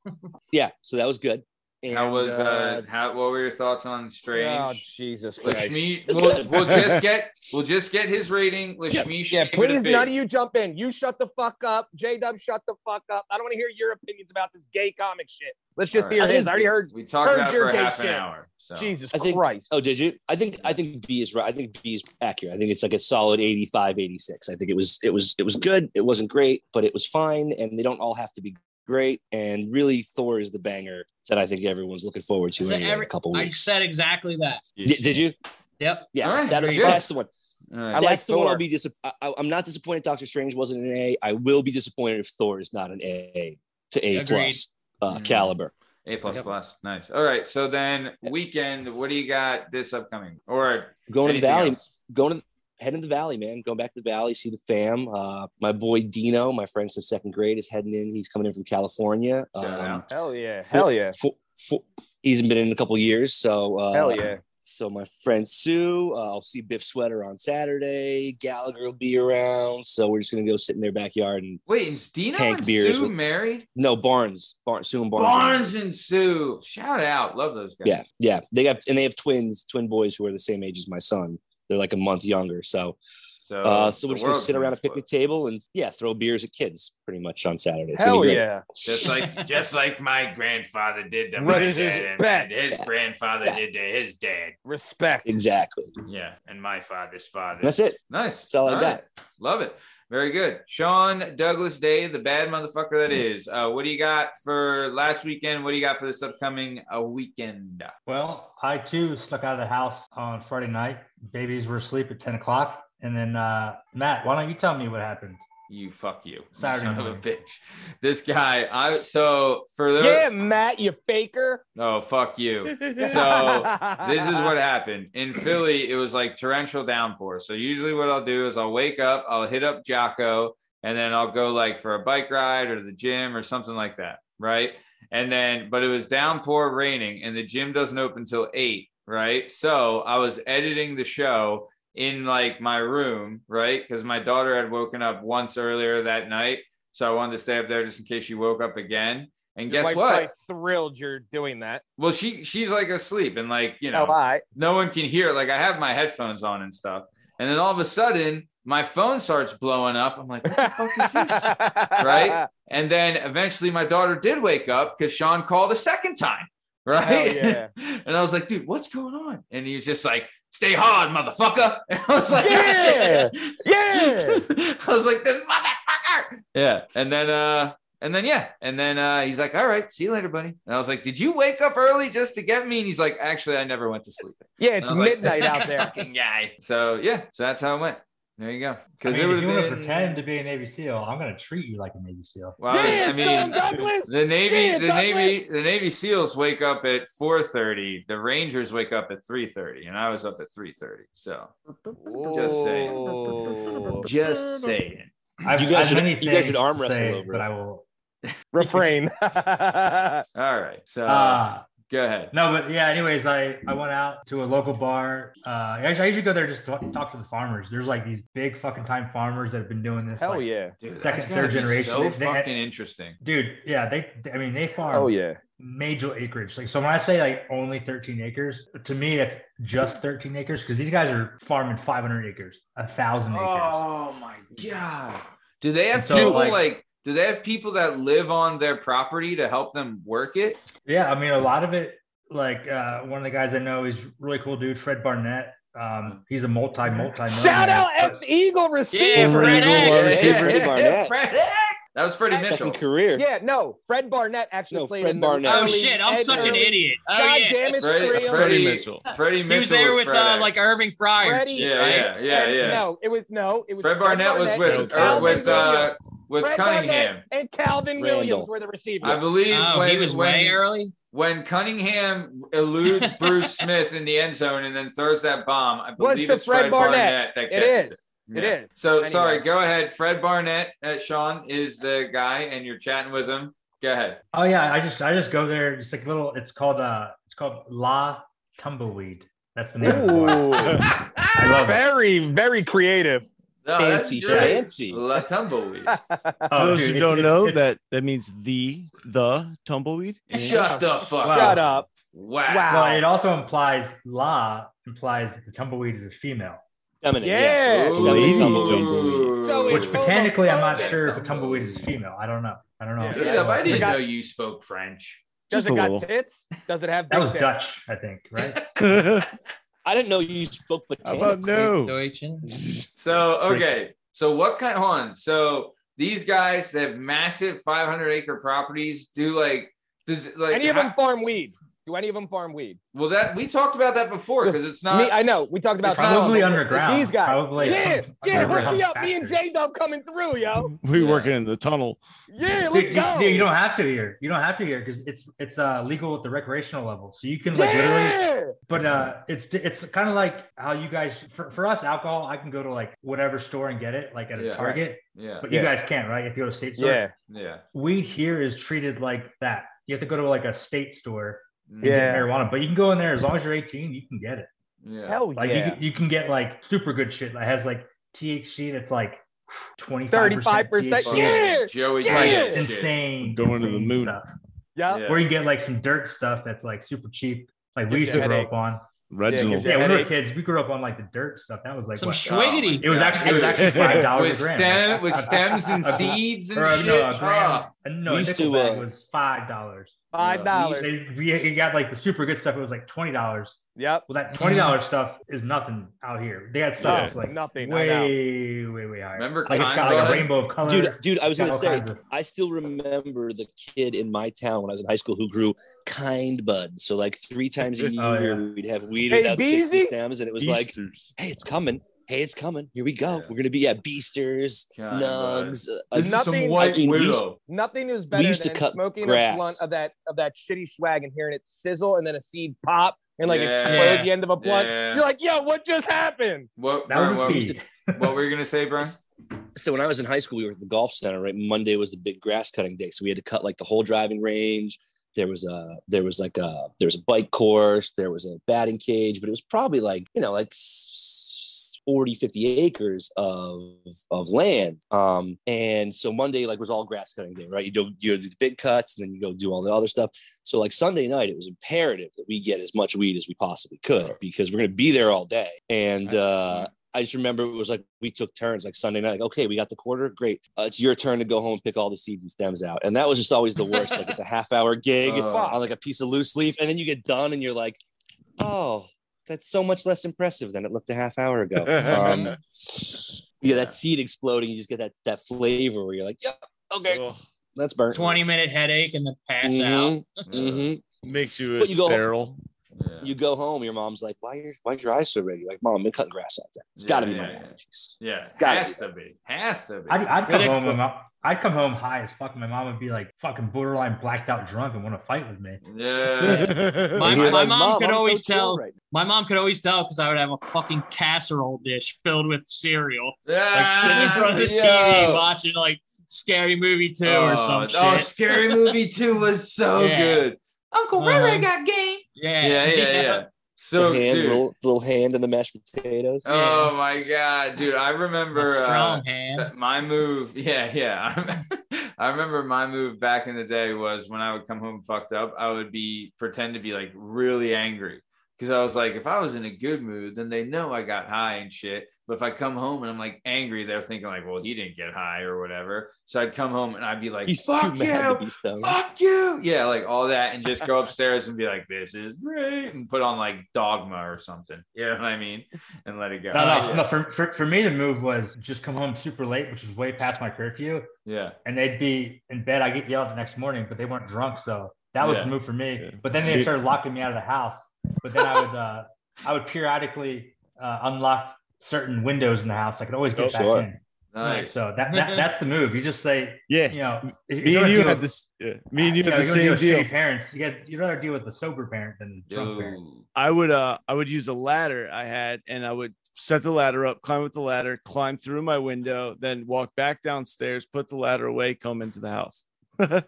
Speaker 9: yeah, so that was good. And,
Speaker 3: How was uh, how? What were your thoughts on
Speaker 6: Oh
Speaker 3: Strange?
Speaker 6: Jesus Christ!
Speaker 3: Lashmi,
Speaker 9: It's
Speaker 3: we'll,
Speaker 9: good.
Speaker 3: we'll just get we'll just get his rating. Lashmi,
Speaker 6: Yeah,
Speaker 3: should give it a
Speaker 6: please,
Speaker 3: big.
Speaker 6: none of you jump in. You shut the fuck up. J Dub, shut the fuck up. I don't want to hear your opinions about this gay comic shit. Let's just
Speaker 3: All
Speaker 6: hear
Speaker 9: right. I
Speaker 6: his.
Speaker 9: think-
Speaker 6: I already heard.
Speaker 3: We talked
Speaker 6: Heard
Speaker 3: about it
Speaker 6: your
Speaker 3: for
Speaker 6: gay
Speaker 3: half an
Speaker 6: shit.
Speaker 3: hour. So
Speaker 6: Jesus
Speaker 9: I think-
Speaker 6: Christ!
Speaker 9: Oh, did you? I think I think B is right. I think B is accurate. I think it's like a solid 85, 86. I think it was it was it was good. It wasn't great, but it was fine. And they don't all have to be great. And really, Thor is the banger that I think everyone's looking forward to
Speaker 5: Is
Speaker 9: in
Speaker 5: it
Speaker 9: anyway,
Speaker 5: every-
Speaker 9: a couple
Speaker 5: I
Speaker 9: weeks.
Speaker 5: said exactly that.
Speaker 9: Di- did you?
Speaker 5: Yep.
Speaker 9: Yeah,
Speaker 3: All right,
Speaker 9: that,
Speaker 3: very good.
Speaker 9: that's the one.
Speaker 3: All right.
Speaker 6: I
Speaker 9: that's
Speaker 6: like
Speaker 9: the one.
Speaker 6: Thor.
Speaker 9: I'll be dis- I, I- I'm not disappointed. Doctor Strange wasn't an A. I will be disappointed if Thor is not an A to A
Speaker 5: Agreed.
Speaker 9: plus uh,
Speaker 3: Mm.
Speaker 9: caliber.
Speaker 3: A plus plus. Nice. All right. So then weekend, what do you got this upcoming? Or
Speaker 9: Going to the
Speaker 3: anything
Speaker 9: Valley,
Speaker 3: else?
Speaker 9: going to heading to the valley, man. Going back to the valley, see the fam. Uh, my boy Dino, my friend since second grade, is heading in. He's coming in from California. Um,
Speaker 3: Shout out.
Speaker 6: Hell yeah!
Speaker 9: for-
Speaker 6: Hell yeah!
Speaker 9: for- for- he hasn't been in a couple years, so uh,
Speaker 6: Hell yeah!
Speaker 9: So my friend Sue, uh, I'll see Biff Sweater on Saturday. Gallagher will be around, so we're just gonna go sit in their backyard and
Speaker 3: Wait, is Dino
Speaker 9: Tank
Speaker 3: and
Speaker 9: beers
Speaker 3: Sue
Speaker 9: with-
Speaker 3: married?
Speaker 9: no Barnes, Barnes, Sue and Barnes.
Speaker 3: Barnes and Sue. Shout out. Love those guys.
Speaker 9: Yeah, yeah. They got and they have twins, twin boys who are the same age as my son. They're like a month younger, so
Speaker 3: So,
Speaker 9: Uh, so we're
Speaker 3: Oh, the
Speaker 9: just gonna
Speaker 3: world's
Speaker 9: sit around a
Speaker 3: gonna explode.
Speaker 9: picnic table and yeah, throw beers at kids pretty much on Saturday. It's gonna
Speaker 6: Hell
Speaker 9: be great.
Speaker 6: yeah!
Speaker 3: Just like just like my grandfather did to my
Speaker 6: Right.
Speaker 3: dad
Speaker 6: Back.
Speaker 3: and his grandfather
Speaker 9: Yeah.
Speaker 3: did to his dad.
Speaker 6: Respect.
Speaker 9: Exactly.
Speaker 3: Yeah. And my father's father.
Speaker 9: And that's it.
Speaker 3: Nice.
Speaker 9: That's all I got.
Speaker 3: right. Love it. Very good. Sean Douglas Day, the bad motherfucker that is. Uh, what do you got for last weekend? What do you got for this upcoming uh, weekend?
Speaker 2: Well, I too snuck out of the house on Friday night. Babies were asleep at 10 o'clock. And then, uh, Matt, why don't you tell me what happened?
Speaker 3: You fuck you, you
Speaker 2: Saturday
Speaker 3: son of a
Speaker 2: morning.
Speaker 3: bitch. This guy, I so for those.
Speaker 6: Yeah, Matt, you faker.
Speaker 3: Oh fuck you. So, this is what happened in Philly. It was like torrential downpour. So usually, what I'll do is I'll wake up, I'll hit up Jocko, and then I'll go like for a bike ride or the gym or something like that, right? And then, but it was downpour, raining, and the gym doesn't open till eight, right? So I was editing the show in like my room, right? Because my daughter had woken up once earlier that night, so I wanted to stay up there just in case she woke up again. And
Speaker 6: Your
Speaker 3: guess
Speaker 6: wife's
Speaker 3: what?
Speaker 6: probably thrilled you're doing that.
Speaker 3: Well, she she's like asleep and like you know
Speaker 6: Oh, all right.
Speaker 3: no one can hear. it. Like I have my headphones on and stuff, and then all of a sudden my phone starts blowing up. I'm like, what the fuck is this? Right? And then eventually my daughter did wake up because Sean called a second time, right?
Speaker 6: Hell
Speaker 3: and I was like, dude, what's going on? And he was just like, stay hard, motherfucker. And I was like,
Speaker 6: Yeah. Yeah.
Speaker 3: I was like, this motherfucker. Yeah. And then uh and then yeah. And then uh he's like, All right, see you later, buddy. And I was like, Did you wake up early just to get me? And he's like, actually, I never went to sleep.
Speaker 6: Yeah,
Speaker 3: And I
Speaker 6: it's
Speaker 3: was like,
Speaker 6: midnight out there.
Speaker 3: Fucking guy. So yeah, so that's how it went. There you go.
Speaker 2: I
Speaker 3: Because
Speaker 2: mean,
Speaker 3: it
Speaker 2: if
Speaker 3: would
Speaker 2: you
Speaker 3: have
Speaker 2: want to
Speaker 3: been
Speaker 2: pretend to be a Navy SEAL, I'm going to treat you like a Navy SEAL.
Speaker 3: Well,
Speaker 6: yeah,
Speaker 3: I mean,
Speaker 6: Sean Douglas.
Speaker 3: the Navy,
Speaker 6: Yeah,
Speaker 3: the
Speaker 6: Douglas.
Speaker 3: Navy, the Navy SEALs wake up at 4:30. The Rangers wake up at 3:30, and I was up at 3:30. So Just saying.
Speaker 6: Whoa.
Speaker 3: just saying.
Speaker 2: I've,
Speaker 9: You guys
Speaker 2: I've
Speaker 9: should-
Speaker 2: many
Speaker 9: you guys should
Speaker 2: things
Speaker 9: arm
Speaker 2: to
Speaker 9: wrestle
Speaker 2: say,
Speaker 9: over
Speaker 2: But
Speaker 9: it.
Speaker 2: I will.
Speaker 6: Refrain.
Speaker 3: All right. So
Speaker 2: Uh,
Speaker 3: go ahead.
Speaker 2: No, but yeah. Anyways, I I went out to a local bar. Uh, actually, I usually go there just to talk, talk to the farmers. There's like these big fucking time farmers that have been doing this.
Speaker 6: Hell
Speaker 2: like-
Speaker 6: yeah.
Speaker 3: Dude,
Speaker 2: second,
Speaker 3: that's
Speaker 2: third
Speaker 3: gotta be
Speaker 2: generation,
Speaker 3: So
Speaker 2: they- they-
Speaker 3: fucking interesting.
Speaker 2: Dude, yeah, they, I mean, they farm
Speaker 6: Oh yeah.
Speaker 2: major acreage. Like, so when I say like only 13 acres, to me, that's just 13 acres because these guys are farming 500 acres, a thousand acres.
Speaker 3: Oh my god. Do they have
Speaker 2: And so,
Speaker 3: people like,
Speaker 2: like-
Speaker 3: do they have people that live on their property to help them work it?
Speaker 2: Yeah, I mean, a lot of it. Like uh, one of the guys I know is really cool dude, Fred Barnett. Um, he's a multi multi.
Speaker 6: Shout out ex Eagle
Speaker 5: Yeah,
Speaker 6: receiver.
Speaker 5: Fred
Speaker 9: Eagle
Speaker 5: X.
Speaker 9: receiver. Barnett.
Speaker 3: Fred X. That was Freddie Mitchell.
Speaker 9: Second career.
Speaker 6: Yeah, no, Fred Barnett actually
Speaker 9: No,
Speaker 6: played
Speaker 9: Fred
Speaker 6: in the
Speaker 9: Barnett.
Speaker 5: Oh
Speaker 6: early-
Speaker 5: shit, I'm
Speaker 6: and
Speaker 5: such an
Speaker 6: early-
Speaker 5: idiot. Oh
Speaker 6: God
Speaker 5: yeah.
Speaker 6: damn it,
Speaker 3: Freddie,
Speaker 6: Freddie,
Speaker 3: Freddie
Speaker 4: Mitchell.
Speaker 3: Freddie Mitchell.
Speaker 5: He was there with
Speaker 3: Fred
Speaker 5: uh,
Speaker 3: X.
Speaker 5: like Irving Fryer. and
Speaker 6: Freddie,
Speaker 5: shit,
Speaker 3: Yeah,
Speaker 5: right?
Speaker 3: yeah, yeah,
Speaker 6: and-
Speaker 3: yeah.
Speaker 6: No, it was no, it was
Speaker 3: Fred Barnett was with
Speaker 6: and
Speaker 3: or
Speaker 6: Calvin
Speaker 3: with uh
Speaker 6: Williams.
Speaker 3: with
Speaker 6: Fred Barnett
Speaker 3: Cunningham.
Speaker 6: and Calvin
Speaker 9: Randall.
Speaker 6: Williams were the receivers.
Speaker 3: I believe
Speaker 5: Oh,
Speaker 3: when
Speaker 5: he was
Speaker 3: when,
Speaker 5: way early.
Speaker 3: when Cunningham eludes Bruce Smith in the end zone and then throws that bomb, I
Speaker 6: Was
Speaker 3: believe
Speaker 6: to
Speaker 3: it's Fred,
Speaker 6: Fred
Speaker 3: Barnett.
Speaker 6: Barnett.
Speaker 3: that
Speaker 6: It
Speaker 3: catches it.
Speaker 6: is. It
Speaker 3: Yeah.
Speaker 6: is.
Speaker 3: So
Speaker 6: Anyway.
Speaker 3: sorry, go ahead. Fred Barnett, uh, Sean is the guy, and you're chatting with him. Go ahead.
Speaker 2: Oh yeah, I just I just go there. It's like little. It's called uh, it's called La Tumbleweed. That's the name. Of the bar. I love it.
Speaker 6: very, very creative.
Speaker 3: No, Oh, that's
Speaker 9: Fancy,
Speaker 3: great.
Speaker 9: fancy.
Speaker 3: La tumbleweed.
Speaker 2: Oh,
Speaker 4: Those
Speaker 2: dude,
Speaker 4: who
Speaker 2: it-
Speaker 4: don't
Speaker 2: it-
Speaker 4: know,
Speaker 2: it-
Speaker 4: that that means the the tumbleweed.
Speaker 3: Shut the fuck
Speaker 2: Wow.
Speaker 6: Shut
Speaker 3: up.
Speaker 6: up.
Speaker 3: Wow.
Speaker 6: Wow.
Speaker 2: Well, it also implies La implies that the tumbleweed is a female,
Speaker 9: Feminine,
Speaker 6: Yeah.
Speaker 9: It's definitely
Speaker 4: Lady
Speaker 9: tumbleweed.
Speaker 3: Ooh.
Speaker 6: So it's
Speaker 2: which
Speaker 6: both-
Speaker 2: botanically I'm not sure if a tumbleweed is female. I don't know. I don't know.
Speaker 6: Yeah.
Speaker 3: Caleb, I didn't
Speaker 6: Forgot-
Speaker 3: know you spoke French.
Speaker 6: Does
Speaker 4: Just
Speaker 6: it
Speaker 4: a
Speaker 6: got
Speaker 4: little.
Speaker 6: tits? Does it have
Speaker 2: That was
Speaker 6: big tits?
Speaker 2: Dutch, I think, right?
Speaker 4: How
Speaker 9: I didn't know you spoke
Speaker 4: about
Speaker 6: Oh,
Speaker 9: botanics.
Speaker 4: no?
Speaker 3: So okay. So what kind? Hold on. So these guys, they have massive 500 acre properties. Do like does it, like
Speaker 6: Any of
Speaker 3: how-
Speaker 6: them farm weed? Do any of them farm weed?
Speaker 3: Well, that we talked about that before because it's not.
Speaker 6: Me, I know. We talked about
Speaker 3: It's
Speaker 6: some,
Speaker 2: Probably
Speaker 6: but
Speaker 2: underground.
Speaker 6: It's these guys.
Speaker 2: Probably. some
Speaker 6: yeah, yeah, hook me
Speaker 2: underground
Speaker 6: up. Me and
Speaker 2: factory.
Speaker 6: J Dub coming through, yo.
Speaker 4: We
Speaker 3: Yeah.
Speaker 4: working in the tunnel.
Speaker 6: Yeah,
Speaker 2: Dude,
Speaker 6: let's
Speaker 2: you,
Speaker 6: go.
Speaker 2: dude, you don't have to here. You don't have to here because it's it's uh legal at the recreational level, so you can like literally.
Speaker 6: yeah.
Speaker 2: But uh, it's it's kind of like how you guys for, for us alcohol. I can go to like whatever store and get it, like at a
Speaker 3: Yeah.
Speaker 2: Target,
Speaker 3: Yeah.
Speaker 2: but
Speaker 6: Yeah.
Speaker 2: you guys can't, right? You have to go to a state store.
Speaker 6: Yeah.
Speaker 3: Yeah.
Speaker 2: Weed here is treated like that. You have to go to like a state store
Speaker 3: Mm-hmm.
Speaker 2: and
Speaker 6: Yeah.
Speaker 2: get marijuana, but you can go in there as long as you're 18, you can get it.
Speaker 3: Yeah.
Speaker 6: Hell
Speaker 2: Like you
Speaker 6: yeah.
Speaker 2: can, you can get like super good shit that has like THC that's like 25
Speaker 6: 35%.
Speaker 3: Fucking
Speaker 6: Yeah.
Speaker 3: Joey
Speaker 6: Yeah.
Speaker 3: Diaz shit.
Speaker 2: insane.
Speaker 4: Going to the
Speaker 2: insane
Speaker 4: moon.
Speaker 2: stuff.
Speaker 6: Yeah.
Speaker 3: Yeah.
Speaker 2: Or you can get like some dirt stuff that's like super cheap. Like
Speaker 6: Gives
Speaker 2: we used
Speaker 6: you
Speaker 2: to
Speaker 6: a
Speaker 2: grow
Speaker 6: headache.
Speaker 2: up on.
Speaker 4: Reginald.
Speaker 6: Yeah,
Speaker 2: Yeah, when we were
Speaker 6: headache.
Speaker 2: kids, we grew up on like the dirt stuff. That was like
Speaker 5: Some
Speaker 2: what?
Speaker 5: schwiggity.
Speaker 2: it was actually it was actually five
Speaker 3: with
Speaker 2: dollars a gram.
Speaker 3: stem with stems and
Speaker 2: Uh,
Speaker 3: seeds and
Speaker 2: Or uh,
Speaker 3: shit.
Speaker 2: no, a
Speaker 3: Ah.
Speaker 2: gram. uh, No,
Speaker 9: We
Speaker 2: a
Speaker 9: used
Speaker 2: nickel
Speaker 9: to,
Speaker 2: bag
Speaker 9: uh,
Speaker 2: was five dollars.
Speaker 6: Five dollars.
Speaker 2: You got like the super good stuff. It was like twenty dollars.
Speaker 6: Yep.
Speaker 2: Well, that twenty dollars stuff is nothing out here. They had stuff
Speaker 4: Yeah.
Speaker 2: that's like
Speaker 6: Nothing. I know.
Speaker 2: way, way, way higher.
Speaker 3: Remember
Speaker 2: like it's got like
Speaker 3: Conrad?
Speaker 2: a rainbow of color.
Speaker 9: Dude, dude, I was
Speaker 2: It's got
Speaker 9: gonna
Speaker 2: all
Speaker 9: say,
Speaker 2: kinds of-
Speaker 9: I still remember the kid in my town when I was in high school who grew kind bud. So like three times a year,
Speaker 2: Oh, yeah.
Speaker 9: we'd have weed
Speaker 6: Hey,
Speaker 9: without sticks and
Speaker 6: Beezy?
Speaker 9: stems, and it was like,
Speaker 4: Easters.
Speaker 9: hey, it's coming. hey, it's coming. Here we go.
Speaker 3: Yeah.
Speaker 9: We're gonna be at Beasters,
Speaker 3: God,
Speaker 9: Nugs. uh,
Speaker 3: This is some
Speaker 6: Nothing-
Speaker 3: white
Speaker 9: I mean, we
Speaker 3: widow.
Speaker 6: Nothing is better
Speaker 9: used to
Speaker 6: than
Speaker 9: cut
Speaker 6: smoking
Speaker 9: grass.
Speaker 6: a blunt of that of that shitty swag and hearing it sizzle and then a seed pop and like
Speaker 3: Yeah.
Speaker 6: explode the end of a blunt.
Speaker 3: Yeah.
Speaker 6: You're like, yo, what just happened?
Speaker 3: What,
Speaker 2: That
Speaker 3: Brian,
Speaker 2: was
Speaker 3: what,
Speaker 2: a
Speaker 9: was
Speaker 2: seed.
Speaker 3: what were you gonna say, Brian?
Speaker 9: so when I was in high school, we were at the golf center, right? Monday was the big grass cutting day. So we had to cut like the whole driving range. There was a there was like a there was a bike course, there was a batting cage, but it was probably like, you know, like s- 40, 50 acres of of land. Um, and so Monday like was all grass cutting day, right? You do you do the big cuts and then you go do all the other stuff. So like Sunday night, it was imperative that we get as much weed as we possibly could because we're gonna be there all day. And uh I just remember it was like we took turns, like Sunday night, like, okay, we got the quarter, great. Uh, it's your turn to go home and pick all the seeds and stems out. And that was just always the worst. like, it's a half hour gig
Speaker 3: Uh,
Speaker 9: on like a piece of loose leaf. And then you get done and you're like, oh, that's so much less impressive than it looked a half hour ago. Um, yeah, that seed exploding, you just get that, that flavor where you're like, yep, okay,
Speaker 4: Ugh,
Speaker 9: that's burnt.
Speaker 5: 20 minute headache and then pass out.
Speaker 9: Mhm,
Speaker 3: Mm-hmm.
Speaker 9: mhm.
Speaker 4: makes you
Speaker 9: But you go-
Speaker 4: sterile.
Speaker 3: yeah.
Speaker 9: You go home, your mom's like, why are your, why is your eyes so red? You're like, mom, I've been cutting grass all day. It's
Speaker 3: Yeah,
Speaker 9: got to be
Speaker 3: yeah,
Speaker 9: my
Speaker 3: yeah.
Speaker 9: allergies.
Speaker 3: yeah,
Speaker 9: It's gotta
Speaker 3: has
Speaker 9: be
Speaker 3: to be, has to be.
Speaker 2: I'd, I'd come
Speaker 5: Really
Speaker 2: home. and my- I'd come home high as fuck. and My mom would be like fucking borderline blacked out drunk and want to fight with me.
Speaker 3: yeah,
Speaker 5: My,
Speaker 9: And you're
Speaker 5: my
Speaker 9: like,
Speaker 5: mom, could
Speaker 9: I'm so
Speaker 5: always
Speaker 9: chill
Speaker 5: tell.
Speaker 9: right
Speaker 5: My mom could always tell because I would have a fucking casserole dish filled with cereal, like
Speaker 3: Ah,
Speaker 5: sitting in front of the TV watching like Scary Movie Two or some shit.
Speaker 3: Oh, Scary Movie Two was so
Speaker 5: Yeah.
Speaker 3: good. Uncle
Speaker 5: Uh-huh.
Speaker 3: Ray Ray got game.
Speaker 5: yeah,
Speaker 3: Yeah, yeah, yeah. So,
Speaker 9: the hand,
Speaker 3: dude,
Speaker 9: little, little hand in the mashed potatoes.
Speaker 3: oh my god, dude, I remember.
Speaker 5: A
Speaker 3: uh,
Speaker 5: strong hand.
Speaker 3: But my move, yeah, yeah. I remember my move back in the day was when I would come home fucked up, I would be pretend to be like really angry because I was like, if I was in a good mood, then they know I got high and shit. But if I come home and I'm like angry, they're thinking like, well, he didn't get high or whatever. So I'd come home and I'd be like,
Speaker 9: He's too
Speaker 3: fuck
Speaker 9: mad
Speaker 3: you,
Speaker 9: to be stoned.
Speaker 3: fuck you yeah like all that and just go upstairs and be like this is great and put on like dogma or something you know what i mean and let it go
Speaker 2: No, no,
Speaker 3: yeah.
Speaker 2: no. For, for, for me, the move was just come home super late, which is way past my curfew,
Speaker 3: yeah
Speaker 2: and they'd be in bed. I get yelled the next morning, but they weren't drunk, so that was
Speaker 3: Yeah.
Speaker 2: the move for me.
Speaker 4: Yeah.
Speaker 2: But then they started locking me out of the house. But then I would uh, I would periodically uh, unlock certain windows in the house. I could always get
Speaker 9: Oh,
Speaker 2: back
Speaker 9: sure.
Speaker 2: in.
Speaker 3: nice
Speaker 2: So that, that that's the move. You just say,
Speaker 4: Yeah.
Speaker 2: you know, if
Speaker 4: Me
Speaker 2: you're
Speaker 4: and you
Speaker 2: gonna
Speaker 4: had
Speaker 2: do a-
Speaker 4: this. Yeah. Me and you
Speaker 2: know,
Speaker 4: had
Speaker 2: you're gonna
Speaker 4: the same
Speaker 2: do a
Speaker 4: deal.
Speaker 2: shitty Parents, you get you'd rather deal with a sober parent than a drunk parent.
Speaker 3: Dude.
Speaker 4: I would uh I would use a ladder I had and I would set the ladder up, climb with the ladder, climb through my window, then walk back downstairs, put the ladder away, come into the house.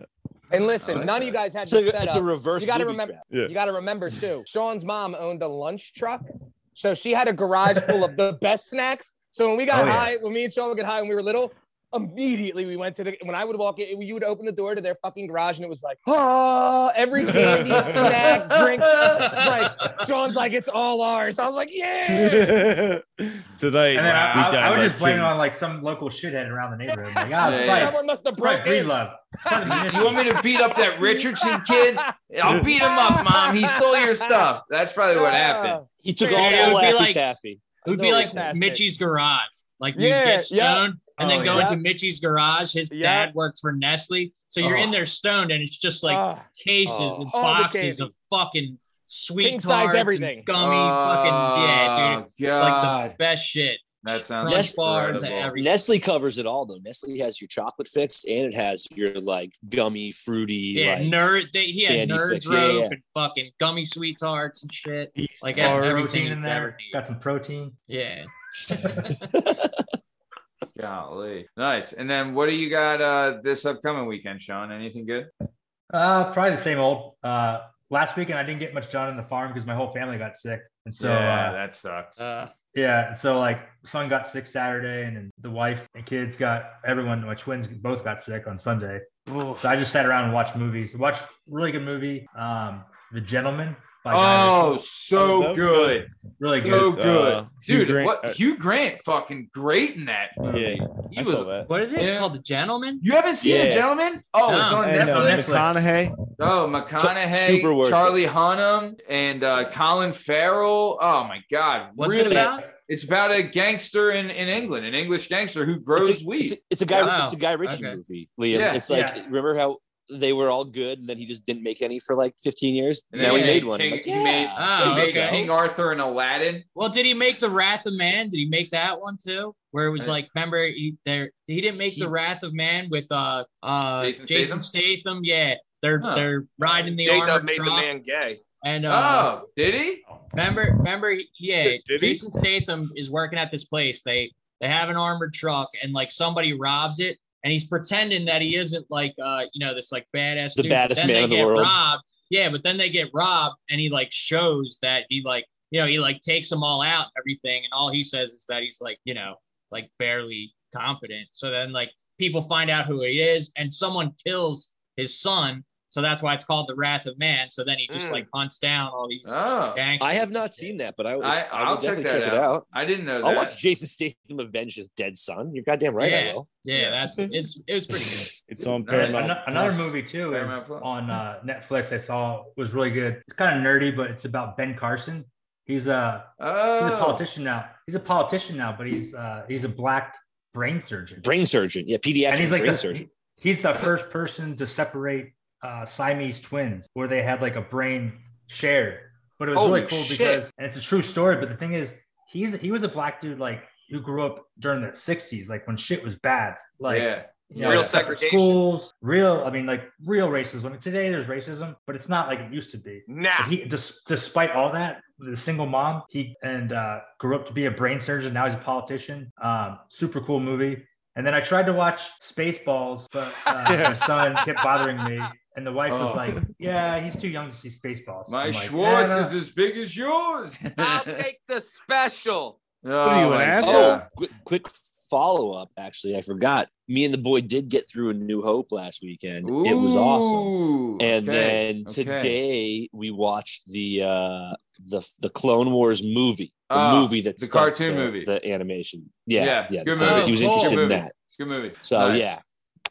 Speaker 6: And
Speaker 3: I
Speaker 6: listen,
Speaker 3: like
Speaker 6: none
Speaker 3: that.
Speaker 6: of you guys had
Speaker 9: It's a,
Speaker 6: this
Speaker 9: it's a
Speaker 6: setup.
Speaker 9: reverse
Speaker 6: You gotta
Speaker 9: booby
Speaker 6: remember-
Speaker 9: trap.
Speaker 4: Yeah.
Speaker 6: You got to remember too. Sean's mom owned a lunch truck, so she had a garage full of the best snacks. So when we got
Speaker 2: Oh, yeah.
Speaker 6: high, when me and Sean would get high when we were little, immediately we went to the. When I would walk in, you would open the door to their fucking garage, and it was like, ah, every candy, snack, drink. Like Sean's like, it's all ours. I was like, yeah.
Speaker 2: And
Speaker 4: Tonight
Speaker 2: then
Speaker 4: we
Speaker 2: I, I,
Speaker 4: died
Speaker 2: I would
Speaker 4: like
Speaker 2: just blame it on
Speaker 4: kings.
Speaker 2: like some local shithead around the neighborhood. Like,
Speaker 3: Yeah,
Speaker 2: ah,
Speaker 3: yeah.
Speaker 2: Sprite,
Speaker 6: Someone must have
Speaker 2: Sprite,
Speaker 6: broken.
Speaker 2: Breedlove. Son of a bitch.
Speaker 3: you want me to beat up that richardson kid i'll beat him up mom he stole your stuff that's probably what happened
Speaker 9: He took
Speaker 6: Yeah,
Speaker 9: all
Speaker 6: it
Speaker 9: the
Speaker 5: would be
Speaker 9: Laffy
Speaker 5: like-
Speaker 9: Taffy.
Speaker 5: It would
Speaker 9: I
Speaker 5: be
Speaker 9: know
Speaker 5: like
Speaker 9: it's nasty.
Speaker 5: Mitchie's garage. Like you
Speaker 6: Yeah,
Speaker 5: get
Speaker 6: yeah.
Speaker 5: stoned and
Speaker 2: Oh,
Speaker 5: then go
Speaker 6: yeah.
Speaker 5: into Mitchie's garage. His
Speaker 6: Yeah.
Speaker 5: dad worked for Nestle. So you're in
Speaker 3: Oh.
Speaker 5: there stoned and it's just like
Speaker 6: Ah,
Speaker 5: cases
Speaker 9: Oh.
Speaker 5: and
Speaker 6: All the
Speaker 5: boxes
Speaker 6: candy.
Speaker 5: of fucking sweet
Speaker 6: King size
Speaker 5: tarts and
Speaker 6: everything.
Speaker 5: gummy fucking yeah, dude.
Speaker 3: Oh,
Speaker 5: Like
Speaker 3: god
Speaker 5: the best shit.
Speaker 3: that sounds
Speaker 9: Yes.
Speaker 5: Crunch bars and
Speaker 3: incredible.
Speaker 5: everything.
Speaker 9: Nestle covers it all though. Nestle has your chocolate fix and it has your like gummy, fruity,
Speaker 5: Yeah,
Speaker 9: like
Speaker 5: nerd. They, he had
Speaker 9: candy
Speaker 5: nerds
Speaker 9: fix. Yeah,
Speaker 5: rope
Speaker 9: yeah.
Speaker 5: and fucking gummy sweet tarts and shit. Like
Speaker 2: Got
Speaker 5: everything
Speaker 2: protein in
Speaker 5: you've ever
Speaker 2: there.
Speaker 5: needed.
Speaker 2: Got some protein.
Speaker 5: Yeah.
Speaker 3: golly nice and then what do you got uh this upcoming weekend sean anything good
Speaker 2: Uh, probably the same old. Uh, last weekend I didn't get much done in the farm because my whole family got sick, and so
Speaker 3: yeah
Speaker 2: uh,
Speaker 3: that sucks
Speaker 5: Uh,
Speaker 2: yeah, so like son got sick Saturday, and then the wife and kids got everyone. My twins both got sick on Sunday, so I just sat around and watched movies. Watched a really good movie, um, The Gentleman. By Guy
Speaker 3: oh
Speaker 2: Ritchie.
Speaker 4: Oh,
Speaker 3: so
Speaker 4: that was
Speaker 3: good
Speaker 4: good.
Speaker 2: really
Speaker 3: so
Speaker 2: good.
Speaker 4: Uh,
Speaker 3: good,
Speaker 4: Hugh
Speaker 3: dude.
Speaker 4: Grant- uh,
Speaker 3: what Hugh Grant, fucking great in that. Movie.
Speaker 4: Yeah,
Speaker 3: he
Speaker 4: I
Speaker 3: was.
Speaker 4: saw that.
Speaker 5: what is it? It's
Speaker 3: Yeah.
Speaker 5: called The Gentleman?
Speaker 3: You haven't seen The
Speaker 9: Yeah.
Speaker 3: Gentleman? Oh, it's
Speaker 5: No.
Speaker 3: on
Speaker 4: And, uh,
Speaker 3: Netflix.
Speaker 4: McConaughey.
Speaker 3: Oh, McConaughey,
Speaker 9: Super worth it.
Speaker 3: Charlie Hunnam, and uh, Colin Farrell. Oh my God,
Speaker 5: What's
Speaker 3: really?
Speaker 5: it about?
Speaker 3: It's about a gangster in, in England, an English gangster who grows
Speaker 9: it's a,
Speaker 3: weed.
Speaker 9: It's a, it's a guy.
Speaker 5: Wow.
Speaker 9: It's a guy Ritchie
Speaker 5: Okay.
Speaker 9: movie, Liam.
Speaker 3: Yeah.
Speaker 9: It's like
Speaker 2: Yeah.
Speaker 9: remember how they were all good, and then he just didn't make any for like 15 years.
Speaker 3: And
Speaker 9: now
Speaker 3: then
Speaker 9: he made one.
Speaker 3: King-
Speaker 9: Like,
Speaker 3: he
Speaker 9: yeah.
Speaker 3: made,
Speaker 5: Oh,
Speaker 9: Uh,
Speaker 3: he made uh,
Speaker 5: okay.
Speaker 3: King Arthur and Aladdin.
Speaker 5: Well, did he make the Wrath of Man? Did he make that one too? Where it was
Speaker 3: Uh,
Speaker 5: like, remember, he there he didn't make the Wrath of Man with uh uh
Speaker 3: Jason
Speaker 5: Jason, Statham. Yeah, they're
Speaker 3: Huh.
Speaker 5: they're riding the
Speaker 1: J-Dub
Speaker 5: armored
Speaker 1: made the
Speaker 5: truck
Speaker 1: man gay.
Speaker 5: and uh,
Speaker 3: oh, did he?
Speaker 5: remember remember he- yeah
Speaker 4: Did he?
Speaker 5: Jason Statham is working at this place. They they have an armored truck and like somebody robs it and he's pretending that he isn't like uh you know this like badass
Speaker 9: The
Speaker 5: dude.
Speaker 9: baddest
Speaker 5: Then
Speaker 9: man
Speaker 5: they
Speaker 9: in the
Speaker 5: get
Speaker 9: world.
Speaker 5: Robbed. Yeah, but then they get robbed and he like shows that he like you know he like takes them all out and everything and all he says is that he's like you know like barely competent. So then like people find out who he is and someone kills his son. So that's why it's called the Wrath of Man. So then he just
Speaker 1: Mm.
Speaker 5: like hunts down all these
Speaker 4: Ah.
Speaker 3: Oh,
Speaker 5: gangsters.
Speaker 9: I have not seen that, but I,
Speaker 3: I-
Speaker 9: I,
Speaker 3: I'll check
Speaker 9: will definitely
Speaker 3: that
Speaker 9: check, it
Speaker 3: out.
Speaker 9: out.
Speaker 3: I didn't know that.
Speaker 9: I'll watch Jason Statham avenge his dead son. You're goddamn right. I will.
Speaker 5: Yeah,
Speaker 3: Yeah.
Speaker 5: that's it's it was pretty good.
Speaker 4: It's on
Speaker 3: Nice.
Speaker 4: Paramount.
Speaker 2: Ano- Another
Speaker 4: Plus.
Speaker 2: movie too is
Speaker 3: Paramount Plus.
Speaker 2: on uh, Netflix. I saw was really good. It's kind of nerdy, but it's about Ben Carson. He's uh, a he's a
Speaker 3: oh,
Speaker 2: politician now. He's a politician now, but he's uh, he's a black brain surgeon.
Speaker 9: Brain surgeon. Yeah,
Speaker 2: and
Speaker 9: pediatric
Speaker 2: he's like
Speaker 9: brain
Speaker 2: the,
Speaker 9: surgeon.
Speaker 2: he's the first person to separate uh, Siamese twins, where they had like a brain shared. But it was
Speaker 9: Holy
Speaker 2: really cool
Speaker 9: shit.
Speaker 2: because, and it's a true story. But the thing is, he's he was a black dude like who grew up during the '60s, like when shit was bad, like
Speaker 3: yeah.
Speaker 2: you know,
Speaker 1: Real
Speaker 2: separate
Speaker 1: segregation.
Speaker 2: schools, real. I mean, like real racism. Today there's racism, but it's not like it used to be. But
Speaker 1: Nah.
Speaker 2: He, des- despite all that, the single mom, he and uh, grew up to be a brain surgeon. Now he's a politician. Um, super cool movie. And then I tried to watch Spaceballs, but uh, my son kept bothering me. And the wife
Speaker 3: Oh.
Speaker 2: was like, "Yeah, he's too young to see Spaceballs."
Speaker 3: My
Speaker 2: I'm like,
Speaker 3: Schwartz
Speaker 2: "Yeah, no."
Speaker 3: is as big as yours.
Speaker 1: I'll take the special.
Speaker 3: Oh,
Speaker 4: are you, an
Speaker 3: my
Speaker 4: asshole?
Speaker 3: God.
Speaker 9: Oh, quick, quick follow up. Actually, I forgot. Me and the boy did get through a New Hope last weekend. It was awesome.
Speaker 3: Ooh,
Speaker 9: And
Speaker 3: okay,
Speaker 9: then
Speaker 3: okay.
Speaker 9: today we watched the uh the the Clone Wars movie, the
Speaker 3: Ah,
Speaker 9: movie that's
Speaker 3: the cartoon
Speaker 9: the,
Speaker 3: movie.
Speaker 9: the animation. Yeah,
Speaker 3: Yeah,
Speaker 9: yeah,
Speaker 3: good
Speaker 9: the-
Speaker 5: movie.
Speaker 9: He was
Speaker 5: Cool.
Speaker 9: interested
Speaker 3: Good
Speaker 9: in
Speaker 3: movie.
Speaker 9: that.
Speaker 3: It's a good movie.
Speaker 9: So
Speaker 3: Nice.
Speaker 9: yeah,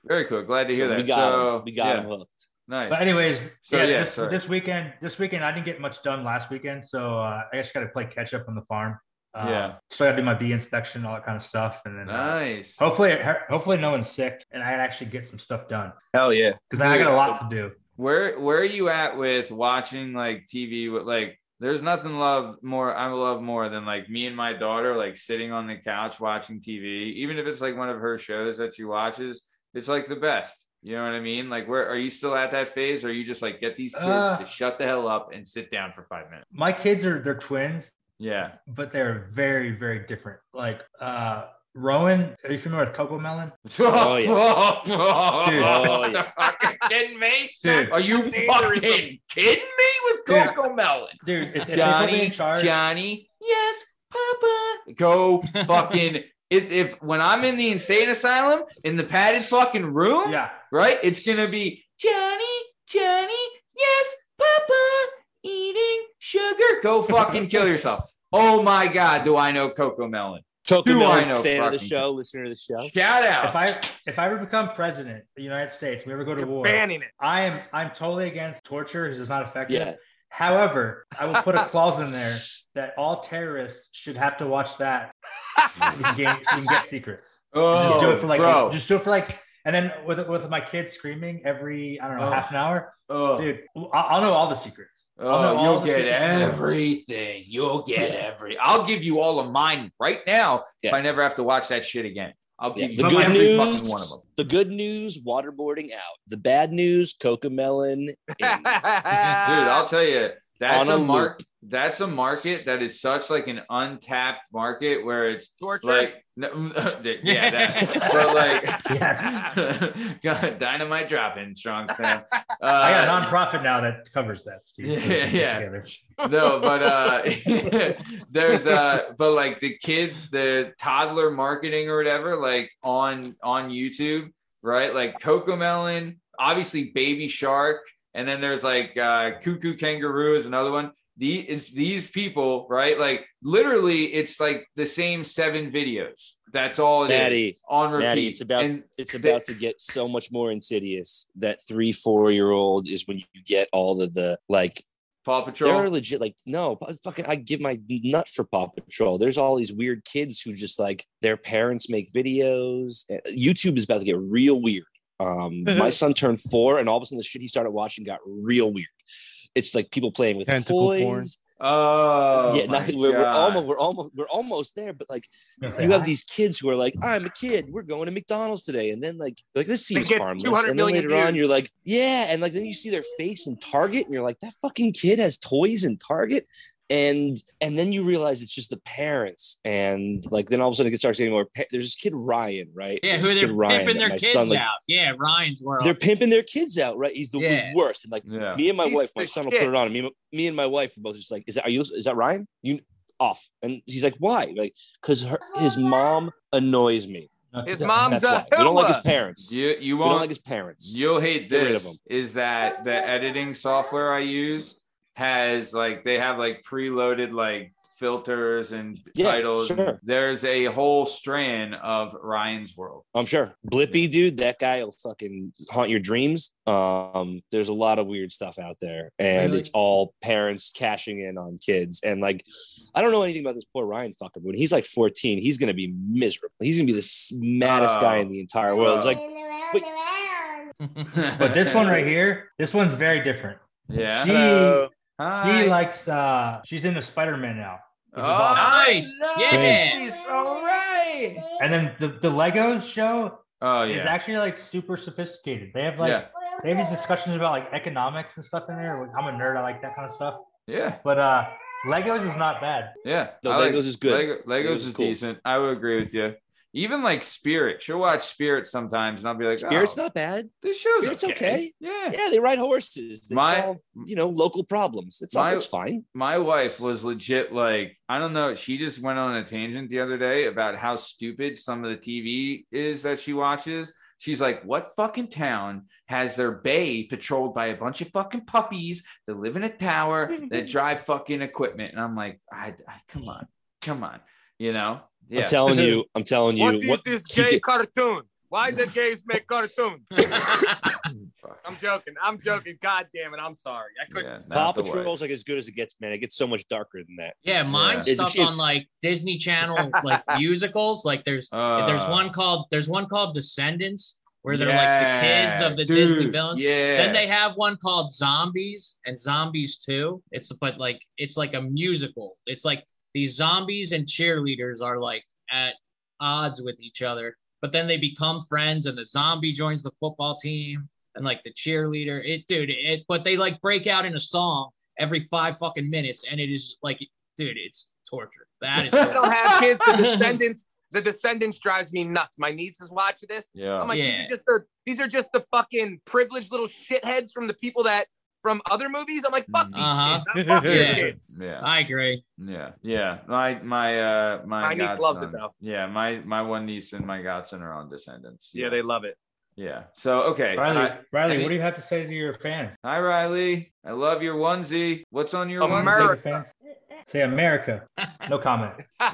Speaker 3: very cool. Glad to hear
Speaker 9: so
Speaker 3: that.
Speaker 9: we got
Speaker 3: so
Speaker 9: him. We got
Speaker 3: yeah,
Speaker 9: him hooked.
Speaker 3: Nice.
Speaker 2: But anyways,
Speaker 3: So,
Speaker 2: yeah,
Speaker 3: yeah,
Speaker 2: this,
Speaker 3: sorry.
Speaker 2: this weekend, this weekend I didn't get much done last weekend, so uh, I just got to play catch up on the farm. Uh,
Speaker 3: Yeah.
Speaker 2: So I got to do my bee inspection, all that kind of stuff, and then uh,
Speaker 3: nice.
Speaker 2: hopefully, hopefully no one's sick, and I actually get some stuff done
Speaker 1: Hell yeah.
Speaker 2: because I got a lot to do.
Speaker 3: where where are you at with watching like TV with like there's nothing love more I love more than like me and my daughter like sitting on the couch watching TV even if it's like one of her shows that she watches it's like the best you know what I mean like where are you still at that phase or you just like get these kids
Speaker 2: Uh.
Speaker 3: to shut the hell up and sit down for five minutes
Speaker 2: My kids are they're twins,
Speaker 3: yeah
Speaker 2: but they're very very different. Like uh, Rowan, are you familiar with Coco Melon?
Speaker 9: Oh, yeah.
Speaker 3: oh,
Speaker 9: Oh, yeah.
Speaker 3: fucking kidding me
Speaker 2: Dude,
Speaker 3: are you fucking kidding me with
Speaker 2: Dude.
Speaker 3: Coco Melon
Speaker 2: dude, if, if they put me
Speaker 3: Johnny,
Speaker 2: in charge,
Speaker 3: Johnny, yes, Papa. Go fucking. if, if when I'm in the insane asylum in the padded fucking room,
Speaker 2: yeah,
Speaker 3: right? It's gonna be Johnny, Johnny, yes, Papa, eating sugar. Go fucking kill yourself. Oh my God, do I know Coco Melon?
Speaker 9: Coco
Speaker 3: Do I
Speaker 9: Melon's
Speaker 3: know
Speaker 9: fan of the
Speaker 3: fucking-
Speaker 9: show, listener of the show.
Speaker 3: Shout
Speaker 2: if
Speaker 3: out.
Speaker 2: I if I ever become president of the United States, we ever go to
Speaker 1: You're
Speaker 2: war,
Speaker 1: banning it.
Speaker 2: I am I'm totally against torture because it's not effective.
Speaker 9: Yeah.
Speaker 2: However, I will put a clause in there that all terrorists should have to watch that so you can get, so you can get secrets.
Speaker 3: Oh,
Speaker 2: just do it for like
Speaker 3: bro.
Speaker 2: just do it for like and then with with my kids screaming every I don't know
Speaker 3: Oh.
Speaker 2: half an hour,
Speaker 3: oh,
Speaker 2: dude, I- I'll know all the secrets. I'll know
Speaker 3: oh
Speaker 2: all
Speaker 3: you'll
Speaker 2: the
Speaker 3: get
Speaker 2: secrets in the world.
Speaker 3: everything. You'll get every. I'll give you all of mine right now if
Speaker 9: Yeah.
Speaker 3: I never have to watch that shit again. I'll
Speaker 9: Yeah,
Speaker 3: give
Speaker 9: the
Speaker 3: you
Speaker 9: good
Speaker 3: every
Speaker 9: news,
Speaker 3: fucking one of them.
Speaker 9: the good news, waterboarding out. The bad news, Coca Melon. and-
Speaker 3: dude i'll tell you that's
Speaker 9: On
Speaker 3: a
Speaker 9: a
Speaker 3: mark that's a market that is such like an untapped market where it's
Speaker 1: Torture.
Speaker 3: like no- yeah that's but like
Speaker 2: Yes.
Speaker 3: got dynamite dropping strong stand uh,
Speaker 2: I got a nonprofit now that covers that. Steve.
Speaker 3: Yeah,
Speaker 2: So we can get
Speaker 3: yeah.
Speaker 2: together.
Speaker 3: no but uh there's uh but like the kids the toddler marketing or whatever like on on youtube right like coco melon obviously baby shark and then there's like uh cuckoo kangaroo is another one the it's these people right like literally it's like the same seven videos that's all it is
Speaker 9: Maddie,
Speaker 3: on repeat
Speaker 9: Maddie, it's about
Speaker 3: and
Speaker 9: it's about to get so much more insidious. That three, four year old is when you get all of the like
Speaker 3: paw
Speaker 9: There are
Speaker 3: patrol
Speaker 9: legit like no pu- fucking I give my nut for Paw Patrol. There's all these weird Eh, kids who just like their parents make videos. Uh, YouTube is about to get real weird. Um, my son turned four, and all of a sudden, the shit he started watching got real weird. It's like people playing with
Speaker 4: Tentacle
Speaker 9: toys.
Speaker 4: porn.
Speaker 3: Oh,
Speaker 9: yeah,
Speaker 3: my
Speaker 9: nothing. We're, we're
Speaker 3: God.
Speaker 9: almost, we're almost, we're almost there. But like, you have these kids who are like, "I'm a kid. We're going to McDonald's today," and then like, like this seems
Speaker 10: gets
Speaker 9: harmless.
Speaker 10: 200
Speaker 9: And then
Speaker 10: million
Speaker 9: later on,
Speaker 10: views.
Speaker 9: you're like, "Yeah," and like then you see their face in Target, and you're like, "That fucking kid has toys in Target." And and then you realize it's just the parents, and like then all of a sudden it starts getting more. pa- There's this kid Ryan, right?
Speaker 5: Yeah,
Speaker 9: There's
Speaker 5: who
Speaker 9: this
Speaker 5: they're
Speaker 9: kid Ryan
Speaker 5: pimping
Speaker 9: that
Speaker 5: their
Speaker 9: my
Speaker 5: kids
Speaker 9: son, like,
Speaker 5: out. Yeah, Ryan's world.
Speaker 9: They're pimping their kids out, right? He's the
Speaker 5: Yeah.
Speaker 9: worst, and like
Speaker 3: Yeah.
Speaker 9: me and my
Speaker 10: Piece
Speaker 9: wife,
Speaker 10: of
Speaker 9: my son will
Speaker 10: shit.
Speaker 9: put it on. and Me, and my- me and my wife are both just like, "Is that are you? Is that Ryan? You off?" And he's like, "Why?" Like, because his mom annoys me.
Speaker 10: His mom's
Speaker 9: That's
Speaker 10: a
Speaker 9: why. We don't like his
Speaker 10: hella.
Speaker 9: parents.
Speaker 3: You, you
Speaker 9: we don't
Speaker 3: won't
Speaker 9: like his parents.
Speaker 3: You'll hate
Speaker 9: Get rid of
Speaker 3: this.
Speaker 9: them.
Speaker 3: Is that the editing software I use has like they have like preloaded like filters and
Speaker 9: Yeah,
Speaker 3: titles.
Speaker 9: sure.
Speaker 3: There's a whole strand of Ryan's World.
Speaker 9: I'm sure. Blippy, dude, that guy will fucking haunt your dreams. Um, there's a lot of weird stuff out there, and
Speaker 5: Really?
Speaker 9: it's all parents cashing in on kids. And like, I don't know anything about this poor Ryan fucker, but when he's like 14, he's gonna be miserable. He's gonna be the s- maddest
Speaker 3: Oh.
Speaker 9: guy in the entire world. It's like,
Speaker 2: But this one right here, this one's very different.
Speaker 3: Yeah.
Speaker 2: She,
Speaker 4: Hello.
Speaker 3: Hi.
Speaker 2: she likes uh she's into Spider-Man now.
Speaker 3: oh,
Speaker 5: Nice. Yeah.
Speaker 3: Nice. All right.
Speaker 2: And then the, the Lego show
Speaker 3: Oh
Speaker 2: is
Speaker 3: yeah.
Speaker 2: actually like super sophisticated. They have like
Speaker 3: yeah.
Speaker 2: they have these discussions about like economics and stuff in there. Like, I'm a nerd, I like that kind of stuff.
Speaker 3: Yeah.
Speaker 2: But uh Legos is not bad.
Speaker 3: Yeah.
Speaker 9: No,
Speaker 3: I like-
Speaker 9: Legos is good.
Speaker 3: Lego- Legos,
Speaker 9: Legos
Speaker 3: is,
Speaker 9: is cool.
Speaker 3: decent. I would agree with you. Even like Spirit, she'll watch Spirit sometimes, and I'll be like,
Speaker 9: Spirit's
Speaker 3: oh,
Speaker 9: not bad.
Speaker 3: This show's
Speaker 9: Spirit's okay.
Speaker 3: Yeah.
Speaker 9: Yeah, they ride horses. They
Speaker 3: My-
Speaker 9: solve, you know, local problems. It's all
Speaker 3: My-
Speaker 9: it's fine.
Speaker 3: my wife was legit like i don't know she just went on a tangent the other day about how stupid some of the tv is that she watches she's like what fucking town has their bay patrolled by a bunch of fucking puppies that live in a tower that drive fucking equipment and i'm like I, I come on come on you know yeah
Speaker 9: I'm telling you. I'm telling you.
Speaker 10: What is
Speaker 9: what-
Speaker 10: this
Speaker 9: TJ
Speaker 10: gay cartoon? Why the gays make cartoon?
Speaker 3: Fuck.
Speaker 10: I'm joking. I'm joking. God damn it. I'm sorry. I couldn't.
Speaker 3: Yeah,
Speaker 9: Paw
Speaker 3: not the way.
Speaker 9: Patrol's like as good as it gets, man. It gets so much darker than that.
Speaker 5: yeah, mine's
Speaker 9: Yeah.
Speaker 5: stuff
Speaker 9: It's-
Speaker 5: on like Disney Channel like musicals. Like there's
Speaker 3: Uh,
Speaker 5: there's one called there's one called Descendants where they're
Speaker 3: yeah,
Speaker 5: like the kids of the Disney
Speaker 3: dude,
Speaker 5: villains.
Speaker 3: yeah
Speaker 5: Then they have one called Zombies and Zombies 2. It's but like it's like a musical. It's like these zombies and cheerleaders are like at odds with each other, but then they become friends and the zombie joins the football team and like the cheerleader. It dude, it but they like break out in a song every 5 fucking minutes and it is like dude, it's torture. That is
Speaker 10: They'll
Speaker 5: torture.
Speaker 10: have kids. The descendants. The descendants drives me nuts. My niece is watching this.
Speaker 3: yeah
Speaker 10: I'm like,
Speaker 5: Yeah.
Speaker 10: these are just the these are just the fucking privileged little shitheads from the people that from other movies. I'm like, fuck these
Speaker 5: Uh-huh.
Speaker 10: kids. I'm fucking
Speaker 5: Yeah.
Speaker 10: kids.
Speaker 3: Mm, yeah
Speaker 5: I agree.
Speaker 3: Yeah, yeah. My my uh my,
Speaker 10: My niece loves it,
Speaker 3: godson-
Speaker 10: though.
Speaker 3: Yeah, my my one niece and my godson are on Descendants.
Speaker 10: Yeah, they love it.
Speaker 3: yeah. So okay,
Speaker 2: Riley,
Speaker 3: Hi,
Speaker 2: Riley,
Speaker 3: any-
Speaker 2: what do you have to say to your fans?
Speaker 3: hi Riley. I love your onesie. What's on your
Speaker 2: Say
Speaker 10: America.
Speaker 2: to fans? Say America. No comment.
Speaker 10: Say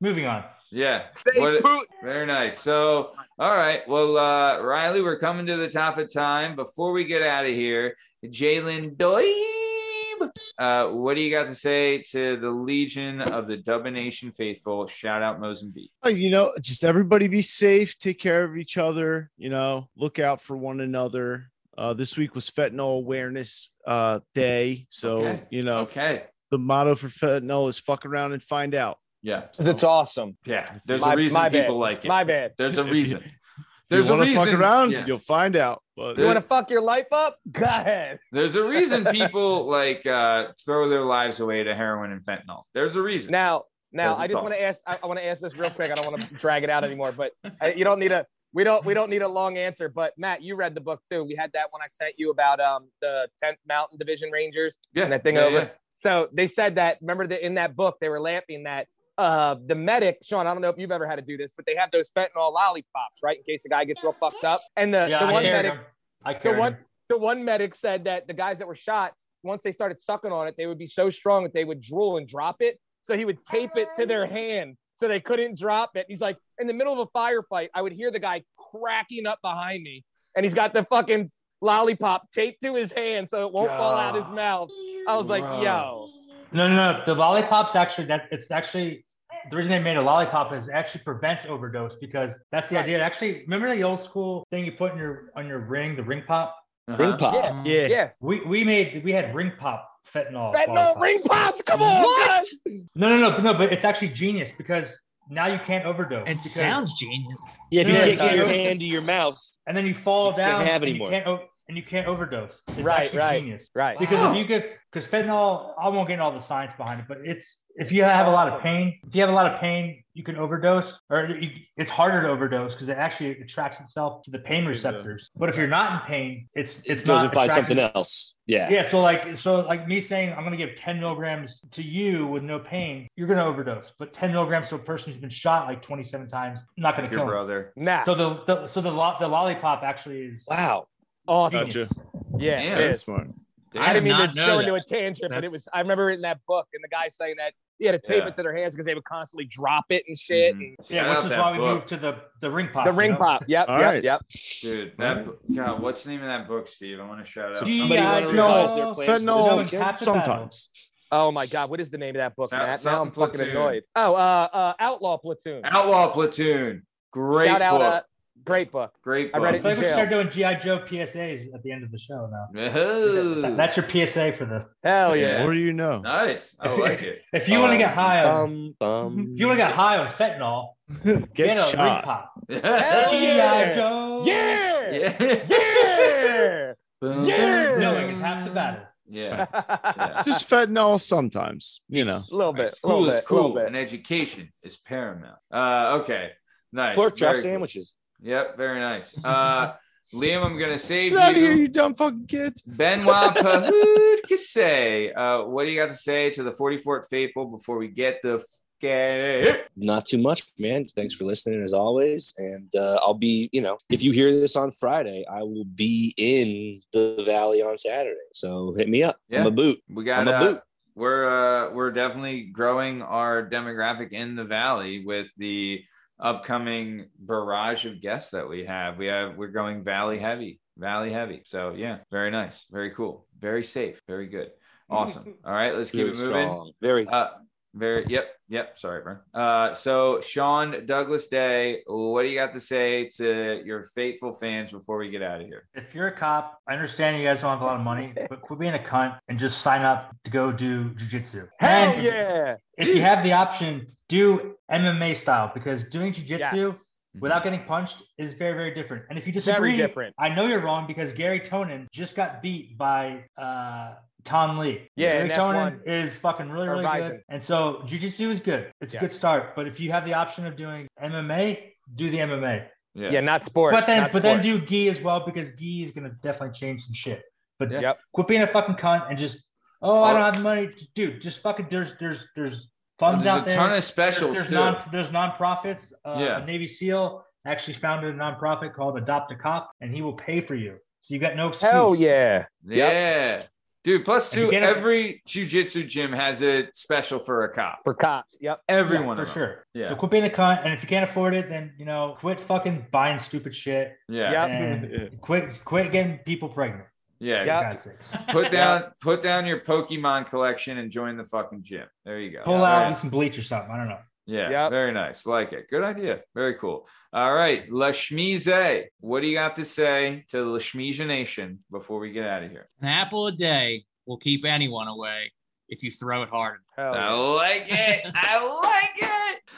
Speaker 2: Moving on.
Speaker 3: onesie? Yeah. What-
Speaker 10: Putin.
Speaker 3: Very nice. So, all right. Well, uh, Riley, we're coming to the top of time. Before we get out of here, Jalen Doib, uh, what do you got to say to the Legion of the Dubination Faithful? Shout out Mozambique.
Speaker 4: Uh, you know, just everybody be safe, take care of each other, you know, look out for one another. Uh, this week was fentanyl awareness uh, day. So,
Speaker 3: Okay.
Speaker 4: you know,
Speaker 3: Okay.
Speaker 4: the motto for fentanyl is fuck around and find out.
Speaker 3: Yeah.
Speaker 6: It's awesome.
Speaker 3: Yeah, there's
Speaker 6: My-
Speaker 3: a reason
Speaker 6: my bad.
Speaker 3: people like it.
Speaker 6: My bad.
Speaker 3: There's a
Speaker 4: If you-
Speaker 3: reason.
Speaker 4: if
Speaker 3: There's
Speaker 4: you
Speaker 3: a
Speaker 4: wanna
Speaker 3: reason.
Speaker 4: fuck around,
Speaker 3: yeah.
Speaker 4: you'll find out. But
Speaker 6: You want to fuck your life up? Go ahead.
Speaker 3: There's a reason people like uh, throw their lives away to heroin and fentanyl. There's a reason.
Speaker 6: Now, now
Speaker 3: Yes,
Speaker 6: I
Speaker 3: it's
Speaker 6: just want to ask. I, I want to ask this real quick. I don't want to drag it out anymore, but I, you don't need a. We don't. We don't need a long answer. But Matt, you read the book too. We had that one I sent you about um the 10th Mountain Division Rangers.
Speaker 3: yeah,
Speaker 6: and that thing
Speaker 3: yeah,
Speaker 6: over.
Speaker 3: yeah.
Speaker 6: So they said that. Remember that in that book they were laughing that uh the medic Sean. I don't know if you've ever had to do this, but they have those fentanyl lollipops, right, in case a guy gets real fucked up. And the,
Speaker 2: Yeah,
Speaker 6: the
Speaker 2: I
Speaker 6: one
Speaker 2: carried
Speaker 6: medic
Speaker 2: him. I carried
Speaker 6: one-
Speaker 2: him.
Speaker 6: the one medic said that the guys that were shot, once they started sucking on it, they would be so strong that they would drool and drop it. So he would tape it to their hand so they couldn't drop it. He's like, in the middle of a firefight, I would hear the guy cracking up behind me, and he's got the fucking lollipop taped to his hand so it won't fall out his mouth. I was like,
Speaker 3: Bro.
Speaker 6: yo,
Speaker 2: No, no, no. The lollipop's actually that it's actually the reason they made a lollipop is it actually prevents overdose because that's the idea. Actually, remember the old school thing you put in your on your ring, the ring pop?
Speaker 3: Uh-huh.
Speaker 9: Ring pop.
Speaker 6: Yeah.
Speaker 5: Mm.
Speaker 4: Yeah.
Speaker 6: Yeah.
Speaker 2: We we made we had ring pop fentanyl.
Speaker 6: Fentanyl
Speaker 2: lollipop.
Speaker 6: ring pops. Come on,
Speaker 5: What?
Speaker 6: guys.
Speaker 2: No, no, no, but no, but it's actually genius because now you can't overdose.
Speaker 5: It
Speaker 2: because-
Speaker 5: sounds genius.
Speaker 9: Yeah, if you
Speaker 2: Yeah,
Speaker 9: can't get
Speaker 2: yeah.
Speaker 9: your hand to your mouth,
Speaker 2: and then you fall
Speaker 9: you can't
Speaker 2: down
Speaker 9: have
Speaker 2: and, you
Speaker 9: anymore.
Speaker 2: can't, o- and you can't overdose. It's
Speaker 6: Right,
Speaker 2: actually
Speaker 6: right.
Speaker 2: genius.
Speaker 6: Right.
Speaker 2: Because if you get, because fentanyl, I won't get into all the science behind it, but it's if you have a lot of pain, if you have a lot of pain, you can overdose, or you, it's harder to overdose because it actually attracts itself to the pain receptors. But if you're not in pain, it's it's
Speaker 9: it goes
Speaker 2: not
Speaker 9: and finds
Speaker 2: attracted-
Speaker 9: something else. Yeah.
Speaker 2: Yeah, so like so like me saying I'm gonna give 10 milligrams to you with no pain, you're gonna overdose. But 10 milligrams to a person who's been shot like 27 times, not gonna
Speaker 3: Your
Speaker 2: kill. 'em.
Speaker 3: brother.
Speaker 6: Nah.
Speaker 2: So the, the so the lo- the lollipop actually is
Speaker 9: Wow.
Speaker 6: awesome.
Speaker 2: genius.
Speaker 4: Gotcha.
Speaker 6: Yeah.
Speaker 3: Yeah.
Speaker 6: it is.
Speaker 4: That's smart.
Speaker 6: I didn't mean
Speaker 5: not
Speaker 6: to
Speaker 5: know
Speaker 6: go into a
Speaker 5: that.
Speaker 6: tangent, but it
Speaker 5: That's-
Speaker 6: was. I remember it in that book, and the guy saying that he had to tape
Speaker 3: Yeah.
Speaker 6: it to their hands because they would constantly drop it and shit.
Speaker 3: Mhm. Shout
Speaker 2: Yeah,
Speaker 3: out
Speaker 2: which is
Speaker 3: that
Speaker 2: why we
Speaker 3: book.
Speaker 2: moved to the the ring pop.
Speaker 6: And the
Speaker 2: you
Speaker 6: ring
Speaker 2: know?
Speaker 6: pop. Yep.
Speaker 4: All
Speaker 6: yep.
Speaker 4: right.
Speaker 6: Yep.
Speaker 3: Dude, that bo- God, what's the name of that book, Steve? I want to shout out.
Speaker 2: Do you
Speaker 9: Somebody
Speaker 2: guys
Speaker 9: wanna revise their
Speaker 2: know?
Speaker 9: plans for this
Speaker 4: Fentanyl
Speaker 9: weekend?
Speaker 2: Captain
Speaker 4: sometimes.
Speaker 6: Oh my God, what is the name of that book,
Speaker 3: Sou-
Speaker 6: Matt? Now I'm
Speaker 3: Something
Speaker 6: fucking
Speaker 3: Platoon.
Speaker 6: annoyed. Oh, uh, uh, Outlaw Platoon.
Speaker 3: Outlaw Platoon. Great
Speaker 6: Shout out,
Speaker 3: book.
Speaker 6: uh, great book.
Speaker 3: Great
Speaker 6: I
Speaker 3: book.
Speaker 6: read
Speaker 2: It's like we should
Speaker 6: Jail.
Speaker 2: start doing GI Joe PSAs at the end of the show now.
Speaker 3: Oh,
Speaker 2: That- That's your PSA for the.
Speaker 3: Yeah.
Speaker 6: Hell Oh, yeah.
Speaker 4: What do you know?
Speaker 3: nice. I
Speaker 2: If-
Speaker 3: like it.
Speaker 2: If you want to get high on,
Speaker 9: Bum, bum.
Speaker 2: if you want to get high on fentanyl,
Speaker 4: Get
Speaker 2: get, a ring
Speaker 4: shot.
Speaker 2: pop.
Speaker 6: Hell
Speaker 2: GI
Speaker 6: yeah.
Speaker 2: Joe.
Speaker 6: Yeah. Yeah.
Speaker 3: yeah.
Speaker 6: Yeah. Yeah.
Speaker 2: Knowing is half the battle.
Speaker 3: Yeah.
Speaker 4: Just fentanyl sometimes, you know.
Speaker 6: A little bit.
Speaker 3: School
Speaker 6: little
Speaker 3: is
Speaker 6: bit,
Speaker 3: cool,
Speaker 6: Little
Speaker 3: and
Speaker 6: bit.
Speaker 3: education is paramount. Uh, okay. Nice.
Speaker 9: Pork chop
Speaker 3: Very cool.
Speaker 9: sandwiches.
Speaker 3: Yep. Very nice. Uh, Liam, I'm going to save
Speaker 4: Get out of here,
Speaker 3: you.
Speaker 4: you dumb fucking kids.
Speaker 3: Benoit Pahoud Kissé. Uh, what do you got to say to the 44th faithful before we get the f-
Speaker 9: Not too much, man. Thanks for listening as always. And uh, I'll be, you know, if you hear this on Friday, I will be in the valley on Saturday. So hit me up.
Speaker 3: Yeah.
Speaker 9: I'm a boot.
Speaker 3: We got
Speaker 9: I'm a
Speaker 3: uh,
Speaker 9: boot.
Speaker 3: we're uh, we're definitely growing our demographic in the valley with the upcoming barrage of guests that we have. We have we're going valley heavy, valley heavy. So yeah, very nice, very cool, very safe, very good, awesome. All right, let's keep
Speaker 9: Very
Speaker 3: it moving.
Speaker 9: strong. Very
Speaker 3: Uh, very yep yep. Sorry, Vern. Uh, so Sean Douglas Day, what do you got to say to your faithful fans before we get out of here?
Speaker 2: If you're a cop, I understand you guys don't have a lot of money, but quit being a cunt and just sign up to go do jujitsu.
Speaker 6: Hell
Speaker 2: And
Speaker 6: yeah.
Speaker 2: If you have the option, do MMA style because doing jujitsu.
Speaker 6: Yes.
Speaker 2: without getting punched is very, very different. And if you disagree,
Speaker 6: Very different.
Speaker 2: I know you're wrong because Gary Tonin just got beat by uh, Tom Lee.
Speaker 6: Yeah,
Speaker 2: Gary
Speaker 6: in
Speaker 2: Tonin
Speaker 6: F1.
Speaker 2: is fucking really,
Speaker 6: Or
Speaker 2: really
Speaker 6: Rising.
Speaker 2: good. And so jujitsu is good. It's a good
Speaker 6: Yes.
Speaker 2: start. But if you have the option of doing MMA, do the MMA.
Speaker 3: Mm-hmm. Yeah.
Speaker 6: Yeah. not sport.
Speaker 2: But then,
Speaker 6: not
Speaker 2: but then
Speaker 6: sport.
Speaker 2: do gi as well because gi is gonna definitely change some shit. But
Speaker 3: Yeah.
Speaker 6: Yep.
Speaker 2: quit being a fucking cunt and just oh, I
Speaker 3: Oh.
Speaker 2: don't have the money, dude. Just fucking there's there's there's funds
Speaker 3: There's a
Speaker 2: out there.
Speaker 3: ton of
Speaker 2: There's-
Speaker 3: specials
Speaker 2: There's,
Speaker 3: too.
Speaker 2: non there's nonprofits. Uh,
Speaker 3: Yeah.
Speaker 2: A Navy SEAL actually founded a nonprofit called Adopt a Cop, and he will pay for you. So you got no excuse.
Speaker 6: Hell yeah. Yep.
Speaker 3: Yeah. Dude, plus
Speaker 2: And you
Speaker 3: two,
Speaker 2: get a-
Speaker 3: every jujitsu gym has a special for a cop.
Speaker 6: For cops. Yep.
Speaker 2: Yeah,
Speaker 3: Everyone
Speaker 2: for sure.
Speaker 3: Yeah.
Speaker 2: So quit being a cunt, and if you can't afford it, then you know, quit fucking buying stupid shit
Speaker 3: Yeah.
Speaker 6: Yep.
Speaker 2: and quit quit getting people pregnant.
Speaker 3: Yeah.
Speaker 6: Yep.
Speaker 2: For God's sakes.
Speaker 3: Put down put down your Pokemon collection and join the fucking gym. There you go.
Speaker 2: Pull
Speaker 3: Yeah,
Speaker 2: out
Speaker 3: very-
Speaker 2: and some bleach or something. I don't know.
Speaker 3: Yeah,
Speaker 6: Yep.
Speaker 3: very nice. Like it. Good idea. Very cool. All right. Lashmize. What do you got to say to the Lashmize Nation before we get out of here?
Speaker 5: An apple a day will keep anyone away if you throw it hard.
Speaker 6: Hell
Speaker 3: I
Speaker 6: yeah.
Speaker 3: like it. I like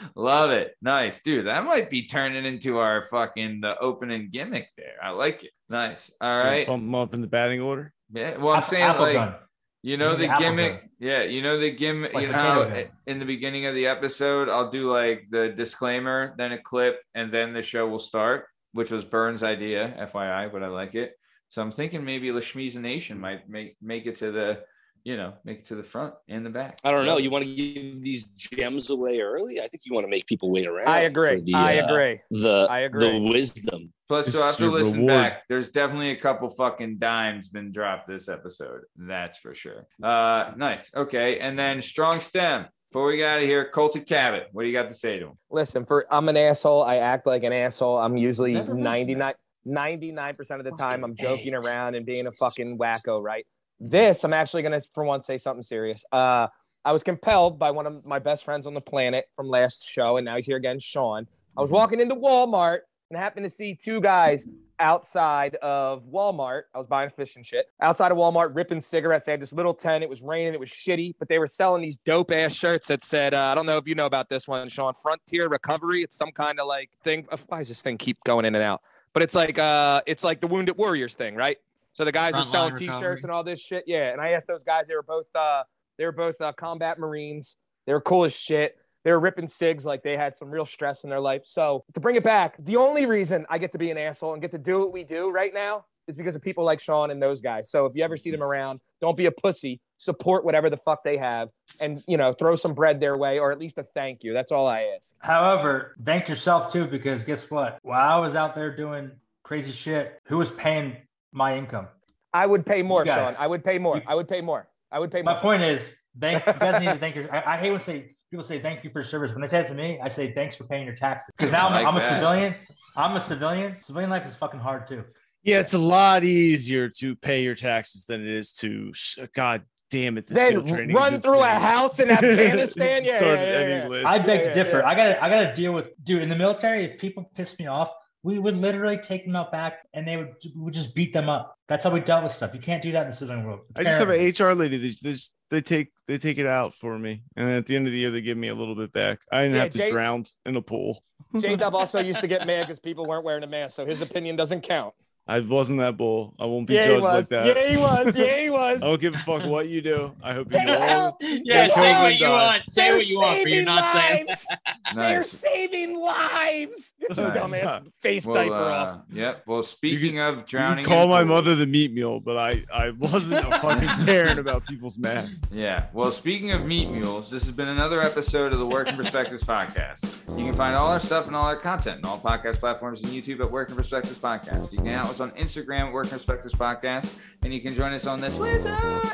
Speaker 3: it. Love it. Nice, dude. That might be turning into our fucking the opening gimmick there. I like it. Nice. All right.
Speaker 4: Bump them up in the batting order.
Speaker 3: Yeah, well, I'm
Speaker 2: Apple-
Speaker 3: saying
Speaker 2: apple
Speaker 3: like
Speaker 2: gun.
Speaker 3: you know the
Speaker 2: Apple
Speaker 3: gimmick.
Speaker 2: gun.
Speaker 3: Yeah, you know the gimmick.
Speaker 2: Like
Speaker 3: you know how
Speaker 2: potato gun.
Speaker 3: in the beginning of the episode, I'll do like the disclaimer, then a clip, and then the show will start, which was Burns' idea, FYI. But I like it, so I'm thinking maybe Lashmiza Nation might make make it to the, you know, make it to the front and the back.
Speaker 9: I don't know. You want to give these gems away early? I think you want to make people wait around.
Speaker 6: I
Speaker 9: for
Speaker 6: agree.
Speaker 9: the,
Speaker 6: I
Speaker 9: uh,
Speaker 6: agree.
Speaker 9: The
Speaker 6: I agree.
Speaker 9: the wisdom.
Speaker 3: Plus,
Speaker 4: This
Speaker 3: you'll
Speaker 4: is
Speaker 3: have to
Speaker 4: your
Speaker 3: listen
Speaker 4: reward.
Speaker 3: back. There's definitely a couple fucking dimes been dropped this episode. That's for sure. Uh, nice. Okay. And then Strong Stem. Before we get out of here, Colton Cabot, what do you got to say to him?
Speaker 6: Listen, for I'm an asshole. I act like an asshole. I'm usually
Speaker 3: Never mentioned
Speaker 6: 99 percent of the time I'm joking
Speaker 9: Fucking
Speaker 6: around and being a
Speaker 9: Jesus.
Speaker 6: fucking wacko, right? This I'm actually gonna for once say something serious. Uh I was compelled by one of my best friends on the planet from last show, and now he's here again, Sean. I was walking into Walmart and happened to see two guys outside of Walmart. I was buying fish and shit. Outside of Walmart, ripping cigarettes. They had this little tent. It was raining. It was shitty, but they were selling these dope ass shirts that said, uh, I don't know if you know about this one, Sean, Frontier Recovery. It's some kind of like thing. Why does this thing keep going in and out? But it's like uh, it's like the Wounded Warriors thing, right? So the guys were
Speaker 5: Frontline
Speaker 6: selling
Speaker 5: recovery.
Speaker 6: T-shirts and all this shit. Yeah, and I asked those guys. They were both uh, they were both uh, combat Marines. They were cool as shit they were ripping cigs like they had some real stress in their life. So to bring it back, the only reason I get to be an asshole and get to do what we do right now is because of people like Sean and those guys. So if you ever see them around, don't be a pussy. Support whatever the fuck they have, and you know, throw some bread their way, or at least a thank you. That's all I ask.
Speaker 2: However, thank yourself too, because guess what? While I was out there doing crazy shit, who was paying my income?
Speaker 6: I would pay more,
Speaker 2: You guys-
Speaker 6: Sean. I would pay more. I would pay more. I would pay
Speaker 2: My
Speaker 6: more.
Speaker 2: point is, thank you guys need to thank your. I, I hate when say people say thank you for your service. When they say it to me, I say thanks for paying your taxes. Because now
Speaker 3: I like
Speaker 2: I'm, I'm a
Speaker 3: that.
Speaker 2: civilian. I'm a civilian. Civilian life is fucking hard too.
Speaker 4: Yeah, it's a lot easier to pay your taxes than it is to. s- God damn it! The SEAL
Speaker 6: Then
Speaker 4: training
Speaker 6: run
Speaker 4: is
Speaker 6: through a
Speaker 4: insane.
Speaker 6: house in Afghanistan. Yeah,
Speaker 4: Start
Speaker 6: yeah, yeah,
Speaker 4: any
Speaker 6: yeah.
Speaker 4: list.
Speaker 2: I beg
Speaker 6: yeah,
Speaker 2: to differ.
Speaker 6: yeah.
Speaker 2: I got to I got to deal with dude in the military. If people pissed me off, we would literally take them out back and they would we would just beat them up. That's how we dealt with stuff. You can't do that in the civilian world.
Speaker 4: I just have
Speaker 2: Apparently.
Speaker 4: an HR lady. They, they, just- they take they take it out for me, and at the end of the year they give me a little bit back. I didn't
Speaker 6: Yeah,
Speaker 4: have to
Speaker 6: Jay-
Speaker 4: drown in a pool.
Speaker 6: J Dub also used to get mad because people weren't wearing a mask, so his opinion doesn't count.
Speaker 4: I wasn't that bull. I won't be
Speaker 6: yeah, he
Speaker 4: judged
Speaker 6: was.
Speaker 4: like that.
Speaker 6: Yeah, he was. Yeah, he was.
Speaker 4: I don't give a fuck what you do. I hope you
Speaker 6: They
Speaker 4: all.
Speaker 6: help.
Speaker 5: Yeah,
Speaker 4: They
Speaker 5: say
Speaker 4: don't
Speaker 5: what you
Speaker 4: die.
Speaker 5: want. Say
Speaker 6: They're
Speaker 5: what you want, but you're
Speaker 6: saving
Speaker 5: not saying.
Speaker 6: lives. They're
Speaker 3: Nice.
Speaker 6: saving lives. You
Speaker 4: Nice.
Speaker 6: Dumbass face
Speaker 3: Well,
Speaker 6: diaper
Speaker 3: uh,
Speaker 6: off.
Speaker 3: Yep. Well, speaking of
Speaker 4: You
Speaker 3: drowning,
Speaker 4: can
Speaker 3: in
Speaker 4: call
Speaker 3: a
Speaker 4: my
Speaker 3: pool-
Speaker 4: mother the meat mule, but I I wasn't a fucking caring about people's masks.
Speaker 3: Yeah. Well, speaking of meat mules, this has been another episode of the Working Perspectives podcast. You can find all our stuff and all our content on all podcast platforms and YouTube at Working Perspectives Podcast. You can hang out with us on Instagram at Working Perspectives Podcast, and you can join us on the Twitter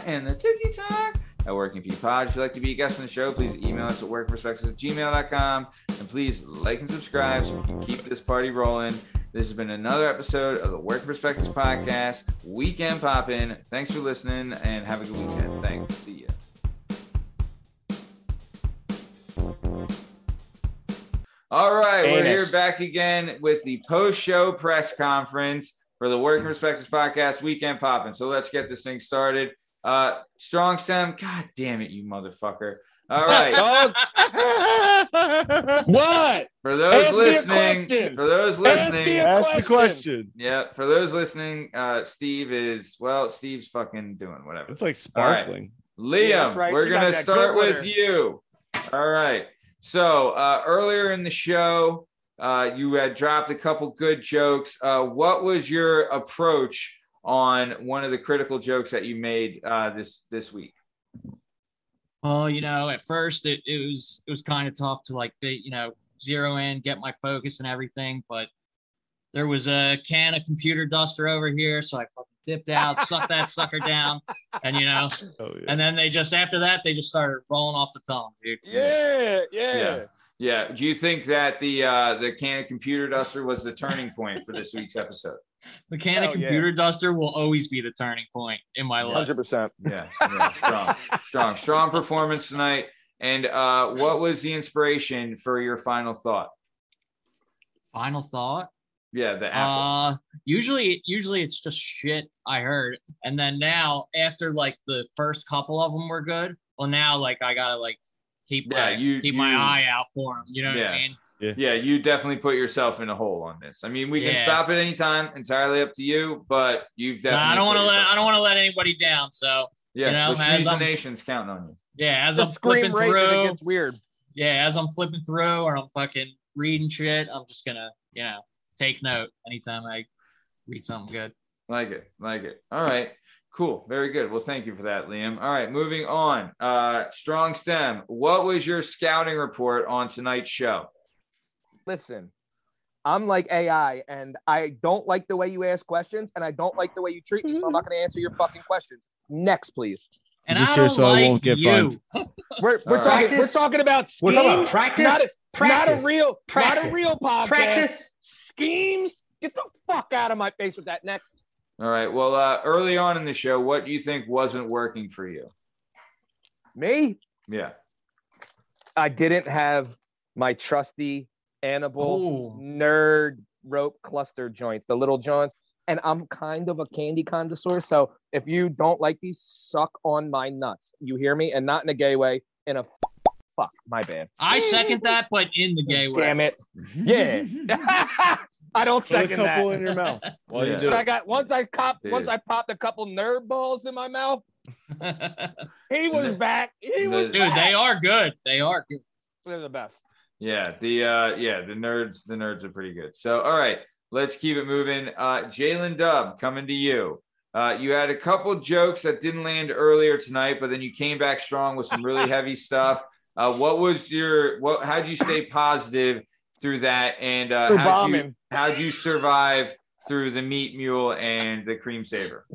Speaker 3: and the TikTok at Working P Pod. If you'd like to be a guest on the show, please email us at workingperspectives at gmail.com, and please like and subscribe so we can keep this party rolling. This has been another episode of the Working Perspectives Podcast, Weekend Poppin'. Thanks for listening and have a good weekend. Thanks. See ya. All right, we're
Speaker 6: Anus.
Speaker 3: here back again with the post-show press conference for the Working Perspectives Podcast Weekend Poppin'. So let's get this thing started. Uh, strong stem. God damn it, you motherfucker! All right,
Speaker 6: Dog, what?
Speaker 3: for those
Speaker 6: Ask me a
Speaker 3: listening,
Speaker 6: question.
Speaker 3: for those listening,
Speaker 6: me a-
Speaker 4: Ask the
Speaker 6: Question.
Speaker 4: question.
Speaker 3: yeah, for those listening, uh, Steve is well, Steve's fucking doing whatever.
Speaker 4: It's like
Speaker 3: All right.
Speaker 4: sparkling.
Speaker 3: Liam,
Speaker 6: Yeah, that's right.
Speaker 3: we're
Speaker 6: You got
Speaker 3: gonna
Speaker 6: that
Speaker 3: start
Speaker 6: good
Speaker 3: with
Speaker 6: winner.
Speaker 3: you. All right. So uh, earlier in the show, uh, you had dropped a couple good jokes. Uh, what was your approach on one of the critical jokes that you made uh, this this week?
Speaker 5: Well, you know, at first it, it was it was kind of tough to like the you know zero in, get my focus and everything, but there was a can of computer duster over here, so I fucking dipped out, sucked that sucker down, and you know,
Speaker 4: Oh yeah.
Speaker 5: and then they just after that they just started rolling off the tongue, dude.
Speaker 6: Yeah, yeah.
Speaker 3: Yeah. Yeah. Do you think that the uh, the can of computer duster was the turning point for this week's episode?
Speaker 5: The can of
Speaker 6: Hell yeah.
Speaker 5: computer duster will always be the turning point in my life.
Speaker 6: 100%.
Speaker 3: Yeah, yeah, strong, strong, strong performance tonight. And uh, what was the inspiration for your final thought?
Speaker 5: Final thought.
Speaker 3: Yeah, the apple.
Speaker 5: Uh, usually, usually it's just shit I heard, and then now after like the first couple of them were good, well now like I gotta like keep
Speaker 3: Yeah,
Speaker 5: my,
Speaker 3: you-
Speaker 5: keep
Speaker 3: you-
Speaker 5: my eye out for them. You know what
Speaker 3: Yeah.
Speaker 5: I mean?
Speaker 3: yeah, you definitely put yourself in a hole on this. I mean, we can
Speaker 5: Yeah.
Speaker 3: stop at any time, entirely up to you. But you've
Speaker 5: But
Speaker 3: definitely.
Speaker 5: I don't want
Speaker 3: put
Speaker 5: to let
Speaker 3: yourself-
Speaker 5: I don't want to let anybody down. So
Speaker 3: Yeah,
Speaker 5: you know,
Speaker 3: the
Speaker 5: as
Speaker 3: Sneeze
Speaker 5: I'm-
Speaker 3: Nation's counting on you.
Speaker 5: yeah, as I'm
Speaker 6: Just
Speaker 5: flipping
Speaker 6: scream right if it
Speaker 5: through,
Speaker 6: gets weird.
Speaker 5: yeah, as I'm flipping through or I'm fucking reading shit, I'm just gonna you know take note anytime I read something good.
Speaker 3: Like it, like it. All right, cool, very good. Well, thank you for that, Liam. All right, moving on. Uh, strong stem. What was your scouting report on tonight's show?
Speaker 6: Listen, I'm like AI and I don't like the way you ask questions and I don't like the way you treat me, so I'm not going to answer your fucking questions. Next, please.
Speaker 5: And
Speaker 4: Is this
Speaker 5: I
Speaker 4: here
Speaker 5: don't
Speaker 4: so I
Speaker 5: like
Speaker 4: won't get
Speaker 5: you.
Speaker 4: fined?
Speaker 6: We're, we're,
Speaker 3: All
Speaker 6: talking,
Speaker 2: right.
Speaker 6: we're talking about
Speaker 2: We're
Speaker 6: schemes.
Speaker 2: talking about practice.
Speaker 6: not, a,
Speaker 2: practice.
Speaker 6: not a real not
Speaker 2: Practice.
Speaker 6: a real podcast.
Speaker 2: practice.
Speaker 6: Schemes. Get the fuck out of my face with that next.
Speaker 3: All right. Well, uh, early on in the show, what do you think wasn't working for you?
Speaker 6: Me?
Speaker 3: Yeah.
Speaker 6: I didn't have my trusty Annable
Speaker 5: Oh,
Speaker 6: nerd rope cluster joints, the little joints. And I'm kind of a candy connoisseur. So if you don't like these, suck on my nuts. You hear me? And not in a gay way, in a fuck, my bad.
Speaker 5: I second that, but in the gay way.
Speaker 6: Damn it. Yeah. I don't
Speaker 4: Put a
Speaker 6: second
Speaker 4: couple in your
Speaker 6: that.
Speaker 4: mouth while
Speaker 3: Yeah.
Speaker 4: you do
Speaker 6: So I
Speaker 4: it.
Speaker 6: got once I cop
Speaker 3: Dude.
Speaker 6: once I popped a couple nerd balls in my mouth.
Speaker 5: Dude,
Speaker 6: He was
Speaker 3: The-
Speaker 6: back. He
Speaker 3: the-
Speaker 6: was back.
Speaker 5: they are good. They are good.
Speaker 6: They're the best.
Speaker 3: Yeah, the uh yeah, the nerds, the nerds are pretty good. So all right, let's keep it moving. Uh Jalen Dubb coming to you. Uh you had a couple jokes that didn't land earlier tonight, but then you came back strong with some really heavy stuff. Uh what was your what how'd you stay positive through that? And uh
Speaker 6: They're
Speaker 3: how'd you
Speaker 6: bombing.
Speaker 3: how'd you survive through the meat mule and the cream saver?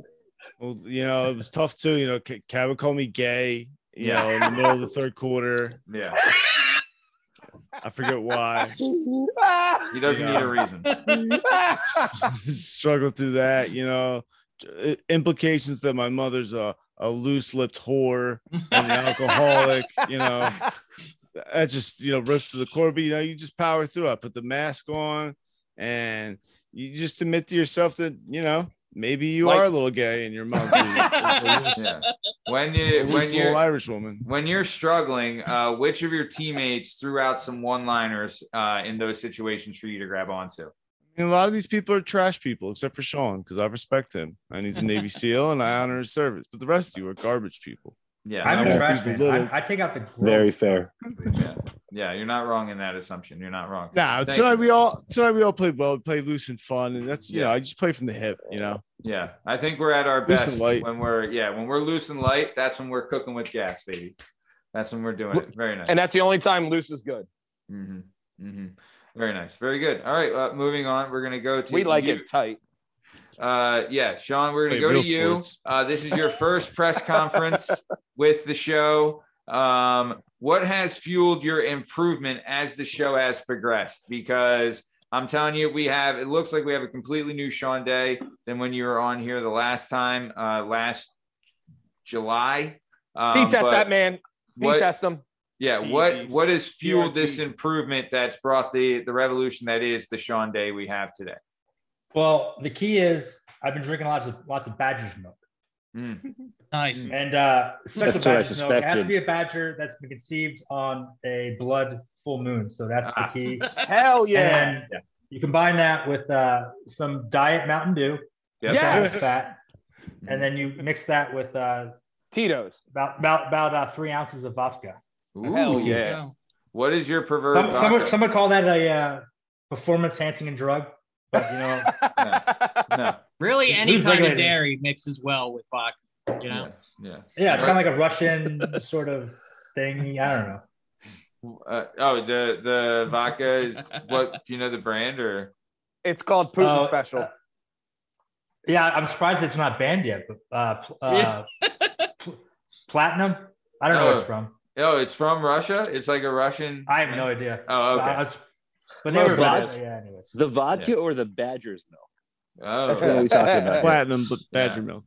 Speaker 4: Well, you know, it was tough too. You know, Ca- Cab would call me gay, you
Speaker 3: Yeah.
Speaker 4: know, in the middle of the third quarter.
Speaker 3: Yeah.
Speaker 4: I forget why.
Speaker 3: He doesn't need a reason.
Speaker 4: Struggle through that, you know, Uh, implications that my mother's a, a loose lipped whore and an alcoholic, you know. That just, you know, rips to the core, but you know, you just power through. I put the mask on and you just admit to yourself that, you know, maybe you
Speaker 6: Like-
Speaker 4: are a little gay and your mom's a, a loose,
Speaker 3: Yeah. When
Speaker 4: a
Speaker 3: you
Speaker 4: loose
Speaker 3: when you
Speaker 4: little Irish woman.
Speaker 3: when you're struggling, uh, which of your teammates threw out some one-liners uh, in those situations for you to grab onto?
Speaker 4: And a lot of these people are trash people, except for Sean, because I respect him. And he's a Navy SEAL and I honor his service. But the rest of you are garbage people.
Speaker 3: Yeah,
Speaker 2: I'm
Speaker 4: I
Speaker 2: a
Speaker 4: won't
Speaker 2: freshman.
Speaker 4: belittle.
Speaker 2: I, I take out the
Speaker 9: Very fair.
Speaker 3: yeah, yeah. You're not wrong in that assumption. You're not wrong.
Speaker 4: Nah,
Speaker 3: Thank
Speaker 4: tonight
Speaker 3: you.
Speaker 4: we all tonight we all played well, we played loose and fun, and that's you
Speaker 3: Yeah.
Speaker 4: know, I just play from the hip, you know.
Speaker 3: Yeah, I think we're at our
Speaker 4: Loose and
Speaker 3: best
Speaker 4: light.
Speaker 3: when we're yeah when we're loose and light. That's when we're cooking with gas, baby. That's when we're doing it. Very nice.
Speaker 6: and that's the only time loose is good.
Speaker 3: hmm hmm Very nice. Very good. All right. Uh, moving on. We're gonna go to
Speaker 6: We like
Speaker 3: you.
Speaker 6: it tight.
Speaker 3: Uh, yeah, Sean, we're gonna
Speaker 4: Wait,
Speaker 3: go to
Speaker 4: real
Speaker 3: you.
Speaker 4: sports.
Speaker 3: Uh, this is your first press conference with the show. Um, what has fueled your improvement as the show has progressed? Because I'm telling you, we have it looks like we have a completely new Sean Day than when you were on here the last time, uh, last July. Um,
Speaker 6: He test
Speaker 3: but
Speaker 6: that man. He
Speaker 3: what-
Speaker 6: test him.
Speaker 3: yeah,
Speaker 4: He-
Speaker 3: what
Speaker 4: he's-
Speaker 3: what has fueled
Speaker 4: PRT.
Speaker 3: this improvement that's brought the the revolution that is the Sean Day we have today?
Speaker 2: Well, the key is I've been drinking lots of lots of Badger's milk,
Speaker 3: Mm,
Speaker 5: Nice.
Speaker 2: and uh, special
Speaker 9: That's what I
Speaker 2: Badger's milk. It has to
Speaker 9: suspected.
Speaker 2: be a Badger that's been conceived on a blood full moon, so that's
Speaker 3: Ah.
Speaker 2: the key.
Speaker 6: Hell yeah.
Speaker 2: And then you combine that with uh, some diet Mountain Dew,
Speaker 3: yep.
Speaker 6: Yeah.
Speaker 2: with fat, and then you mix that with uh,
Speaker 6: Tito's.
Speaker 2: about about about uh, three ounces of vodka.
Speaker 3: Ooh.
Speaker 6: Hell yeah.
Speaker 3: What is your perverted
Speaker 2: Some, some, would,
Speaker 3: vodka?
Speaker 2: some would call that a uh, performance enhancing and drug, but you know,
Speaker 3: no.
Speaker 5: Really, any
Speaker 2: Who's
Speaker 5: kind of
Speaker 2: regulating?
Speaker 5: dairy mixes well with vodka. You know,
Speaker 3: Yeah.
Speaker 2: yeah, it's kind of like a Russian sort of thing. I don't know.
Speaker 3: Uh, oh, the the vodka is what? Do you know the brand or?
Speaker 6: It's called Putin
Speaker 2: Oh,
Speaker 6: Special.
Speaker 2: uh, Yeah, I'm surprised it's not banned yet. But uh, pl- uh, pl- platinum, I don't know where
Speaker 3: Oh.
Speaker 2: it's from.
Speaker 3: Oh, it's from Russia. It's like a Russian.
Speaker 2: I have no idea.
Speaker 3: Oh,
Speaker 2: But, I
Speaker 3: okay.
Speaker 2: was, but they
Speaker 9: Well,
Speaker 2: were
Speaker 9: that's-
Speaker 2: yeah, anyways.
Speaker 9: The vodka or the Badger's milk?
Speaker 3: Oh,
Speaker 9: That's what we talking about. here.
Speaker 4: Platinum but
Speaker 3: Yeah.
Speaker 4: badger milk.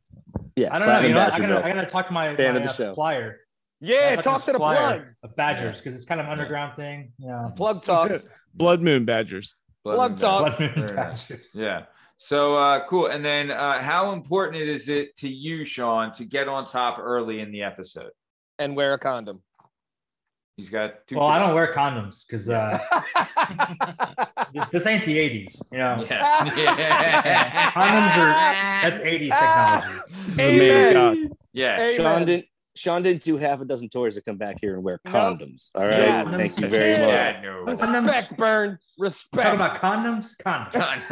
Speaker 9: Yeah,
Speaker 2: I don't know. You
Speaker 9: platinum
Speaker 2: know, I
Speaker 9: Badger
Speaker 2: gotta,
Speaker 9: milk.
Speaker 2: I gotta talk to my,
Speaker 9: Fan
Speaker 2: my
Speaker 9: of the
Speaker 2: uh,
Speaker 9: show.
Speaker 2: supplier.
Speaker 6: yeah,
Speaker 2: Gotta
Speaker 6: talk to the plug.
Speaker 2: supplier Of Badgers because it's kind of an underground thing. Yeah.
Speaker 6: Plug talk.
Speaker 4: Blood moon badgers.
Speaker 6: Plug
Speaker 3: and
Speaker 6: talk.
Speaker 3: bad.
Speaker 2: Blood Moon
Speaker 3: Very nice.
Speaker 2: Badgers.
Speaker 3: Yeah. So uh, cool. And then, uh, how important is it to you, Sean, to get on top early in the episode?
Speaker 6: and wear a condom.
Speaker 3: He's got two.
Speaker 2: Well, I
Speaker 3: kids.
Speaker 2: don't wear condoms because uh, this, this ain't the '80s. You know,
Speaker 3: Yeah. yeah.
Speaker 2: condoms are that's '80s
Speaker 3: Ah.
Speaker 2: technology.
Speaker 4: This is the man of God.
Speaker 3: yeah.
Speaker 6: Amen.
Speaker 9: Sean didn't. Sean didn't do half a dozen tours to come back here and wear
Speaker 6: Nope.
Speaker 9: condoms. All right,
Speaker 6: Yeah.
Speaker 9: thank you very much.
Speaker 3: Yeah, no.
Speaker 6: Respect, Burn.
Speaker 2: Talking
Speaker 6: Respect.
Speaker 2: about condoms, condoms.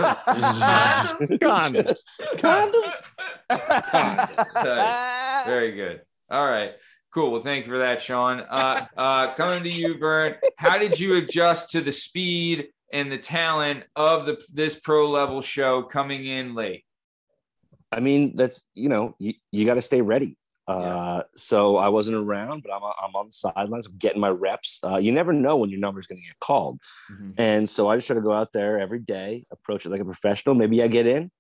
Speaker 4: Condoms.
Speaker 9: Condoms?
Speaker 3: Very good. All right. Cool. Well, thank you for that, Sean. Uh, uh, coming to you, Vern. How did you adjust to the speed and the talent of the this pro level show coming in late?
Speaker 9: I mean, that's you know, you, you got to stay ready. Uh, so I wasn't around, but I'm, I'm on the sidelines. I'm getting my reps. Uh, you never know when your number's going to get called, and so I just try to go out there every day, approach it like a professional. Maybe I get in,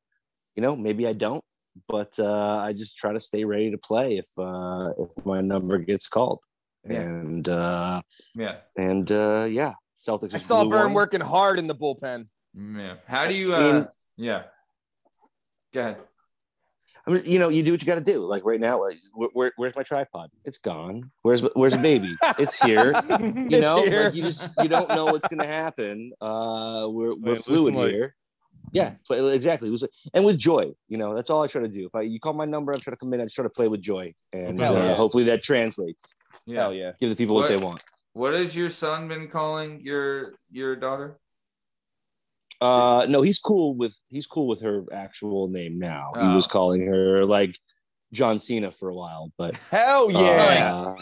Speaker 9: you know, maybe I don't, but uh, I just try to stay ready to play if uh, if my number gets called.
Speaker 3: Yeah.
Speaker 9: and uh,
Speaker 3: Yeah.
Speaker 9: and uh, yeah, Celtics.
Speaker 6: I
Speaker 9: just
Speaker 6: saw
Speaker 9: blew
Speaker 6: Burn
Speaker 9: one.
Speaker 6: working hard in the bullpen.
Speaker 3: Yeah. How do you?
Speaker 9: I mean-
Speaker 3: Uh, yeah. Go ahead.
Speaker 9: I mean, you know, you do what you got to do. Like right now, like, where, where, where's my tripod? It's gone. Where's where's the baby? It's here. You
Speaker 6: It's
Speaker 9: know,
Speaker 6: here.
Speaker 9: like you just you don't know what's gonna happen. Uh, we're we're
Speaker 4: Wait,
Speaker 9: fluid
Speaker 4: listen, like-
Speaker 9: here. Yeah, play, exactly. It was- And with joy, you know, that's all I try to do. If I you call my number, I'm trying to come in. I just try to play with joy, and
Speaker 2: Hell
Speaker 9: uh,
Speaker 2: yeah.
Speaker 9: hopefully that translates.
Speaker 3: Yeah.
Speaker 9: Hell yeah, give the people what,
Speaker 3: What-
Speaker 9: they want.
Speaker 3: What has your son been calling your your daughter?
Speaker 9: Uh, no, he's cool with he's cool with her actual name now. He was
Speaker 3: Oh.
Speaker 9: calling her like John Cena for a while, but
Speaker 6: Hell yeah.
Speaker 9: uh,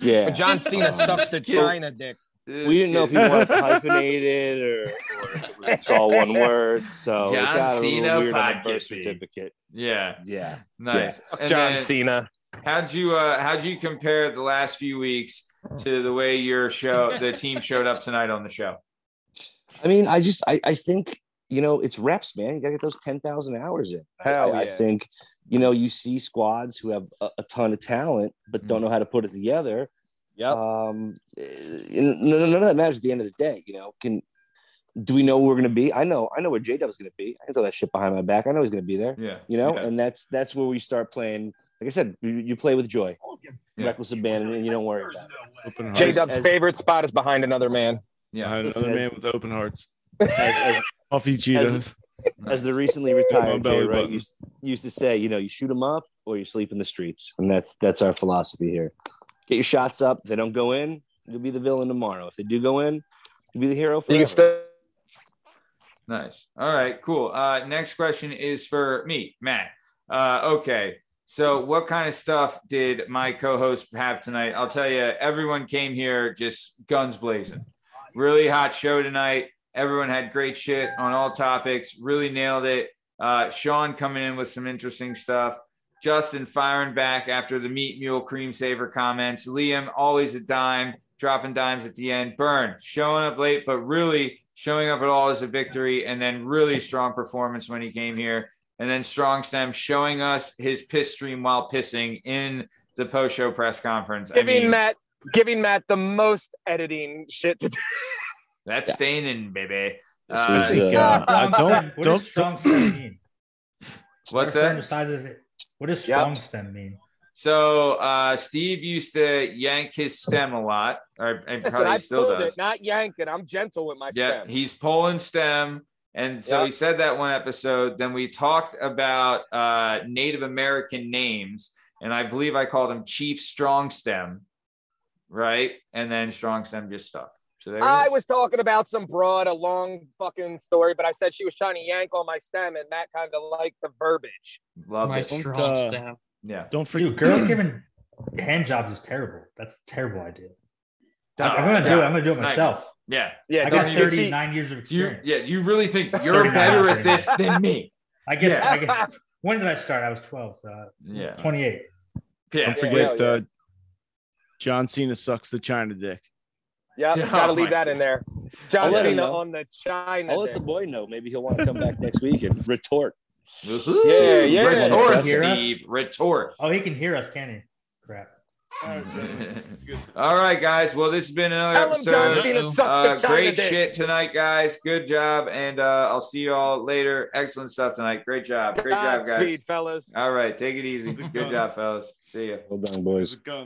Speaker 9: yeah.
Speaker 6: But John Cena sucks the
Speaker 3: Yeah.
Speaker 6: China dick.
Speaker 9: we didn't know if he
Speaker 4: Yeah.
Speaker 9: was hyphated or, or if it was just all one word. So it
Speaker 3: John
Speaker 9: got a little
Speaker 3: Cena
Speaker 9: weird on the birth
Speaker 3: podcasting.
Speaker 9: certificate.
Speaker 3: Yeah.
Speaker 9: Yeah,
Speaker 3: Nice. And then
Speaker 6: Cena.
Speaker 3: How'd you uh, how'd you compare the last few weeks
Speaker 9: Hmm.
Speaker 3: to the way your show the team showed up tonight on the show?
Speaker 9: I mean, I just I, I think you know it's reps, man. You gotta get those ten thousand hours in. I-
Speaker 6: Hell
Speaker 9: I, I
Speaker 6: yeah.
Speaker 9: think you know you see squads who have a, a ton of talent but don't know how to put it together.
Speaker 6: Yep.
Speaker 9: Um, eh, and none, none of that matters at the end of the day. You know, can do we know where we're gonna be? I know, I know where J Dub's gonna be. I can throw that shit behind my back. I know he's gonna be there.
Speaker 3: Yeah.
Speaker 9: you know
Speaker 3: Yeah.
Speaker 9: and that's that's where we start playing like i said you, you play with joy
Speaker 3: Yeah.
Speaker 9: reckless abandon and you don't worry about it
Speaker 4: Open
Speaker 6: J
Speaker 4: hearts.
Speaker 6: Dub's
Speaker 9: As-
Speaker 6: favorite spot is behind another man.
Speaker 3: yeah.
Speaker 4: Behind another man with open hearts.
Speaker 9: as, as,
Speaker 4: Coffee Cheetos.
Speaker 9: as the recently
Speaker 4: My
Speaker 9: retired
Speaker 4: belly
Speaker 9: Jay Wright
Speaker 4: button.
Speaker 9: used, used to say you know you shoot them up or you sleep in the streets and that's that's our philosophy here get your shots up if they don't go in you'll be the villain tomorrow if they do go in you'll be the hero
Speaker 6: You
Speaker 9: forever.
Speaker 6: can still
Speaker 3: Nice. All right, cool. Uh, next question is for me, Matt. Uh, okay. So, what kind of stuff did my co host have tonight? I'll tell you, everyone came here just guns blazing. Really hot show tonight. Everyone had great shit on all topics, really nailed it. Uh, Sean coming in with some interesting stuff. Justin firing back after the meat mule cream saver comments. Liam always a dime, dropping dimes at the end. Burn showing up late, but really showing up at all as a victory, and then really strong performance when he came here. And then Strong Stem showing us his piss stream while pissing in the post show press conference. I
Speaker 6: giving
Speaker 3: mean,
Speaker 6: Matt giving Matt the most editing shit to do.
Speaker 3: that's staining, baby.
Speaker 9: This
Speaker 3: Uh,
Speaker 9: is, uh,
Speaker 4: I don't-
Speaker 2: What
Speaker 4: don't-
Speaker 2: does strong stem mean?
Speaker 3: What's that?
Speaker 2: What if they're the size of it- What does
Speaker 6: Yep.
Speaker 2: strong stem mean?
Speaker 3: So uh, Steve used to yank his stem a lot, or and
Speaker 6: Listen,
Speaker 3: probably
Speaker 6: I
Speaker 3: still
Speaker 6: pulled
Speaker 3: does.
Speaker 6: it, not yanking. I'm gentle with my
Speaker 3: yeah,
Speaker 6: stem.
Speaker 3: he's pulling stem, and so
Speaker 6: Yep.
Speaker 3: he said that one episode. Then we talked about uh, Native American names, and I believe I called him Chief Strong Stem, right? And then Strong Stem just stuck. So there. it
Speaker 6: I
Speaker 3: is.
Speaker 6: was talking about some broad, a long fucking story, but I said she was trying to yank on my stem, and Matt kind of liked the verbiage.
Speaker 3: love
Speaker 5: my
Speaker 3: it.
Speaker 4: Don't,
Speaker 5: strong
Speaker 4: uh,
Speaker 5: stem.
Speaker 3: Yeah,
Speaker 4: Don't forget.
Speaker 2: Dude, girls giving hand jobs is terrible. That's a terrible idea.
Speaker 3: No,
Speaker 2: I'm gonna do it.
Speaker 3: no,
Speaker 2: I'm gonna do
Speaker 3: it's
Speaker 2: it
Speaker 3: not-
Speaker 2: myself.
Speaker 3: yeah.
Speaker 6: Yeah,
Speaker 2: I
Speaker 3: don't
Speaker 2: got
Speaker 3: even
Speaker 2: 39 years of
Speaker 3: Do you,
Speaker 2: experience.
Speaker 3: yeah, you really think you're better at this than me?
Speaker 2: I guess.
Speaker 3: yeah.
Speaker 2: I guess. When did I start? I was 12, so uh,
Speaker 3: Yeah,
Speaker 2: 28.
Speaker 3: yeah.
Speaker 4: Don't forget.
Speaker 6: yeah.
Speaker 4: Uh, John Cena sucks the China dick.
Speaker 6: yeah,
Speaker 3: Oh
Speaker 6: gotta leave
Speaker 3: my
Speaker 6: that in there. John
Speaker 9: I'll let him
Speaker 6: Cena
Speaker 9: know.
Speaker 6: on the China.
Speaker 9: i'll let
Speaker 6: dick.
Speaker 9: the boy know maybe he'll want to come back next week and retort
Speaker 3: Woohoo.
Speaker 6: Yeah, yeah.
Speaker 3: Retort,
Speaker 2: Hear us?
Speaker 3: Steve. Retort.
Speaker 2: Oh, he can hear us, can he? Crap.
Speaker 3: All right, guys. Well, this has been another
Speaker 6: Tell him John
Speaker 3: episode.
Speaker 6: Cena sucks
Speaker 3: Uh,
Speaker 6: the China
Speaker 3: great
Speaker 6: dick.
Speaker 3: shit tonight, guys. Good job, and uh, I'll see you all later. Excellent stuff tonight. Great job. Great job, guys.
Speaker 6: Godspeed, fellas.
Speaker 3: All right, take it easy. Good job, fellas. See you.
Speaker 9: well done boys
Speaker 4: guns.